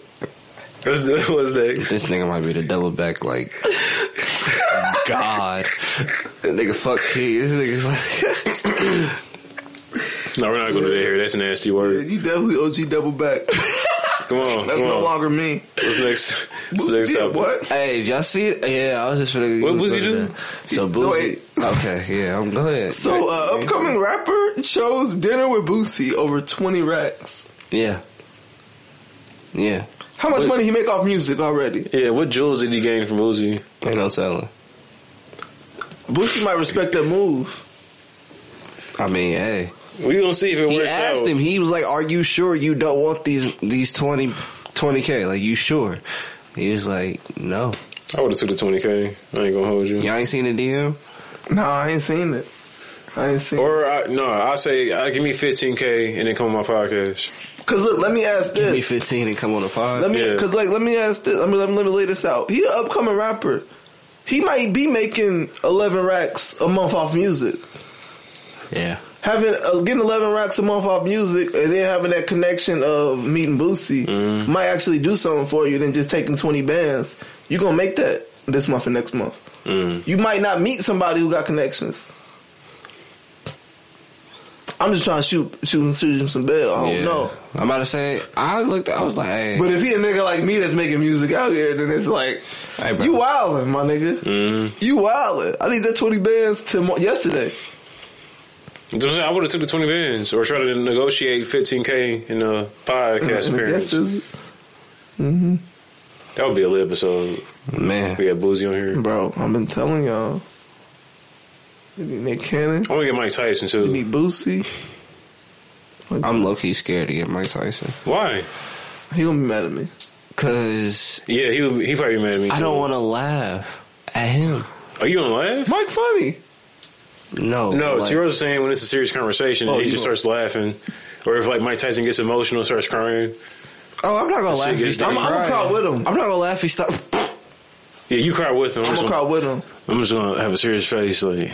What's, the, what's next?
This nigga might be the double back, like, God. That nigga fuck Key. This nigga's like,
No, we're not going to hear. That's a nasty
Yeah,
word.
you definitely OG double back.
Come on,
That's
come
no
on.
longer me.
What's next? What's
Boosie
next
did
up?
what?
hey, did y'all see it? Yeah, I was just finna.
What Boosie do?
So,
No,
Boozy. Okay, yeah, I'm go ahead.
So, uh, upcoming rapper chose dinner with Boosie over 20 racks.
Yeah. Yeah.
How much
What?
money he make off music already?
Yeah, what jewels did he gain from Uzi?
Ain't no telling.
Boosie might respect that move.
I mean, hey.
We gonna see if it
He
works
asked
out.
him, he was like, Are you sure you don't want these these 20, 20K? Like, you sure? He was like, No.
I would have took the twenty k. I ain't gonna hold you.
Y'all ain't seen the DM?
Nah, I ain't seen it. I ain't seen it.
Or I, no, I say I give me fifteen k and then come on my podcast.
Cause look, let me ask
Give me
this.
15 and come on the pod.
Let me,
Yeah.
cause like, let me ask this. Let me, let me, let me lay this out. He an upcoming rapper. He might be making 11 racks a month off music.
yeah.
having uh, getting eleven racks a month off music, and then having that connection of meeting Boosie
Mm-hmm.
might actually do something for you than just taking twenty bands. You gonna make that this month and next month.
Mm.
You might not meet somebody who got connections. I'm just trying to shoot shoot, shoot him some bail. I don't
Yeah.
know.
I'm about to say, I looked, I was like, hey.
But if he a nigga like me that's making music out here, then it's like
Hey, bro. Mm.
you wildin', my nigga.
Mm-hmm.
You wildin'. I need that twenty bands to yesterday.
You know what I'm saying? I would have took the twenty bands or tried to negotiate fifteen k in a podcast appearance.
That's-
That would be a lit episode.
man.
We got Boozy on here.
Bro, I've been telling y'all. We need Nick Cannon.
I want to get Mike Tyson
We
too.
need Boosie.
I'm low key scared to get Mike Tyson.
Why?
He gonna be mad at me.
Cause
Yeah, he would, he probably be mad at me.
I
too.
don't want to laugh at him.
Are you gonna laugh?
Mike Funny.
No.
No,
like,
T-Rose was saying when it's a serious conversation,
Oh,
he
you
just
gonna-
starts laughing. Or if like Mike Tyson gets emotional, starts crying.
Oh, I'm not gonna laugh. If he
gets
stop
down.
I'm gonna
crying.
cry with him.
I'm not gonna laugh. If he stop.
Yeah, you cry with him.
I'm gonna cry with him.
I'm just gonna have a serious face. Like,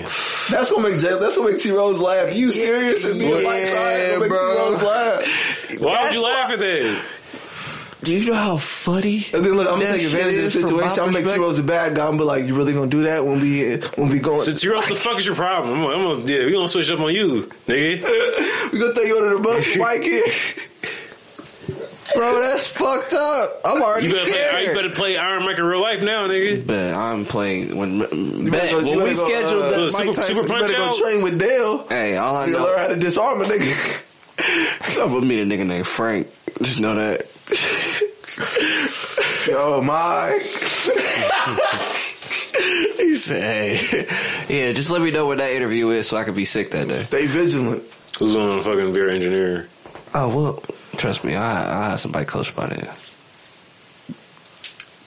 That's gonna make Jay, that's gonna make T Rose laugh. You serious? And me and Mike
Yeah,
crying gonna make
bro.
T Rose laugh.
why
That's
would you laugh
why-
at that?
Do you know how funny?
And then look, I'm gonna
that
take
shit
advantage of the
is from my
situation. I'm gonna make T Rose a bad guy. I'm gonna be like, you really gonna do that when we when we going?
So T-Rose, the fuck is your problem? I'm gonna, I'm gonna yeah, we gonna switch up on you, nigga.
we gonna throw you under the bus, Mike.
Bro, that's fucked up. I'm already
You better, play, you
scared.
better play Iron Mike in real life now, nigga.
But I'm playing when, bet,
go- you
when
better
we
go,
scheduled
uh,
that
look,
Mike
Super-
Tyson.
Super
You better go
out.
train with Dale.
hey, all I
You
know,
learn how to disarm a nigga.
I'm gonna meet a nigga named Frank. Just know that.
Yo, my.
he said, "Hey, yeah, just let me know when that interview is, so I could be sick that day."
Stay vigilant.
Who's gonna fucking be our engineer?
Oh well, trust me, I I have somebody close by there.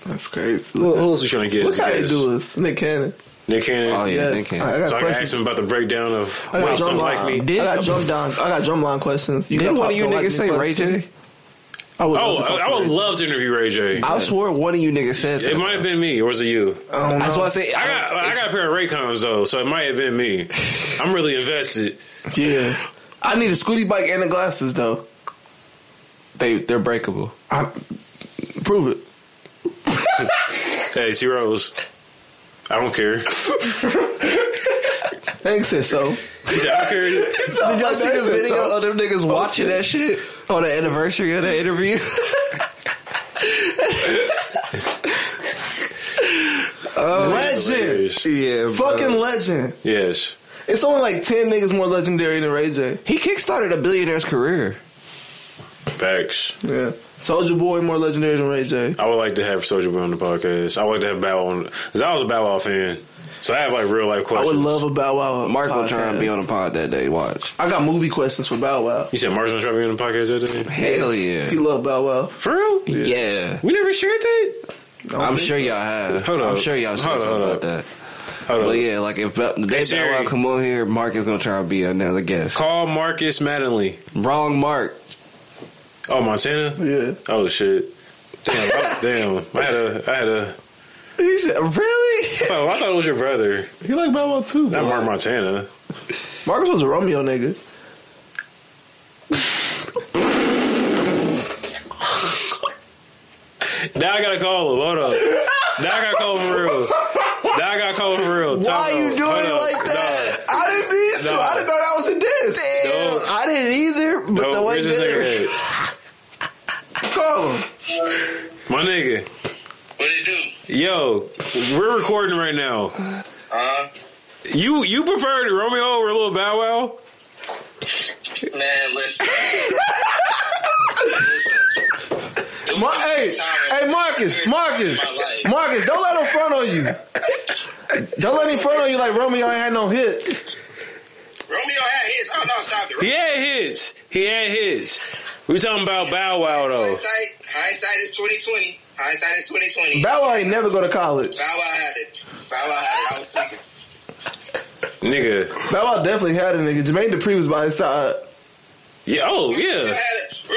That's crazy.
Who, who else we trying to get?
Look
as a
how you
guest?
do this, Nick Cannon.
Nick Cannon.
Oh yeah,
Yes.
they can.
I got
So I can
questions.
ask him about the breakdown of
I
why
got
you don't like me.
drumline. I got drumline. I got drumline questions. You
Didn't
got
one of
pops
you
don't like
niggas
me
say Ray J?
questions? I would
Oh,
love to
I,
talk
I would
to Ray J.
love to interview Ray J.
I swore one of you niggas said that.
It might have been me, or was it you?
I don't
That's
know.
why I say
I got I got a pair of Raycons though, so it might have been me. I'm really invested.
Yeah, I need a scooty bike and the glasses though.
they they're breakable.
I prove it.
Hey, T Rose. I don't care. He
Thanks, said so.
said, I don't care.
Did y'all see the
Amazing,
video
so-
of them niggas watching that shit on the anniversary of the interview?
legend,
yeah,
fucking legend.
Yes.
It's only like ten niggas more legendary than Ray J.
He kickstarted a billionaire's career.
Facts.
Yeah. Soldier Boy more legendary than Ray J.
I would like to have Soldier Boy on the podcast. I would like to have Bow on because I was a Bow Wow fan, so I have like real life
I
questions.
would love a Bow Wow.
Mark will
podcast.
try and be on the pod that day. Watch.
I got movie questions for Bow Wow.
You said Mark's gonna try to be on the podcast that day.
Hell
He
yeah.
love Bow Wow.
For real?
Yeah.
We never shared that.
I'm sure y'all have.
Hold
I'm
up.
sure y'all said
Hold up,
something
hold
about
up.
that.
Hold
But
on.
yeah, like if Bow- the day Bow
Siri.
Wow come on here, Mark is gonna try to be another guest.
Call Marcus Mattingly.
Wrong Mark.
Oh, Montana.
Yeah.
Oh shit. Damn. I, damn. I had a. I had a.
He said, "Really?
Oh, I thought it was your brother.
He like Bow Wow too.
Not Mark Montana.
Marcus was a Romeo nigga.
Now I gotta call him. Hold up. Now I gotta call him for real. Now I gotta call him for real.
Why
Time
you
out.
doing
Hold
it
up.
like that? I didn't mean to.
No.
I didn't know that was a diss.
No.
I didn't either. But
No,
the way
where's this
you
nigga at?
call him.
My nigga.
What it do?
Yo, we're recording right now.
Uh,
You you preferred Romeo over Little Bow Wow?
man, listen. listen.
Mar- hey, hey, Marcus, Marcus, Marcus, don't let him front on you. Don't let him front on you like Romeo ain't had no hits.
Romeo had his. Oh no, stop it.
He had hits. He had hits. We talking about Bow Wow though.
Hindsight, hindsight is twenty twenty. Hindsight is twenty twenty. Bow
Bow Wow ain't never go to college.
Wow had it. Bow Wow had it. I was talking.
Nigga.
Bow Wow definitely had a nigga. Jermaine Dupri was by his side.
Yeah, oh
Romeo
yeah.
had a, Romeo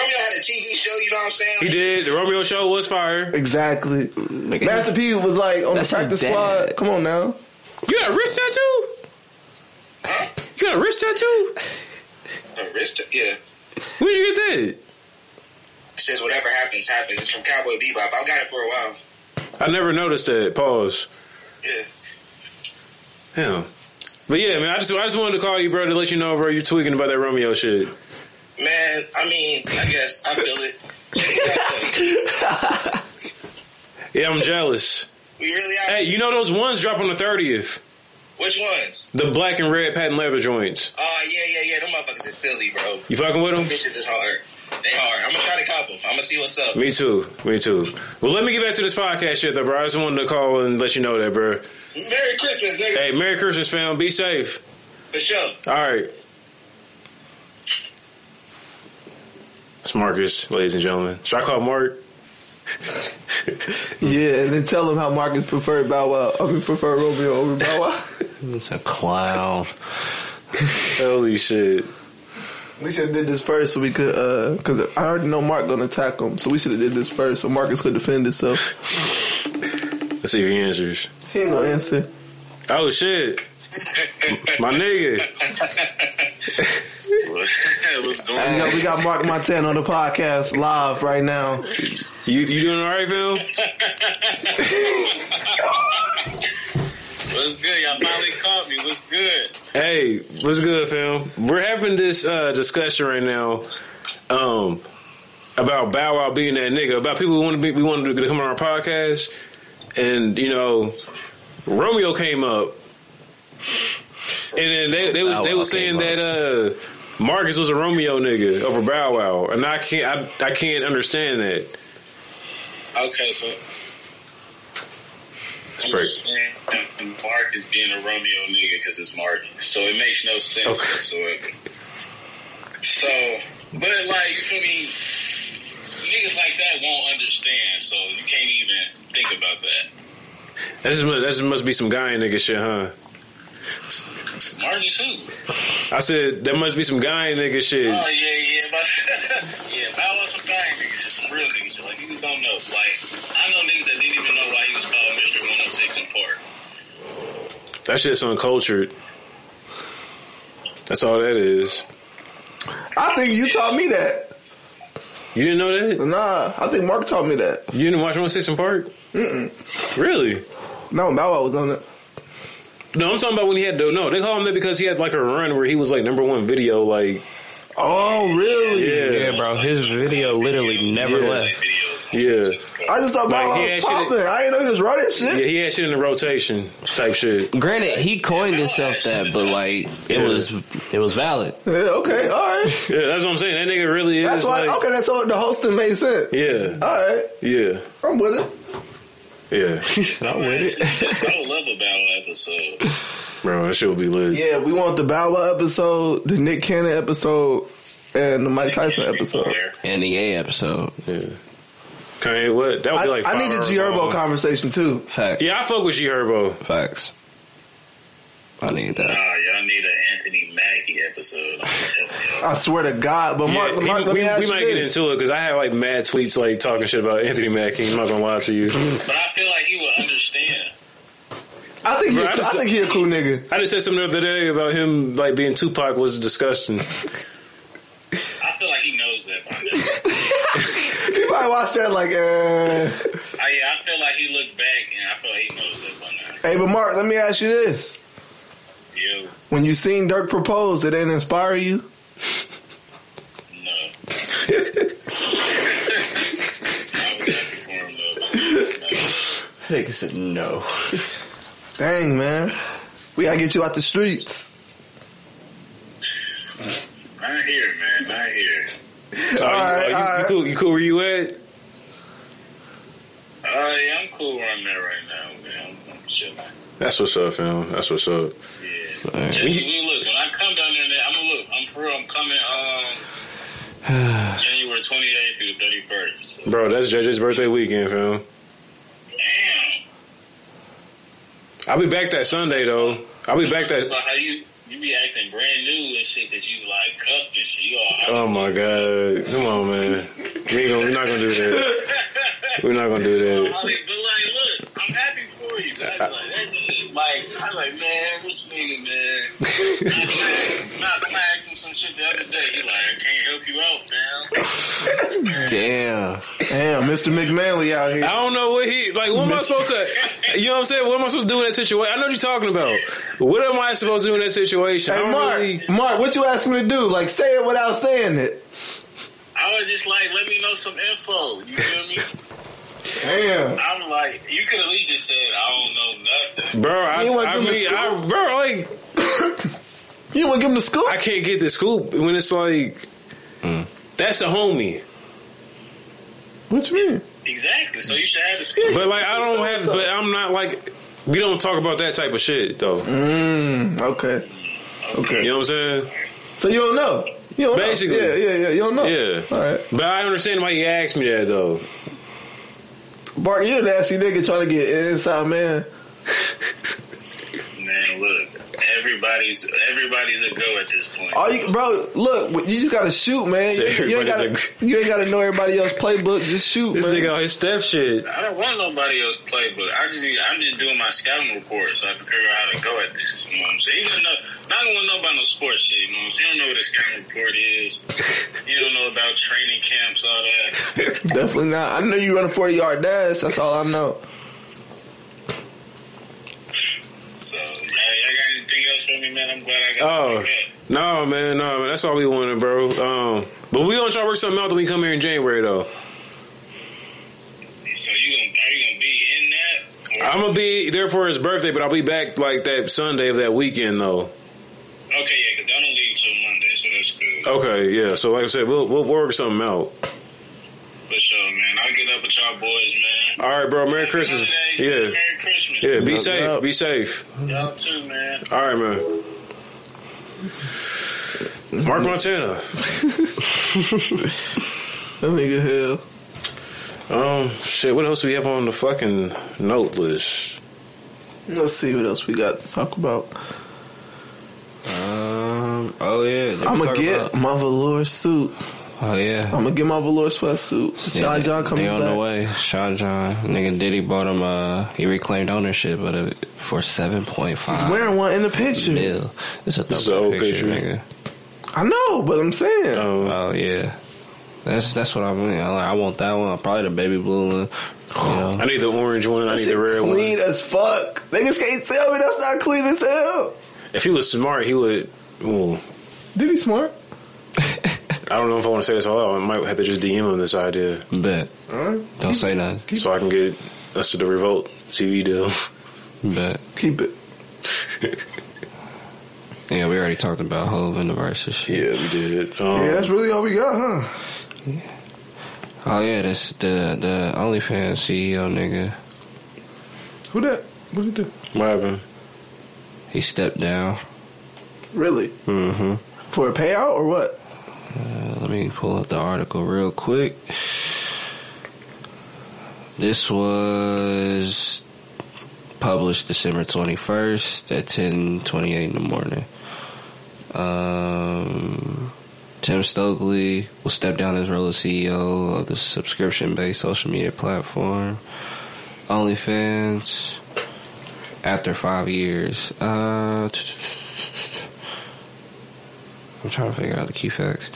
had a TV show. You know what I'm saying?
He did. The Romeo show was fire.
Exactly. Master P was like on
That's
the
his
practice
dad.
squad. Come on now.
You got a wrist tattoo? You got a wrist tattoo?
A wrist, yeah.
Where'd you get
It says whatever happens, happens. It's from Cowboy Bebop. I've got it for a while.
that? I never noticed that. Pause.
Yeah.
Damn. But yeah, man, I just I just wanted to call you, bro, to let you know, bro, you tweaking about that Romeo shit.
Man, I mean, I guess I feel it.
Yeah, I'm jealous.
we really are.
Hey, you know those ones drop on the thirtieth?
Which ones?
The black and red patent leather joints.
Oh yeah, yeah, yeah. Them motherfuckers is silly, bro.
You fucking with them?
Bitches is hard. They hard. I'm gonna try to cop them. I'm gonna see what's up.
Me too. Me too. Well, let me get back to this podcast shit, though, bro. I just wanted to call and let you know that, bro.
Merry Christmas, nigga.
Hey, Merry Christmas, fam. Be safe.
For sure.
All right. It's Marcus, ladies and gentlemen. Should I call Mark?
Yeah, and then tell him how Marcus preferred Bow Wow. I mean, prefer Romeo over Bow Wow.
It's a clown."
Holy shit.
we should have did this first so we could, uh, cause I already know Mark gonna attack him. So we should have did this first so Marcus could defend himself.
Let's see if he answers.
He ain't gonna answer.
Oh, shit. My nigga.
What's going
We
on?
got, we got Mark Montana on the podcast live right now.
You, you doing all right, fam?
What's good? Y'all finally caught me. What's good?
Hey, what's good, fam? We're having this uh, discussion right now um, about Bow Wow being that nigga, about people who want to be, we wanted to come on our podcast. And, you know, Romeo came up. And then they, they was
Bow
they
Wow
was saying
came
that uh, Marcus was a Romeo nigga over Bow Wow, and I can't I, I can't understand that.
Okay, so
It's break.
Mark is being a Romeo nigga because it's Mark, so it makes no sense
Okay.
whatsoever. So, but like, you feel me? Niggas like that won't understand, so you can't even think about that.
That just mu- that just must be some guy nigga shit, huh?
Mark is who?
I said that must be some guy nigga shit.
Oh yeah, yeah, but yeah, but I was some guy niggas, just some real niggas. Like you just don't know. Like I know niggas that didn't even know why he was called Mister One Hundred Six in Park.
That shit's uncultured. That's all that is.
I think you taught me that.
You didn't know that?
Nah, I think Mark taught me that.
You didn't watch One Sixteen Park? Mm-mm. Really?
No, Bow Wow was on it.
No, I'm talking about when he had the, no. They call him that because he had like a run where he was like number one video. Like
Oh, really?
yeah,
Yeah, bro. His video literally never
Yeah.
left.
Videos.
Yeah.
I just thought
Like,
Bow Wow
he
was
had shit-
popping. I didn't know he was running
Yeah,
shit.
he had shit in the rotation type shit.
Granted, he coined himself that, but like it
Yeah.
was it was valid.
Yeah, okay, all right.
Yeah, that's what I'm saying. That nigga really is.
That's why.
like,
okay, that's all. The hosting made sense.
Yeah,
All right,
yeah,
I'm with it.
yeah.
I with it.
I would love a battle episode.
Bro, that shit would be lit.
Yeah, we want the Bow Wow episode, the Nick Cannon episode, and the Mike Tyson episode.
And the A episode.
Yeah. Kanye, what? That would
I,
be like.
I
five
need the
hours
G Herbo
long.
conversation too.
Fact.
Yeah, I fuck with G Herbo.
Facts. I need
Nah,
that.
Oh, y'all need an Anthony Mackie episode. I'm just telling
I swear to God, but Mark,
yeah, he-
Mark let
we,
me ask
we
you
might get
this.
into it because I had like mad tweets like talking shit about Anthony Mackie. I'm not gonna lie to you.
y'all. But I feel like he would understand.
I think
Bro,
he,
I
I,
just-
think he a cool nigga.
I just said something the other day about him like being Tupac was disgusting. Oh,
I feel like he knows that by now.
He probably watched that like, uh,
I, yeah, I feel like he looked back and I feel like he knows that by now.
hey, but Mark, let me ask you this:
Yo,
When you seen Dirk propose, it didn't inspire you?
no. I was happy for him though.
Nigga said no.
Dang man, we gotta get you out the streets.
Not here, man. Not here.
Oh, you-
right,
oh, you,
all right.
you cool? You cool? Where you at?
Uh, yeah, I'm cool where I'm at right now, man. I'm, I'm chilling.
That's what's up, fam. That's what's up.
Yeah. Yeah, we look, when I come down there, I'm gonna look. I'm for real. I'm coming um January 28th through 31st. So,
Bro, that's JJ's birthday weekend, fam.
damn.
I'll be back that Sunday though. I'll be back that.
About how you you be acting brand new and shit because you like cuffed and shit. You all
Oh my god! Come on, man. We ain't gonna, we're not gonna do that. We're not gonna do that.
But like, look, I'm happy for you. But I was like, that's, like, I'm like, man, this nigga, man. Not I asked him some shit the other day. He like, I can't help you out, fam.
Damn.
Damn, Mr. McManley out here.
I don't know what he like. What am I supposed to? You know what I'm saying? What am I supposed to do in that situation? I know what you're talking about. What am I supposed to do in that situation? I
Hey
don't
Mark,
really-
Mark, what you asked me to do? Like say it without saying it.
I was just like, let me know some info. You feel me?
Damn.
I'm like, you could at least just said, I don't know nothing.
bro, I,
He went
I
through the
mean,
school.
I, bro, like
You want to give him the scoop?
I can't get the scoop when it's like that's a homie.
What you mean?
Exactly. So you should have the scoop.
But like I don't have. But I'm not like we don't talk about that type of shit though.
Mm, okay.
You
Okay.
know what I'm saying?
So you don't know. You don't
Basically.
Know. Yeah, yeah, yeah. You don't know.
Yeah.
All right.
But I understand why you asked me that though.
Bart, you a nasty nigga trying to get an inside man.
Man, look, everybody's everybody's a go at this point.
All you, bro, look, you just gotta shoot, man. You, you ain't gotta,
Everybody's
you ain't gotta know everybody else's playbook. Just shoot,
This
man.
nigga on his step shit.
I don't want nobody else playbook. I just need, I'm just doing my scouting report so I can figure out how to go at this. You know what I'm saying? Even though, I don't want to know about no sports shit. You know what I'm saying? You don't know what a scouting report is. you don't know about training camps, all that.
Definitely not. I know you run a 40 yard dash. That's all I know.
So, y'all, y'all got anything else for me, man? I'm glad I got
Oh no, man, no, man. That's all we wanted, bro. Um, but we gonna try to work something out when we come here in January, though.
So you gonna are you gonna be in that? Or-
I'm gonna be there for his birthday, but I'll be back like that Sunday of that weekend, though.
Okay, yeah, because I don't leave till Monday, so that's good.
Okay, yeah. So like I said, we'll we'll work something out.
For sure, man. I'll get up with y'all boys, man.
All right, bro. Merry Christmas.
Monday,
Yeah,
Merry Christmas.
yeah. Be
No
safe.
doubt.
Be safe.
Y'all too, man.
All right, man. Mark Montana.
That nigga hell.
Um, shit. What else do we have on the fucking note list?
Let's see what else we got to talk about.
Um. Oh yeah.
I'm gonna get my velour suit.
Oh yeah.
I'm gonna get my velour sweatsuit. Sean John coming
They on the
back.
way. Sean John. Nigga Diddy bought him. Uh, he reclaimed ownership of it for seven point
He's
five.
wearing one in the picture.
Mil. It's a
is an old
throwback picture,
picture.
nigga.
I know, but I'm saying.
Um,
Oh yeah. That's that's what I mean. I, like, I want that one. Probably the baby blue one. You know.
I need the orange one. and I
That
need
shit
the red one.
clean as fuck. Niggas can't tell me that's not clean as hell.
If he was smart, he would. Ooh.
Did he smart?
I don't know if I want to say this all out. I might have to just DM him this idea
Bet. Don't say nothing.
so I can get us to the Revolt TV deal.
Bet.
Keep it.
Yeah, we already talked about Hove and the verses.
yeah, we did. Um,
Yeah, that's really all we got, huh?
Oh yeah, that's the the OnlyFans CEO nigga.
Who that? What did he do?
What happened?
He stepped down.
Really?
Mm-hmm.
For a payout or what?
Uh, let me pull up the article real quick. This was published December 21st at 10:28 in the morning. Um, Tim Stokely will step down his role as CEO of the subscription-based social media platform OnlyFans after five years. Uh, I'm trying to figure out the key facts.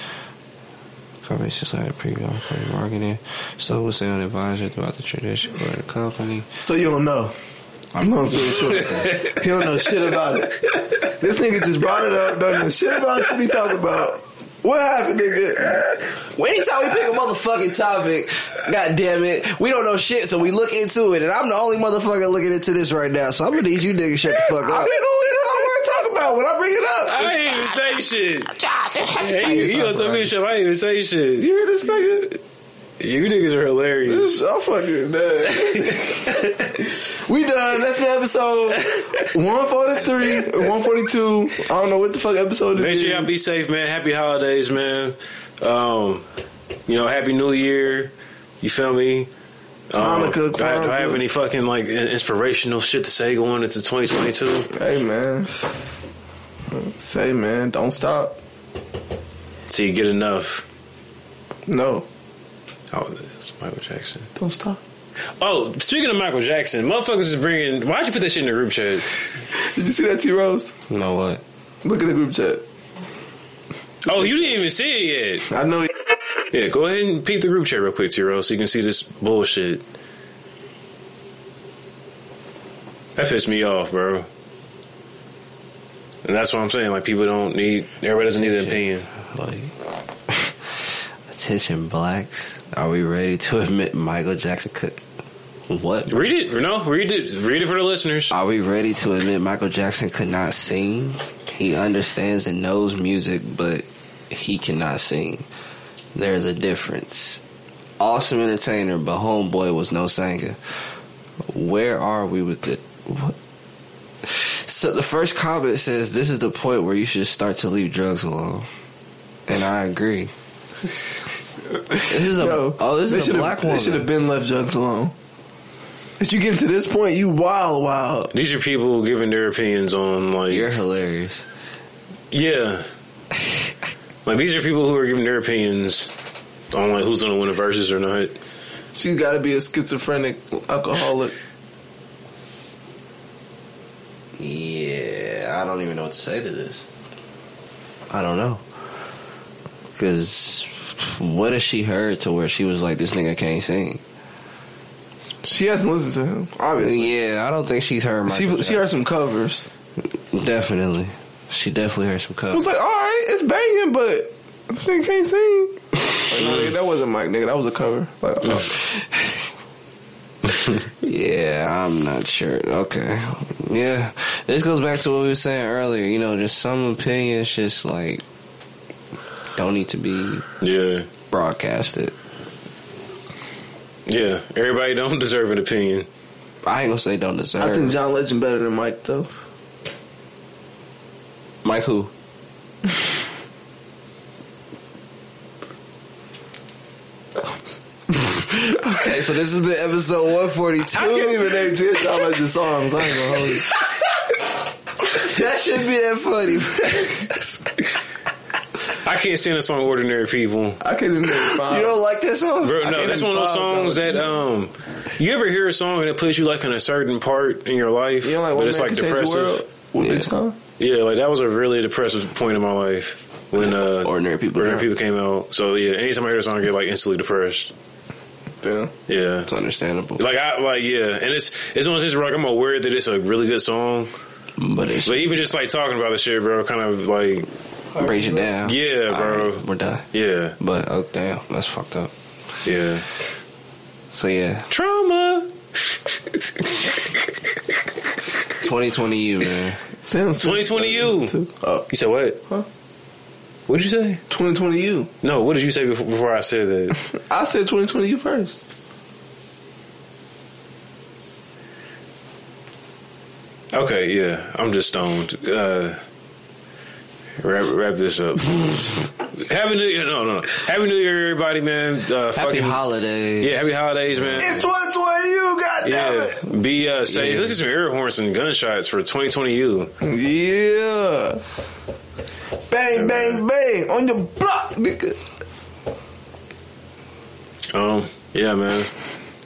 Company society preview on marketing. So was an advisor throughout the tradition for the company.
So you don't know. I'm not really sure. he don't know shit about it. This nigga just brought it up. Don't know shit about shit he talking about. What happened, nigga?
Anytime we pick a motherfucking topic, god damn it, we don't know shit, so we look into it, and I'm the only motherfucker looking into this right now, so I'm gonna need you niggas shut the fuck
I
up.
mean, only thing I want to talk about when I bring it up.
I ain't even say shit. Hey, you gonna tell me to shut up? I ain't even say shit.
You hear this nigga?
You niggas are hilarious.
This, I'm fucking dead. we done. That's the episode 143, 142. I don't know what the fuck episode it
Make
is.
sure y'all be safe, man. Happy holidays, man. Um, you know, happy New Year. You feel me? Um, do, I,
Hanukkah,
do I have
Kwanzaa.
any fucking like in- inspirational shit to say going into 2022?
hey, man. Say, man, don't stop.
Till you get enough.
No,
Oh, that's Michael Jackson.
don't stop.
Oh, speaking of Michael Jackson, motherfuckers is bringing. Why'd you put that shit in the group chat?
Did you see that, T Rose?
You know what?
Look at the group chat.
Oh, you didn't even see it
I know. he-
yet. Yeah, go ahead and peek the group chat real quick, Tiro, so you can see this bullshit. That pissed me off, bro. And that's what I'm saying. Like, people don't need. Everybody doesn't need an opinion.
Like, attention, blacks. Are we ready to admit Michael Jackson could? What?
Read it. or No, read it. Read it for the listeners.
Are we ready to admit Michael Jackson could not sing? He understands and knows music, but he cannot sing. There's a difference. Awesome entertainer, but homeboy was no singer. Where are we with the what? So the first comment says this is the point where you should start to leave drugs alone, and I agree. this is a
Yo,
oh this
they
is a
should've-
black
They should
woman.
have been left drugs alone. If you get to this point, you wild, wild.
These are people giving their opinions on like
You're hilarious.
Yeah. like these are people who are giving their opinions on like who's gonna win the verses or not.
She's got to be a schizophrenic alcoholic.
Yeah, I don't even know what to say to this. I don't know. Because what has she heard to where she was like, this nigga can't sing?
She hasn't listened to him, obviously.
Yeah, I don't think she's heard Michael
She, she heard some covers.
Jackson. Definitely. She definitely heard some
I was
covers.
like, all right, it's banging, but this nigga can't sing. Like, no,
Mm.
nigga, that wasn't Mike, nigga. That was a cover. Like, oh,
Yeah, I'm not sure. Okay. Yeah. This goes back to what we were saying earlier. You know, just some opinions just like don't need to be
Yeah.
broadcasted.
Yeah. Everybody don't deserve an opinion.
I ain't gonna say don't deserve.
I think John Legend better than Mike, though.
Mike who? okay, so this has been episode 142.
I can't even name 10 John Legend songs. I ain't gonna hold you.
That shouldn't be that funny.
I can't stand the song Ordinary People.
I can't even name five.
you don't like that song?
Bro,
I
no,
can't
that's one of those
follow,
songs
bro.
that um you ever hear a song and it puts you like in a certain part in your life.
You don't like
but
One
it's
Man
like
Can Change the
depressive.
World? With Big Sean?
Yeah, like that was a really depressive point in my life when uh
Ordinary People
Ordinary
Drown.
People came out. So yeah, anytime I hear a song I get like instantly depressed.
Yeah.
Yeah.
It's understandable.
Like I like yeah, and it's it's one of those things where like I'm aware that it's a really good song,
But it's
but even just like talking about the shit, bro, kind of like
breaks it down.
Yeah, bro.
Alright, we're done.
Yeah,
But oh damn, that's fucked up.
yeah.
So yeah,
Trauma.
2020 you man.
Sam's Oh,
2020 you. You said what?
Huh?
What'd you say?
2020 you.
No, what did you say before, before I said that?
I said 2020 you first.
Okay, yeah, I'm just stoned. Uh, wrap, wrap this up. happy New Year, no, no, no. Happy New Year, everybody, man. Uh,
Happy
fucking,
holidays.
yeah, happy holidays, man.
It's 2020, you goddamn
Yeah,
it.
be uh, safe. Look at some air horns and gunshots for 2020. You,
Yeah. Bang, bang, bang. On your block, nigga.
um, yeah, man.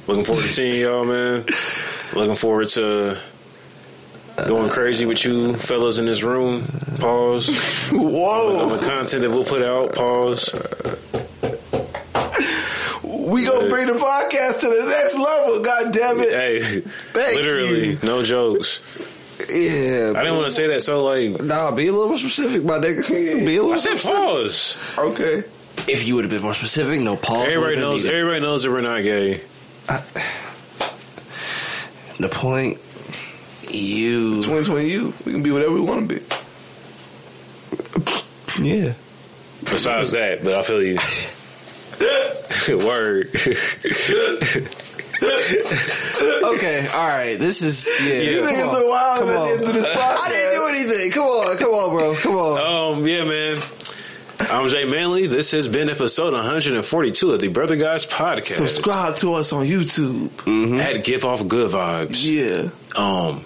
Looking forward to seeing y'all, man. Looking forward to going crazy with you fellas in this room. Pause.
Whoa.
On the content that we'll put out. Pause.
We gonna bring the podcast to the next level, god damn it.
Hey,
Thank
literally, no jokes.
Yeah.
I didn't want to say that. So like.
Nah, be a little more specific, my nigga. Be a little
I said pause.
Okay.
If you would have been more specific, no pause.
Everybody
would've been
knows.
needed.
Everybody knows that we're not gay.
the point. You
2020 you. We can be whatever we wanna be.
yeah.
Besides that, but I feel you. Word.
Okay. All right. This is yeah.
You
come
niggas
on.
are wild
Come
at
on.
the end of this podcast.
I didn't do anything. Come on, come on, bro. Come on.
um. Yeah, man. I'm Jay Manley. This has been episode 142 of the Brother Guys podcast.
Subscribe to us on YouTube.
At Give Off Good Vibes.
Yeah.
um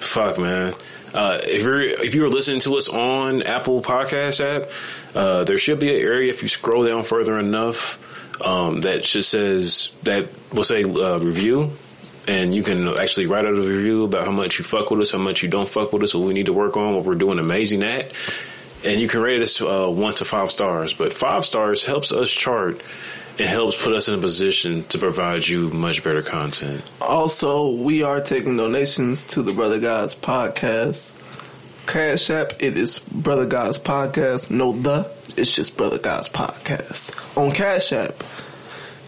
fuck man uh, if you're if you're listening to us on Apple Podcast app, uh, there should be an area if you scroll down further enough um, that just says that will say uh, review, and you can actually write out a review about how much you fuck with us, how much you don't fuck with us, what we need to work on, what we're doing amazing at, and you can rate us uh, one to five stars. But five stars helps us chart and helps put us in a position to provide you much better content.
Also, we are taking donations to the Brother Guys podcast. Cash App, it is Brother Guys podcast. No the, it's just Brother Guys podcast. On Cash App.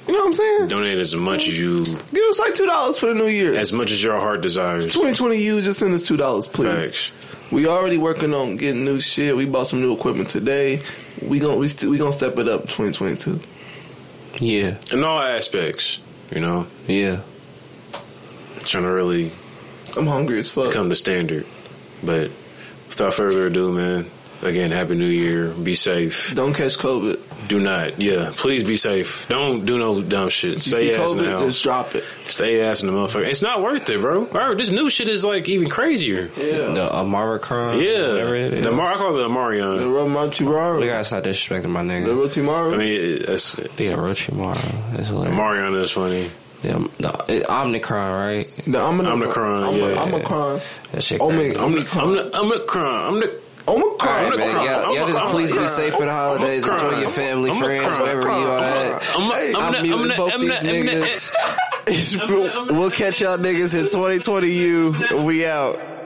You know what I'm saying?
Donate as much as you
Give us like $2 for the new year.
as much as your heart desires.
2020 you, just send us $2, please.
Facts.
We already working on getting new shit. We bought some new equipment today. We gonna we, st- we gonna step it up 2022.
Yeah.
In all aspects, you know,
Yeah.
trying to really
I'm hungry as fuck.
come to standard. But without further ado, man, again, Happy New Year. Be safe.
Don't catch COVID.
Do not, yeah, please be safe. Don't do no dumb shit.
You
Stay
see
ass
COVID,
in the house.
just drop it.
Stay ass in the motherfucker. It's not worth it, bro. All right, this new shit is like even crazier.
Yeah.
The Amara Khan.
Yeah.
Whatever it is.
The Mar- I call it the
The
Amarion.
we
Romachimaru.
gotta stop disrespecting my
The
nigga.
I
Rotimaru.
mean, it- that's,
The Orochimaru. That's hilarious.
Amarion is funny.
The, the Omnicron, right?
The Omicron.
Omicron,
Omi-
yeah.
Omicron.
That shit.
Omi-
crazy.
I'm the, I'm the, I'm the, crime. I'm the,
Omicron.
All right,
Omicron.
man. Y'all, y'all just
Omicron.
please be safe for the holidays.
Omicron.
Enjoy your family,
Omicron.
friends, wherever you are at.
I'm,
Hey,
I'm,
I'm
I'm,
muting both
I'm,
these
I'm,
niggas.
We'll catch y'all niggas in 2020. You, we out.